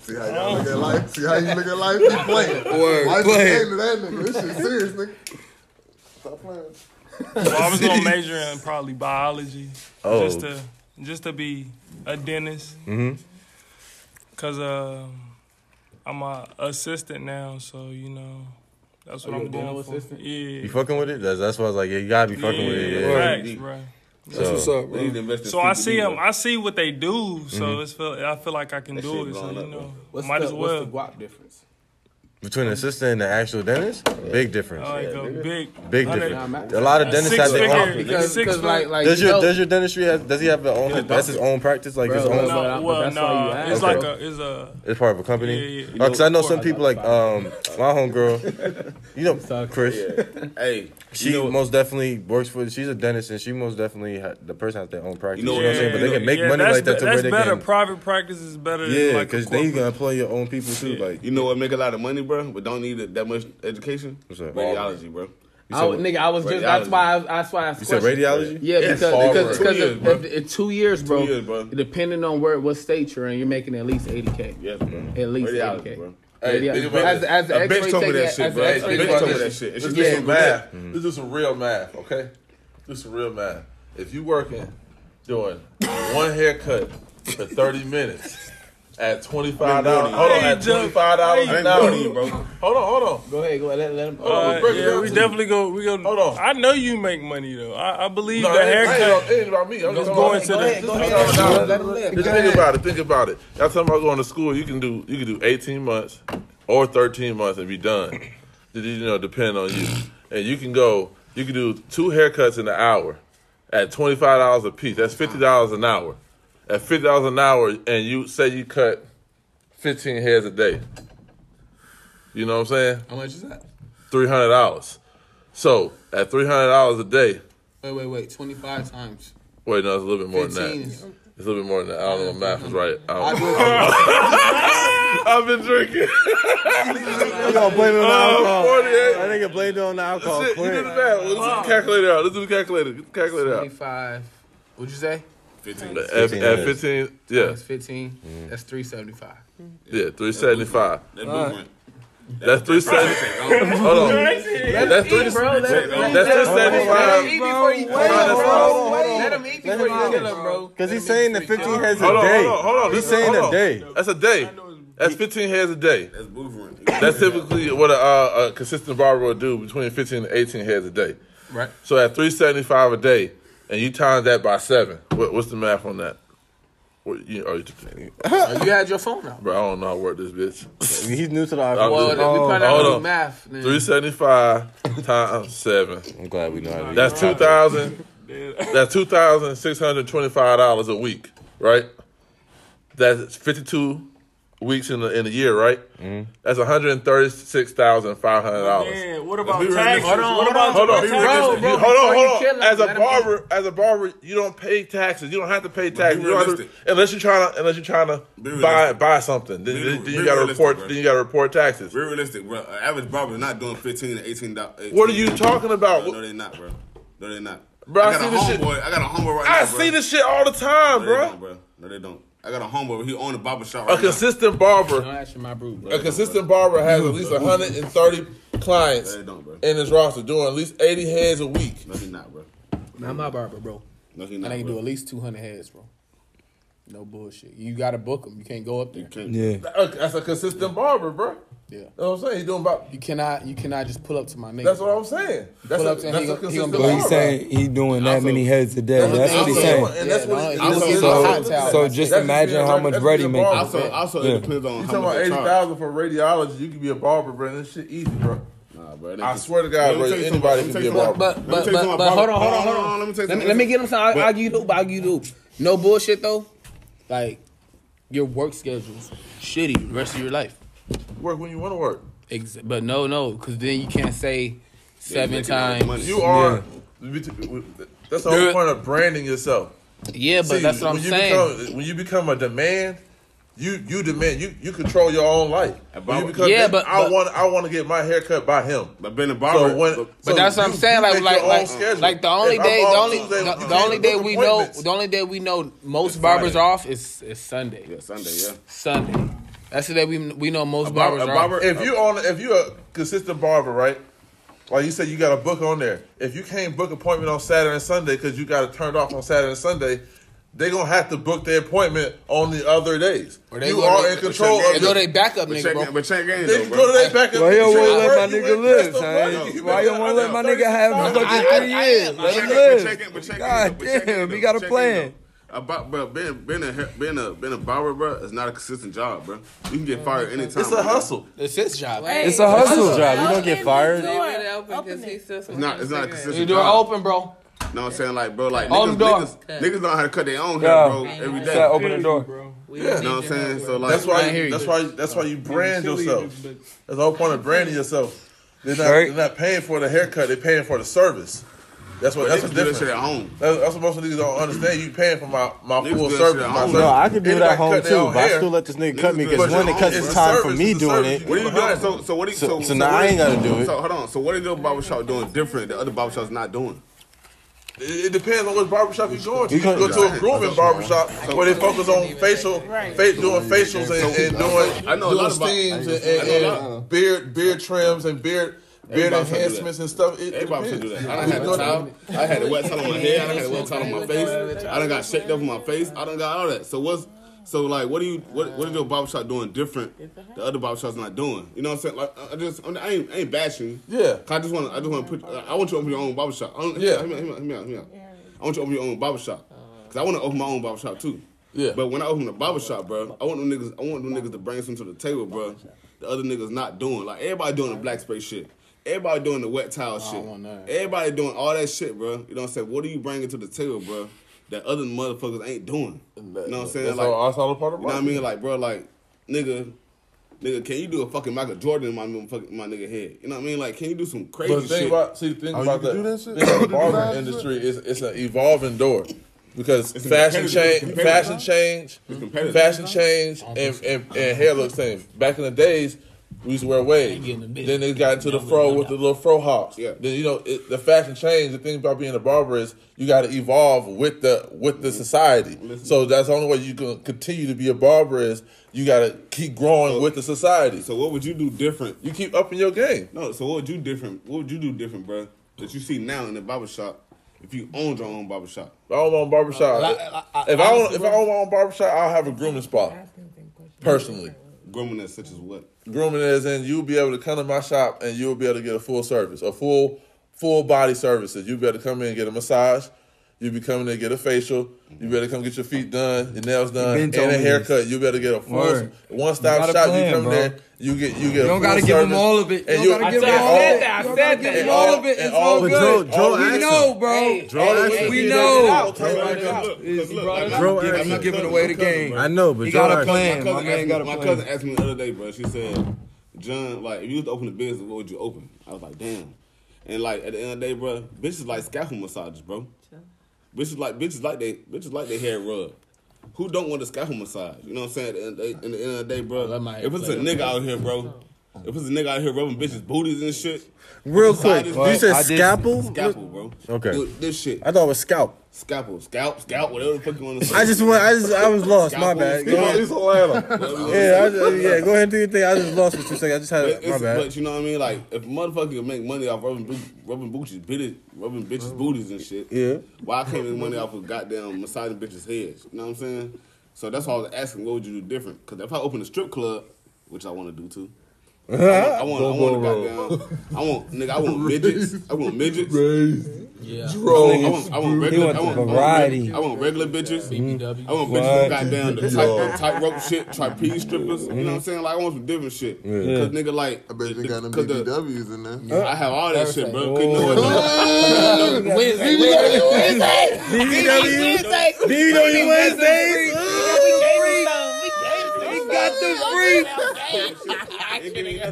S5: See how y'all look at life? See how you look at life? You playing.
S16: Word,
S5: life
S16: playing.
S5: is game to that nigga. This shit serious, nigga. Stop playing.
S9: Well, I was gonna major in probably biology,
S5: Oh.
S9: just to just to be a dentist,
S2: Mhm.
S9: cause uh, I'm a assistant now, so you know that's what
S3: Are you
S9: I'm
S3: a dental
S9: going for.
S3: assistant?
S9: Yeah,
S2: You fucking with it? That's, that's why I was like, yeah, you gotta be fucking with it. Yeah.
S9: Facts, bro.
S2: So-
S4: They need to invest in Mm-hmm.
S9: So I
S4: CBD,
S9: see
S4: bro.
S9: them. I see what they do. So
S2: Mhm.
S9: it's feel. I feel like I can
S4: That
S9: do
S4: shit
S9: it. So
S4: blowing
S9: you
S4: up, bro.
S9: know,
S3: What's
S9: might
S3: the,
S9: as well.
S3: What's the guap difference?
S2: Between the assistant and the actual dentist, big difference.
S9: Like a Oh, big,
S2: Big
S9: hundred-
S2: difference. A lot of dentists
S9: Six
S2: have their
S9: figure-
S2: own.
S9: because- Six because like- figure. like,
S2: does
S9: you
S2: your
S9: know-
S2: does your dentistry have, does he have their own?
S9: Yeah,
S2: that's his own practice, like his
S9: Bro,
S2: own.
S9: no,
S2: Okay.
S9: well, no, it's like a, it's a.
S2: It's part of a company.
S9: Yeah, yeah.
S2: Oh, 'cause I know some people like um my homegirl, you know Chris.
S4: Hey,
S2: she most definitely works for. She's a dentist, and she most definitely ha- the person has their own practice. You know
S9: Yeah,
S2: what I'm saying? But they can make
S9: yeah,
S2: money
S9: that's
S2: like that
S9: be-
S2: to
S9: that's
S2: where they
S9: better.
S2: can.
S9: Private practice is better.
S2: Yeah,
S9: than like a
S2: because then you
S9: corporate.
S2: gonna employ your own people too. Like
S4: you know what make a lot of money, bro, but don't need that much education?
S2: What's that?
S4: Radiology, bro.
S3: I was, nigga, I was just. That's
S4: Radiology.
S3: why. I, that's why I.
S4: You said
S3: questioned.
S4: radiology?
S3: Yeah,
S4: Yes. All
S3: because because because
S4: right.
S3: of- of-
S4: Two years,
S3: in two years, bro.
S4: years, bro.
S3: Depending on where what state you're in, you're making at least eighty k.
S4: Yes, bro.
S3: At least
S4: Radiology,
S3: eighty k.
S4: bro.
S11: Hey, think about
S3: as,
S11: this.
S3: as the
S11: A
S3: X-ray
S11: bitch told me
S3: taker-
S11: that shit,
S3: as the
S11: bro. Hey,
S3: X-ray
S11: think
S3: taker-
S11: about this.
S4: It's
S11: Let's
S4: just
S11: do
S4: some
S11: some math.
S4: math.
S11: Let's do some real math, okay? Do some real math. If you working doing one haircut for thirty minutes at twenty five dollars, hold on, at twenty five dollars an hour, Hold on, hold on.
S3: Go ahead, go ahead. Let, let him.
S11: Hold on,
S9: Alright,
S11: break it
S9: Uh, yeah,
S11: down
S9: we
S11: to-
S9: definitely go. We go. Hold
S11: on.
S9: I know you make money though. I, I believe
S11: No,
S9: the
S11: it ain't-
S9: haircut.
S11: It ain't about me. I'm
S9: Just
S11: just
S9: going to the.
S11: Just think about it. Think about it. Y'all talking about going to school. You can do. You can do 18 months or 13 months and be done. Did You know, depend on you. And you can go. You can do two haircuts in an hour, at 25 dollars a piece. That's 50 dollars an hour. At 50 dollars an hour, and you say you cut 15 hairs a day. You know what I'm saying?
S17: How much is that?
S11: Three hundred dollars. So at three hundred dollars a day.
S17: Wait, wait, wait. Twenty five times.
S11: Wait, no, it's a little bit more than
S17: 15
S11: that.
S17: is-
S11: It's a little bit more than that. I don't know if math is right. I
S17: I
S11: don't,
S17: do-
S11: I've been drinking. Oh,
S2: You gonna blame it on the alcohol?
S11: Forty-eight.
S2: That nigga blamed it on the
S18: Oh,
S2: alcohol.
S11: Shit, you
S2: quick.
S11: did the math. Let's do the calculator out. Let's do the calculator. Get the calculator out.
S3: Twenty-five. What'd you say? Fifteen.
S11: At, at fifteen, yeah,
S3: That's fifteen.
S18: Mm.
S3: That's three seventy-five.
S11: yeah, three seventy-five.
S3: That movement.
S11: That's three seventy. Hold on. That's three. That's three
S3: Let
S11: seventy-five.
S3: him eat before you kill him, bro.
S2: Because he's saying the 15 has a
S11: Hold on,
S2: day.
S11: hold on, hold on. Listen,
S2: He's saying
S11: hold
S2: a
S11: on.
S2: day.
S11: That's a day. That's 15 hairs a day. That's movement. That's typically what a, uh, a consistent barber will do between 15 and 18 hairs a day.
S3: Right.
S11: So at 375 a day, and you times that by seven. What, what's the math on that? What, you, are you,
S3: You had your phone out.
S11: bro, I don't know how to work this bitch.
S2: He's new to the
S11: I'm
S3: Well,
S11: just-
S3: then we probably
S11: hold
S3: don't do
S11: on.
S3: math, then.
S11: 375 times 7. I'm
S2: glad we know how to
S11: That's 2000 That's $2,625 a week, right? That's 52 weeks in the in a year, right?
S2: Mm-hmm.
S11: That's $136,500.
S9: Yeah, what about
S11: Let's be real.
S9: taxes?
S11: Hold on,
S9: what
S11: hold
S9: about
S11: on, hold on,
S9: your
S11: Be
S9: taxes?
S11: realistic. You- hold on, hold on. As a barber, as a barber, you don't pay taxes. You don't have to pay taxes. You don't have to- unless you're trying to, unless you're trying to buy buy something. Then, then- then you got to report. Then you got to report taxes.
S4: Be realistic, bro. An average barber is not doing fifteen to eighteen dollars.
S11: What are you talking about?
S4: No, they're not, bro. No, they're not.
S11: Bro, I
S4: got
S11: see
S4: a
S11: this shit.
S4: homeboy. I got a homeboy right
S11: I
S4: now,
S11: see this shit all the time,
S4: bro. No, they
S11: bro.
S4: don't, bro. No, they don't. I got a homeboy. He owned a barber shop
S11: A
S4: right now.
S11: consistent barber,
S3: my brew, bro.
S11: a consistent barber has at least 130 clients
S4: No, they don't, bro.
S11: in his roster, doing at least 80 heads a week.
S4: No, he's not, bro.
S3: Not my barber, bro.
S4: No, he
S3: I
S4: not,
S3: think
S4: bro.
S3: do at least two hundred heads, bro. No bullshit. You gotta book them. You can't go up there.
S11: That- That's a consistent barber, bro.
S3: Yeah.
S11: know what I'm saying? He's doing about.
S3: You cannot. You cannot just pull up to my nigga.
S11: That's what I'm saying.
S3: You
S11: That's
S3: pull
S11: a-
S3: up to him,
S11: that's
S3: he
S11: a
S3: gonna- he gonna
S11: consistent
S3: be
S18: But
S3: like,
S18: he's saying he doing that many heads a day. That's what he's saying.
S11: And that's what it-
S18: So-
S11: that's
S18: so-
S11: what it is.
S18: so just imagine how much ready
S11: being a
S18: make
S11: barber.
S18: you.
S11: Also-
S18: also it Yeah. depends on
S11: you
S18: how
S11: talking
S18: much
S11: about
S18: they
S11: eighty
S18: charge.
S11: thousand for radiology. You can be a barber, bro. This shit easy, bro.
S4: Nah, bro.
S11: I swear to God, bro, anybody can be a barber.
S3: But but but, but, hold on, hold on, hold on. Let me, let me, get him some. I'll, I'll give you do. I'll give you do. No bullshit though. Like your work schedule's shitty the rest of your life.
S11: Work when you want to work.
S3: Ex- but no, no, because then you can't say seven times.
S11: You are. That's the whole point of branding yourself.
S3: Yeah, but that's what I'm
S11: when you
S3: saying.
S11: Become, when you become a demand, you you demand you you control your own life. When you become
S3: Yeah,
S11: that,
S3: but-
S11: I
S3: but-
S11: want I want to get my haircut by him.
S4: But being a
S11: barber, when,
S3: but that's what I'm saying. Like, like, like, like the only day, the only, the, the only day we know, the only day we know most barbers
S11: Friday.
S3: are off is is Sunday. Yeah,
S4: Sunday. Yeah,
S3: Sunday. That's the day we we know most
S11: barber,
S3: barbers are off.
S11: if you on if you a consistent barber, right? Like you said, you got a book on there. If you can't book appointment on Saturday and Sunday because you got it turned off on Saturday and Sunday, they gonna have to book their appointment on the other days.
S3: Or they
S11: you
S3: go
S11: are
S3: to-
S11: in control.
S3: They
S11: of
S3: go
S11: the-
S3: they backup nigga, bro.
S11: They go to their backup.
S18: Why you
S11: You ain't work,
S18: won't let my
S11: you
S18: nigga
S11: ain't
S18: live,
S11: pressed no
S18: son?
S11: button.
S18: Why you won't let my nigga have
S11: I-
S18: fucking
S11: I-
S18: three
S11: I-
S18: years?
S11: I-
S18: Let him
S11: but check
S18: live.
S11: it, but check it,
S18: God
S11: but check it,
S18: damn,
S11: though.
S18: he got a
S11: Check it,
S18: plan.
S4: About bro, being being a being a being a barber, bro, is not a consistent job, bro. You can
S12: Oh,
S4: get fired anytime.
S11: It's a hustle.
S4: It's his job.
S11: It's a hustle job.
S4: You don't get fired.
S8: Leave it open because he's still
S4: It's not. It's not a consistent.
S12: You do it
S4: job.
S12: open, bro.
S4: No, I'm saying like, bro, like
S12: Open
S4: niggas,
S12: the door.
S4: niggas, niggas know how to cut their own hair,
S11: Yeah.
S4: bro, every day.
S11: Yeah, open the door.
S4: Yeah, know what I'm saying? So like,
S11: that's why. You, that's why. That's why you brand yourself. That's the whole point of branding yourself. They're not,
S2: Right.
S11: they're not paying for the haircut. They're paying for the service. That's what.
S4: But
S11: That's
S4: niggas
S11: what's
S4: do that
S11: different.
S4: shit at home.
S11: That's, that's what most of niggas don't understand. You paying for my my
S4: Niggas
S11: full
S4: do that shit
S11: service.
S4: at
S11: my
S4: home.
S11: service.
S15: No, I could do it
S11: Anybody
S15: at home
S11: cut their
S15: too,
S11: own
S15: but I
S11: hair-
S15: still let this nigga cut me
S11: do
S15: because
S11: that
S15: one,
S11: shit
S15: it
S11: at
S15: cuts
S11: home.
S15: the
S11: It's a
S15: time for
S11: service.
S15: me
S11: It's a
S15: doing
S11: service.
S15: it.
S4: What do you hold on, so so what do you,
S15: So-
S4: so,
S15: so now
S4: what
S15: I ain't gotta do it.
S4: So hold on. So what is your barbershop doing different that other barbershops not doing?
S11: It, it depends on which barbershop you're going to. You
S4: You
S11: can go
S4: could-
S11: to a grooming barbershop where they focus on facial, fa- doing facials and, and doing,
S4: I know a
S11: doing
S4: lot about-
S11: steams and,
S4: I
S11: and,
S4: know a
S11: and beard beard trims and beard beard
S4: Everybody should do
S11: enhancements and stuff. It, Everybody
S4: should do that. I done had a towel. I had a wet towel on my head. I done had a wet towel on my face. I done got shaked up on my face. I done got all that. So what's so like what do you what what is your barbershop doing different the other barbershop's not doing? You know what I'm saying? Like I- I just I, mean, I ain't I ain't bashing you.
S11: Yeah.
S4: 'Cause I just want I just want to put I want you to open your own barbershop. I don't,
S11: Yeah.
S4: yeah. Hear me, out, hear me, out, hear me out, hear me out. I want you to open your own barbershop because I want to open my own barbershop too.
S11: Yeah.
S4: But when I open the barbershop, bro, I want them niggas. I want them niggas to bring something to the table, bro. The other niggas not doing. Like everybody doing the black space shit. Everybody doing the wet towel shit. Everybody doing all that shit, bro. You know what I'm saying? What are you bringing to the table, bro? That other motherfuckers ain't doing. You know what I'm saying?
S11: That's
S4: like,
S11: all- that's all a part of
S4: You know what I
S11: barber.
S4: mean? Like, bro, like, nigga, nigga, can you do a fucking Michael Jordan in my motherfucking my nigga head? You know what I mean? Like, can you do some crazy
S11: But the thing
S4: shit?
S11: about see the
S4: Oh,
S11: thing about the, thing about the
S4: that
S11: barber
S4: shit?
S11: industry is it's an evolving door because
S4: It's
S11: fashion
S4: competitive.
S11: change,
S4: It's competitive.
S11: fashion change,
S4: It's competitive.
S11: fashion change, and, and, and hair looks same. Back in the days, we used to wear waves. Then they got into the fro with the little fro hops. Yeah. Then you know it, the fashion change. The thing about being a barber is you got to evolve with the with
S4: Mm-hmm.
S11: the society. So that's the only way you can continue to be a barber is you got to keep growing with the society.
S4: So what would you do different?
S11: You keep upping your game.
S4: No, so what would you different? What would you do different, bro? That you see now in the barbershop, if you owned your own barbershop.
S11: Uh, I own my own barbershop. if I own, if I own my own barbershop, I'll have a grooming spot. Personally,
S4: grooming as such as what?
S11: Grooming as in you'll be able to come to my shop and you'll be able to get a full service, a full full body services. You'll be able to come in and get a massage. You'll be coming in and get a facial. You better come get your feet done, your nails done,
S18: been
S11: and
S18: told
S11: a
S18: me
S11: haircut. You better get a full
S18: Word.
S11: one
S18: You
S11: stop
S18: got a
S11: shop.
S18: plan,
S11: you come
S18: bro.
S11: there, you get you get.
S18: You
S11: a
S18: don't
S11: full
S18: gotta give 'em
S11: service,
S18: all of it. You
S11: and
S18: don't
S11: you'll-
S18: gotta give 'em all of it.
S12: I said that.
S11: And
S18: all of it. It's
S11: and
S18: all
S11: but
S18: good.
S11: Joe- Joe
S18: we
S11: asked
S18: know,
S11: him.
S18: bro.
S11: Joe asked him.
S18: we
S11: He
S18: know.
S11: brought it up. He brought it up.
S18: Is-
S11: Look, look,
S18: bro,
S11: loro
S18: he's
S11: asked
S18: giving
S11: him.
S18: away the game. I know, but
S11: He
S18: Joe
S11: got a
S18: asked
S11: plan.
S18: him.
S11: My
S4: cousin
S11: man
S4: asked me-
S11: got a
S4: my
S11: plan.
S4: cousin asked me the other day, bro. She said, "John, like if you was to open a business, what would you open?" I was like, "Damn." And like at the end of the day, bro, bitches like scalpel massages, bro. Bitches like bitches like they bitches like their hair rubbed. Who don't want a scalpel massage? You know what I'm saying? At the end of the day, in the end of the day, bro, if it's a nigga out here, bro, if it's a nigga out here rubbing bitches booties and shit,
S15: Real
S4: beside
S15: quick,
S4: this
S15: you
S4: bitch-
S15: said scalpel?
S4: scalpel, bro.
S15: Okay.
S4: Do this shit,
S15: I thought it was scalp.
S4: scalpel, scalp, scalp, whatever the fuck you want to say.
S15: I just went. I just. I was lost. My
S4: Scalpel,
S15: bad. Go
S4: scalp.
S15: ahead.
S4: It's Atlanta.
S15: Yeah. I just, yeah. Go ahead and do your thing. I just lost what you said. I just had.
S4: But,
S15: My
S4: it's-
S15: bad.
S4: but you know what I mean? Like, if a motherfucker can make money off rubbing, boot, rubbing booties, bit it, rubbing bitches' booties and shit,
S15: Yeah.
S4: why I can't make money off of goddamn massaging bitches' heads? You know what I'm saying? So that's why I was asking, what would you do different? Because if I open a strip club, which I want to do too, I want, I want, I want, a goddamn, I want, nigga, I want midgets, I want midgets. Yeah. I want, I want
S18: He
S4: regular,
S18: wants
S4: I want, I want
S18: variety.
S4: reg- I want regular bitches. I want bitches
S18: What?
S4: who got down the
S18: Yeah.
S4: tight, tight rope shit, trapeze strippers. You know what I'm saying? Like I want some different shit.
S5: Yeah.
S4: Cause nigga like I bet they got them BBWs in there. I have all that shit, bro. Couldn't know what-
S12: Wednesday,
S15: Wednesday.
S4: DBW Wednesdays.
S15: We got the freak.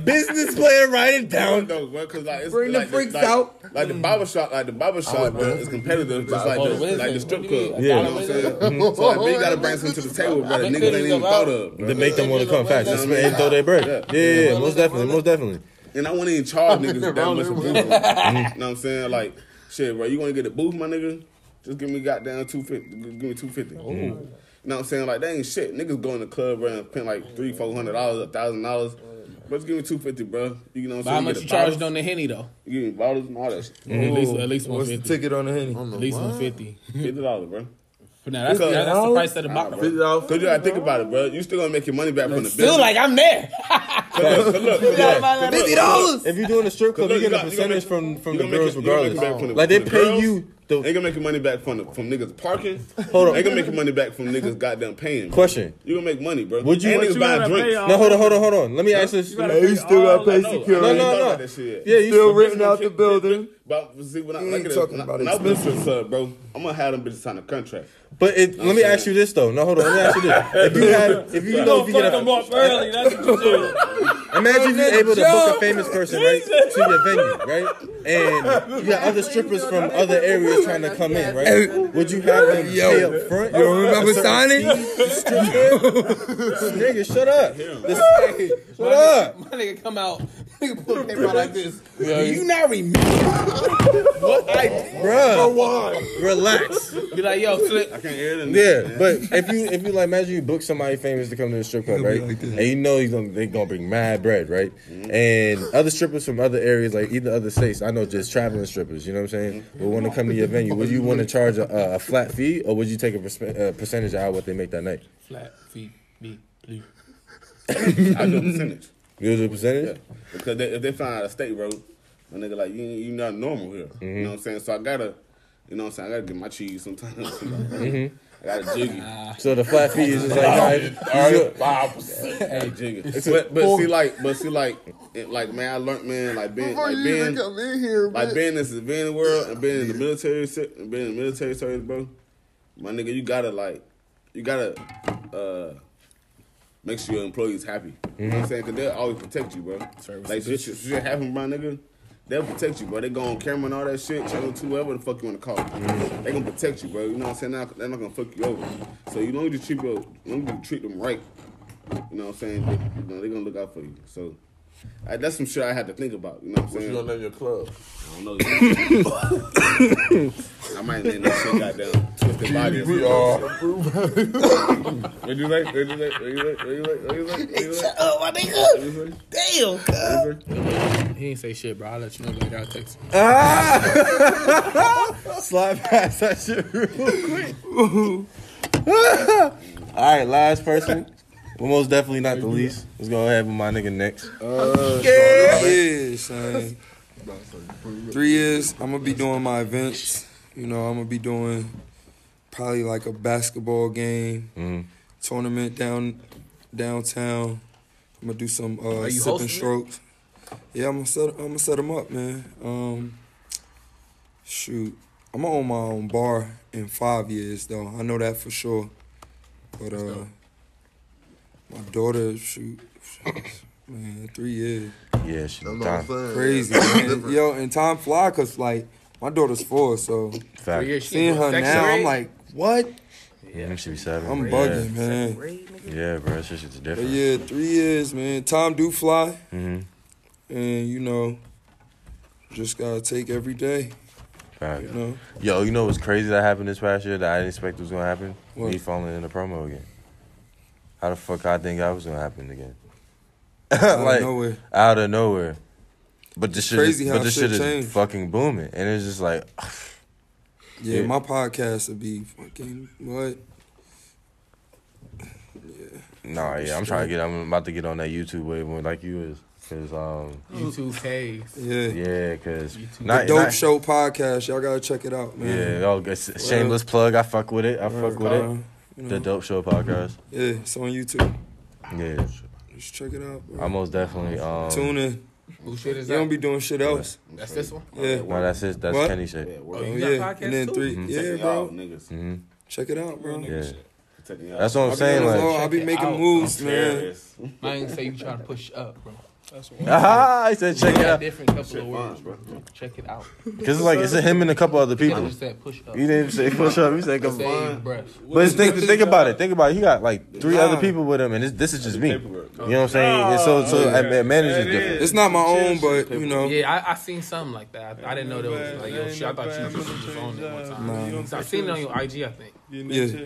S15: Business plan. Write it down.
S4: No, bro, 'cause, like, it's,
S15: Bring the
S4: like,
S15: freaks
S4: like,
S15: out.
S4: Like the barber shop, like the barber shop, bro, is competitive, just like the, like the strip club.
S15: Yeah.
S4: You know what I'm saying? So like, they gotta bring something to the table, bro. That niggas ain't even thought of. bro.
S15: To make them want to come fast and spend- and throw their bread. Yeah, yeah, yeah, most definitely, most definitely.
S4: And I wouldn't even charge niggas that much a booth. You know what I'm saying? Like, shit, bro, you wanna get a booth, my nigga? Just give me goddamn two fifty. Give me two fifty. You know what I'm saying? Like, that ain't shit. Niggas go in the club, bro, and spend like three, four hundred dollars, a thousand dollars. But just give me two fifty, bro. You know
S3: But
S4: what I'm saying?
S3: how
S4: You
S3: much you
S4: get the
S3: charged
S4: bottles.
S3: on the henny though?
S4: You get bottles and all that shit.
S3: At least, at least one
S4: Mm-hmm. What's the
S3: fifty.
S4: ticket
S18: on the henny?
S3: At least one fifty.
S4: Fifty dollars, bro.
S3: Now that's,
S4: Because-
S3: that's the price of the bottle.
S4: Fifty dollars. Cause you gotta think about it, bro. You still gonna make your money back from the business.
S3: Feel like I'm there.
S4: Cause look, cause look, cause look,
S15: If you're doing a strip club, you get a percentage from from the girls regardless.
S4: back from the-
S15: Like they
S4: from the
S15: pay
S4: girls,
S15: you.
S4: They can make your money back from the, from niggas parking.
S2: Hold on.
S4: They can make your money back from niggas goddamn paying. bro.
S2: Question.
S4: You gonna make money, bro.
S2: Would you?
S4: and niggas buying drinks?
S2: No,
S15: uh,
S2: hold on, hold on, hold on. Let me ask this.
S4: gotta pay all that- no, I
S2: No,
S4: ain't talking
S2: no,
S4: about
S2: no.
S4: that shit.
S2: Yeah, you
S4: Still
S2: renting out the
S4: building. But see, when I,
S2: You
S4: like
S2: ain't
S4: it,
S2: talking
S4: when I,
S2: about
S4: when I was
S2: expensive.
S4: business, sub, bro, I'm gonna have them bitches sign a contract.
S2: But it, let me ask you this though. No, hold on. Let me ask you this. If you had, if you know, if you get a,
S4: up early. That's what you do.
S2: imagine you're able to book a famous person right to your venue, right? And you got other strippers from other areas trying to come in, right? Would you have them pay up front?
S18: You remember signing?
S2: Nigga, shut up. This,
S12: What up? My nigga come out, nigga put a paper out like this. Do you not remember what I did?
S2: Bruh.
S12: Or why?
S2: Relax.
S12: Be like, yo, Flip. I
S4: can't hear
S2: Yeah, but if you if you like imagine you book somebody famous to come to the strip club, right? and you know he's gonna they gonna bring mad bread, right? And other strippers from other areas, like either other states, I know just traveling strippers, you know what I'm saying? Would want to come to your venue. Would you want to charge a, a- a flat fee, or would you take a perspe- uh, percentage out of what they make that night?
S12: Flat feet, be blue.
S4: I do a percentage.
S2: You do a percentage?
S4: Because they, if they find out a state road, my nigga like you ain't- you not normal here.
S2: Mm-hmm.
S4: You know what I'm saying? So I gotta, you know what I'm saying? I gotta get my cheese sometimes.
S2: Mhm.
S4: I gotta jiggy.
S2: So the flat fee is just like, all right, you-
S4: five percent. Hey, jiggy.
S2: It's a-
S4: But, but see, like, but see, like, it, like, man, I learned, man, like being,
S5: Before
S4: like
S5: you even
S4: being,
S5: come in here,
S4: like
S5: bitch.
S4: being in the civilian world and being in the military, se- and being in the military service, bro. My nigga, you gotta like, you gotta uh, make sure your employees happy. You know what I'm saying? Cause they'll always protect you, bro. like shit, shit, shit happen, my nigga. They'll protect you, bro. They go on camera and all that shit, channel two, whatever the fuck you wanna call it. They gonna protect you, bro. You know what I'm saying? They're not, they're not gonna fuck you over. So you know you treat your, you know you treat them right. You know what I'm saying? They, you know, they're gonna look out for you. So I, that's some shit I had to think about. You know what I'm
S11: What
S4: saying?
S11: you gonna name your club?
S4: I don't know. I might name that shit goddamn twisted body.
S11: We are.
S4: What you like? What you like? What you like? What you like? What you like? What you like? Oh my nigga! Damn,
S12: He ain't say shit, bro. I'll let you know later. I'll text him.
S2: Slide past that shit real quick. All right, last person. Well, most definitely not the least. Let's go ahead with my nigga next. Uh,
S18: Uh, yeah, son. Three years, I'm gonna be doing my events. You know, I'm gonna be doing probably like a basketball game tournament down downtown. I'm gonna do some uh,
S12: Are you
S18: sipping
S12: hosting it?
S18: strokes. Yeah, I'm gonna set I'm gonna set them up, man. Um, shoot, I'm gonna own my own bar in five years though. I know that for sure. But uh, my daughter, shoot, man, three years.
S2: Yeah,
S5: That's
S2: she
S5: what I'm time. saying.
S18: crazy.
S5: It's
S18: man.
S5: different.
S18: Yo, and time fly cause like my daughter's four, so
S2: Fact.
S12: years, she
S18: seeing
S12: in
S18: her
S12: second
S18: now, I'm
S12: grade?
S18: like, what?
S2: Yeah, she be seven.
S18: I'm
S2: yeah.
S18: bugging, man.
S2: Yeah, bro, that shit's
S18: But
S2: different.
S18: yeah, three years, man. Time do fly,
S2: Mm-hmm.
S18: and you know, just gotta take every day. You know,
S2: Yo, you know what's crazy that happened this past year that I didn't expect was gonna happen?
S18: What?
S2: Me falling in the promo again. How the fuck I think I was gonna happen again? like
S18: nowhere.
S2: out of nowhere. But this shit,
S18: Crazy
S2: is,
S18: how
S2: but this
S18: shit
S2: shit,
S18: changed.
S2: is fucking booming, and it's just like,
S18: yeah,
S2: Yeah.
S18: my podcast would be fucking what?
S2: nah, yeah, I'm trying to get, I'm about to get on that YouTube wave when like you is, cause um,
S12: YouTube pays.
S18: Yeah.
S2: yeah, cause
S18: the Dope Show podcast. Y'all gotta check it out, man.
S2: Yeah, oh, it's a
S18: Word.
S2: shameless plug. I fuck with it. I fuck with
S18: Uh,
S2: it.
S18: you know.
S2: The dope show podcast.
S18: Yeah, it's on YouTube.
S2: Yeah,
S18: Just check it out. Bro.
S2: I most definitely um.
S18: Tune in.
S12: Who shit is
S18: You don't
S12: that?
S18: be doing shit else.
S12: That's this one? Oh,
S18: Yeah.
S2: No, that's it. That's
S18: What?
S2: Kenny shit.
S18: Oh,
S12: you got
S18: yeah.
S12: podcasts
S18: And then
S12: too?
S18: 3
S2: Mhm.
S18: Yeah,
S4: Taking
S18: bro.
S4: y'all niggas.
S2: hmm
S18: Check it out, bro.
S2: Yeah,
S4: Taking y'all.
S2: that's what I'm
S18: I'll be
S2: saying.
S18: on the
S2: Like,
S18: floor, I'll be
S12: Check it
S18: making
S12: out.
S18: moves,
S4: I'm
S18: man.
S4: serious.
S12: I ain't say you trying to push up, bro. That's what
S2: Aha, I said check
S12: We
S2: it
S12: got
S2: out.
S12: different couple of words, bro. Check it out.
S2: Cause it's like it's him and a couple other
S12: I
S2: people.
S12: just said push up.
S2: He didn't even say push up. He said couple.
S12: Save breath.
S2: But it's- think, think about it. Think about it. He got like three other people with him, and it's, this is just me. You know what I'm saying? It's so so it it manages different.
S18: It's not my own, but you know.
S12: Yeah, I, I seen something like that. I, I didn't know there was like yo shit. I thought you was just on it one time.
S18: Nah.
S12: So I seen it on your IG, I think.
S18: Yeah.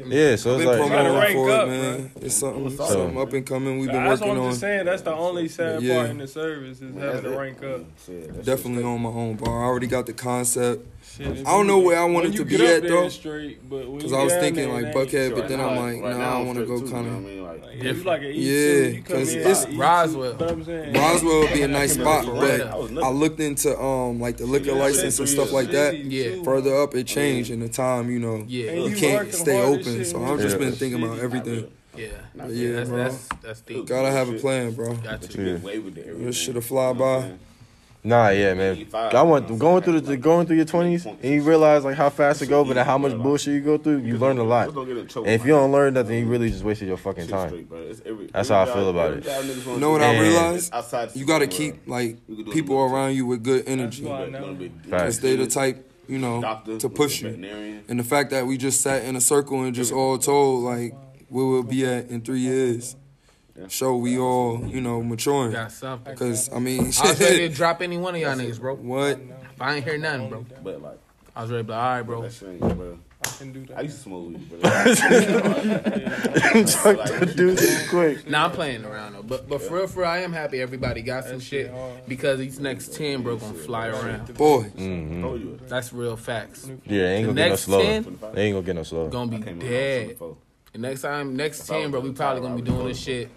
S2: Yeah, so
S18: I've
S2: it's
S18: been
S2: like
S18: promoting
S19: Rank
S18: for it,
S19: up,
S18: man. It's something,
S2: So-
S18: something up and coming we've been
S19: That's what
S18: working
S19: I'm just
S18: on.
S19: saying. That's the only sad
S18: Yeah.
S19: part in the service is having to rank up.
S18: Definitely on my own bar. I already got the concept.
S9: Shit, if
S18: I don't
S9: you-
S18: know where I
S9: when
S18: wanted
S9: you
S18: to be
S9: get up
S18: at
S9: there,
S18: though,
S9: it's straight, but when
S18: because
S9: you
S18: I was
S9: down
S18: thinking
S9: there,
S18: like
S9: it ain't.
S18: Buckhead, but
S9: Right
S18: then
S9: now-
S18: I'm like,
S9: right now
S18: nah, I
S9: it's
S18: want to
S9: straight
S18: go
S9: too,
S18: kind
S9: you know
S18: of
S9: what I mean? Like, if
S18: yeah,
S9: you like an E2, you come
S18: because
S9: in
S18: it's
S9: like E2,
S12: Roswell.
S9: you know what I'm saying?
S18: Roswell would be a
S9: Like,
S18: nice
S9: I
S18: spot,
S9: remember
S18: but
S9: that. I was looking.
S18: I looked into um like the liquor
S9: Yeah,
S18: license and
S9: yeah,
S18: stuff like
S9: yeah.
S18: that. Further up, it changed, and the time you know
S9: Yeah.
S18: you
S9: And you
S18: can't
S9: working
S18: stay
S9: hard as
S18: open.
S9: shit,
S18: So
S9: man.
S18: I've just
S9: Yeah.
S18: been thinking about
S9: Shit,
S18: everything.
S9: Yeah. Yeah,
S18: But yeah,
S9: that's-
S18: bro.
S9: that's- that's deep.
S18: Gotta have a plan, bro.
S9: Got
S2: to. Yeah.
S18: This shit'll fly by.
S2: Nah, yeah, man. I went going through the going through your twenties, and you realize like how fast it go, but then how much bullshit you go through. You learn a lot. And if you don't learn nothing, you really just wasted your fucking time. That's how I feel about it.
S18: You know what I
S2: And-
S18: realized? You gotta keep like people around you with good energy.
S2: Facts.
S18: Cause they the type, you know, to push you. And the fact that we just sat in a circle and just all told like where we'll be at in three years. Show we all, you know, maturing.
S12: Got something.
S18: Cause I mean,
S12: I was ready to
S18: shit.
S12: drop any one of y'all niggas, bro.
S18: What?
S12: If I ain't hear nothing, bro.
S4: But like,
S12: I was ready to be like, all right, bro.
S4: I
S9: can do that.
S4: I used to smoke weed, bro.
S12: Chuck
S2: the dude is quick.
S12: Nah, I'm playing around though, but but for real, for real, I am happy everybody got some shit because these next ten bro gonna fly around.
S18: Boy,
S4: Oh,
S2: Mhm.
S12: that's real facts.
S2: Yeah, they ain't
S12: The
S2: gonna get no
S12: next
S2: slower.
S12: 10
S2: They ain't gonna get no slower.
S12: gonna be dead. The next time, next ten, bro, we probably gonna be doing this shit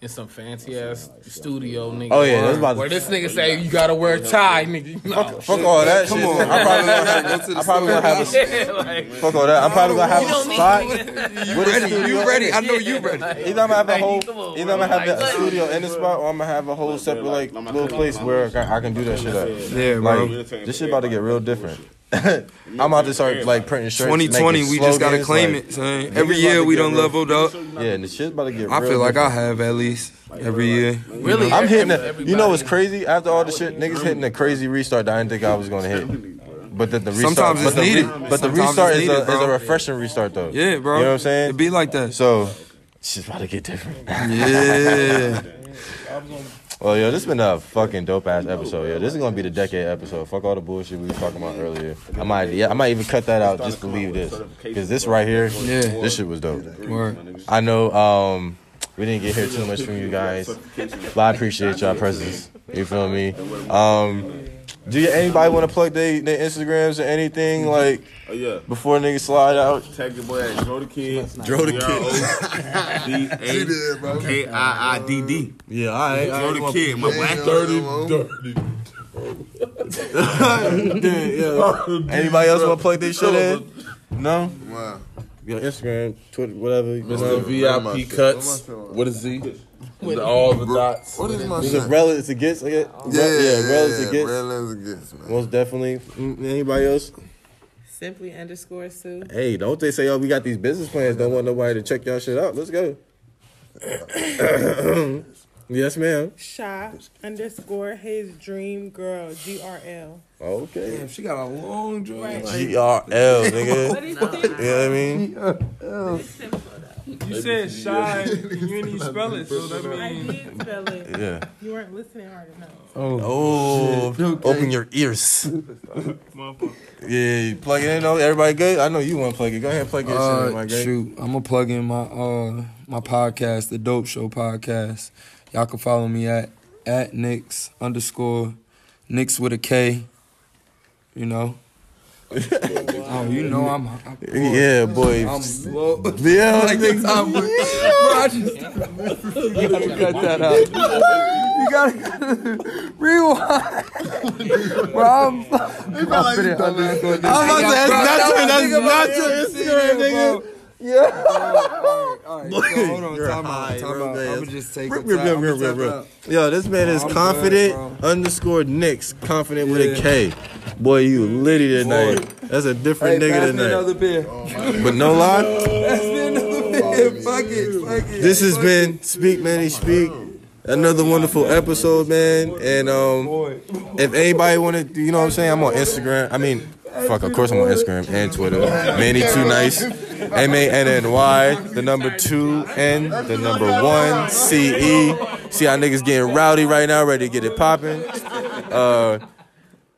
S12: in some fancy ass studio, nigga.
S2: Oh, yeah, that's about to-
S12: where this nigga say you gotta wear a tie, nigga. No.
S2: Fuck all that shit. man. I probably gonna have, I probably gonna have
S12: Yeah,
S2: a
S12: like-
S2: fuck all that. I'm probably gonna have
S12: You
S2: a
S12: don't need
S2: spot.
S12: to-
S2: with a
S12: ready, you
S2: studio.
S12: ready. I know you ready.
S2: Either I'm gonna have a
S12: Like,
S2: whole,
S12: come on,
S2: either I'm gonna
S12: bro.
S2: have the
S12: Like,
S2: studio in the spot, or I'm gonna have a whole separate like little place where I can, I can do that shit at.
S18: Yeah, bro.
S2: Like, this shit about to get real different. I'm about to start like printing shirts.
S18: 2020,
S2: making
S18: we just gotta
S2: slogans,
S18: claim
S2: like-
S18: it, son.
S2: niggas
S18: Every
S2: about
S18: year
S2: to
S18: we
S2: get
S18: done
S2: real-
S18: leveled up.
S2: Yeah, and the shit's about to get.
S18: I
S2: real
S18: feel like I
S2: different.
S18: have at least every year.
S12: Really?
S2: I'm hitting the. You know what's crazy? After all the shit, niggas hitting the crazy restart that I didn't think I was gonna hit. But that the restart,
S18: Sometimes
S2: but
S18: it's
S2: the
S18: needed.
S2: but the
S18: Sometimes it's
S2: restart is,
S18: needed,
S2: a, is a
S18: bro.
S2: refreshing restart though.
S18: Yeah, bro.
S2: You know what I'm saying?
S18: It be like that.
S2: So, shit's about to get different.
S18: Yeah.
S2: Well, yo, Oh, this been a fucking dope ass episode. Yeah, this is gonna be the decade episode. Fuck all the bullshit we was talking about earlier. I might, yeah, I might even cut that out just to leave this, cause this right here,
S18: Yeah.
S2: this shit was dope.
S18: Word.
S2: I know, um, we didn't get here too much from you guys, but I appreciate y'all presence. You feel me? Um, do you, anybody want to plug their their Instagrams or anything like?
S4: Oh, yeah.
S2: Before niggas slide out.
S4: Tag your boy at Dro the Kids.
S2: Dro the
S4: Kids. K I I D D.
S2: Yeah, all right, all right.
S4: Dro the Kid, my black
S11: Dirty, dirty.
S2: Oh, Anybody else want to plug their shit in? No. Your Instagram, Twitter, whatever. you know.
S11: Mr. VIP cuts with a Z. The, all the dots.
S5: What is my
S2: It's
S5: shit?
S2: a rel- it's against. Yeah,
S5: Yeah, yeah,
S2: yeah, rel- it's
S5: yeah,
S2: against.
S5: rel is against, man.
S2: Most definitely. Mm, Anybody else?
S8: Simply underscore Sue.
S2: Hey, don't they say, oh, we got these business plans. Don't want nobody to check y'all shit out. Let's go. yes, ma'am.
S13: Sha underscore his dream girl G R L.
S2: Okay.
S18: Damn, she got a long joint.
S2: G R L, nigga.
S13: What
S2: you
S13: is
S2: know what I mean?
S9: You said shy, and you didn't even spell it, so that means.
S13: Spell it.
S2: Yeah.
S13: You weren't listening hard enough.
S2: Oh, open your ears. yeah, you plug it in. Oh, everybody good? I know you want to plug it. Go ahead and plug your shit in, my
S18: Uh,
S2: guy.
S18: shoot, I'm gonna plug in my uh my podcast, the Dope Show podcast. Y'all can follow me at at Nix underscore Nix with a K. You know. oh, you know I'm. I'm
S2: Yeah, boy.
S18: I'm slow.
S2: Yeah,
S18: like the time. Bro, I just, you gotta cut that out. You gotta rewind. Bro, I'm. I'm about to ask.
S2: That's not your Instagram, nigga. Yeah.
S18: So hold on,
S2: You're
S18: time
S2: high,
S18: out, time
S2: bro,
S18: out.
S2: man.
S18: I'ma just take
S2: Rip,
S18: a
S2: rip,
S18: time-
S2: rip,
S18: I'ma
S2: rip,
S18: tap
S2: rip.
S18: out.
S2: Yo, this man is
S18: I'm good,
S2: confident
S18: bro.
S2: underscore Nix, confident with a
S18: Yeah.
S2: K. Boy, you litty tonight. That's a different
S18: Hey,
S2: nigga
S18: pass me
S2: tonight.
S18: another beer.
S2: But no lie,
S18: Pass me another beer. Fuck it, fuck it.
S2: this has been Speak Manny Speak. Another wonderful episode, man. And um, if anybody want to, you know what I'm saying? I'm on Instagram. I mean, fuck, of course I'm on Instagram and Twitter. Manny Too Nice. M A N N Y, the number two N, the number one C E. See how niggas getting rowdy right now, ready to get it popping. Uh,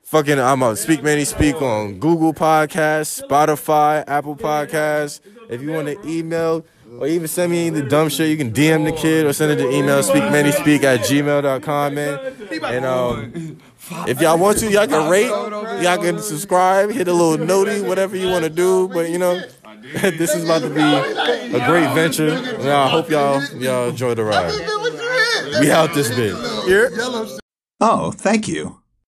S2: fucking, I'm on Speak Manny Speak on Google Podcasts, Spotify, Apple Podcasts. If you want to email or even send me the dumb shit, you can DM the kid or send it to email speakmannyspeak at gmail.com, man. And um, If y'all want to, y'all can rate, y'all can subscribe, hit a little notey, whatever you want to do. But you know, this is about to be a great venture. And I hope y'all y'all enjoy the ride. We out this bitch.
S20: Oh, thank you.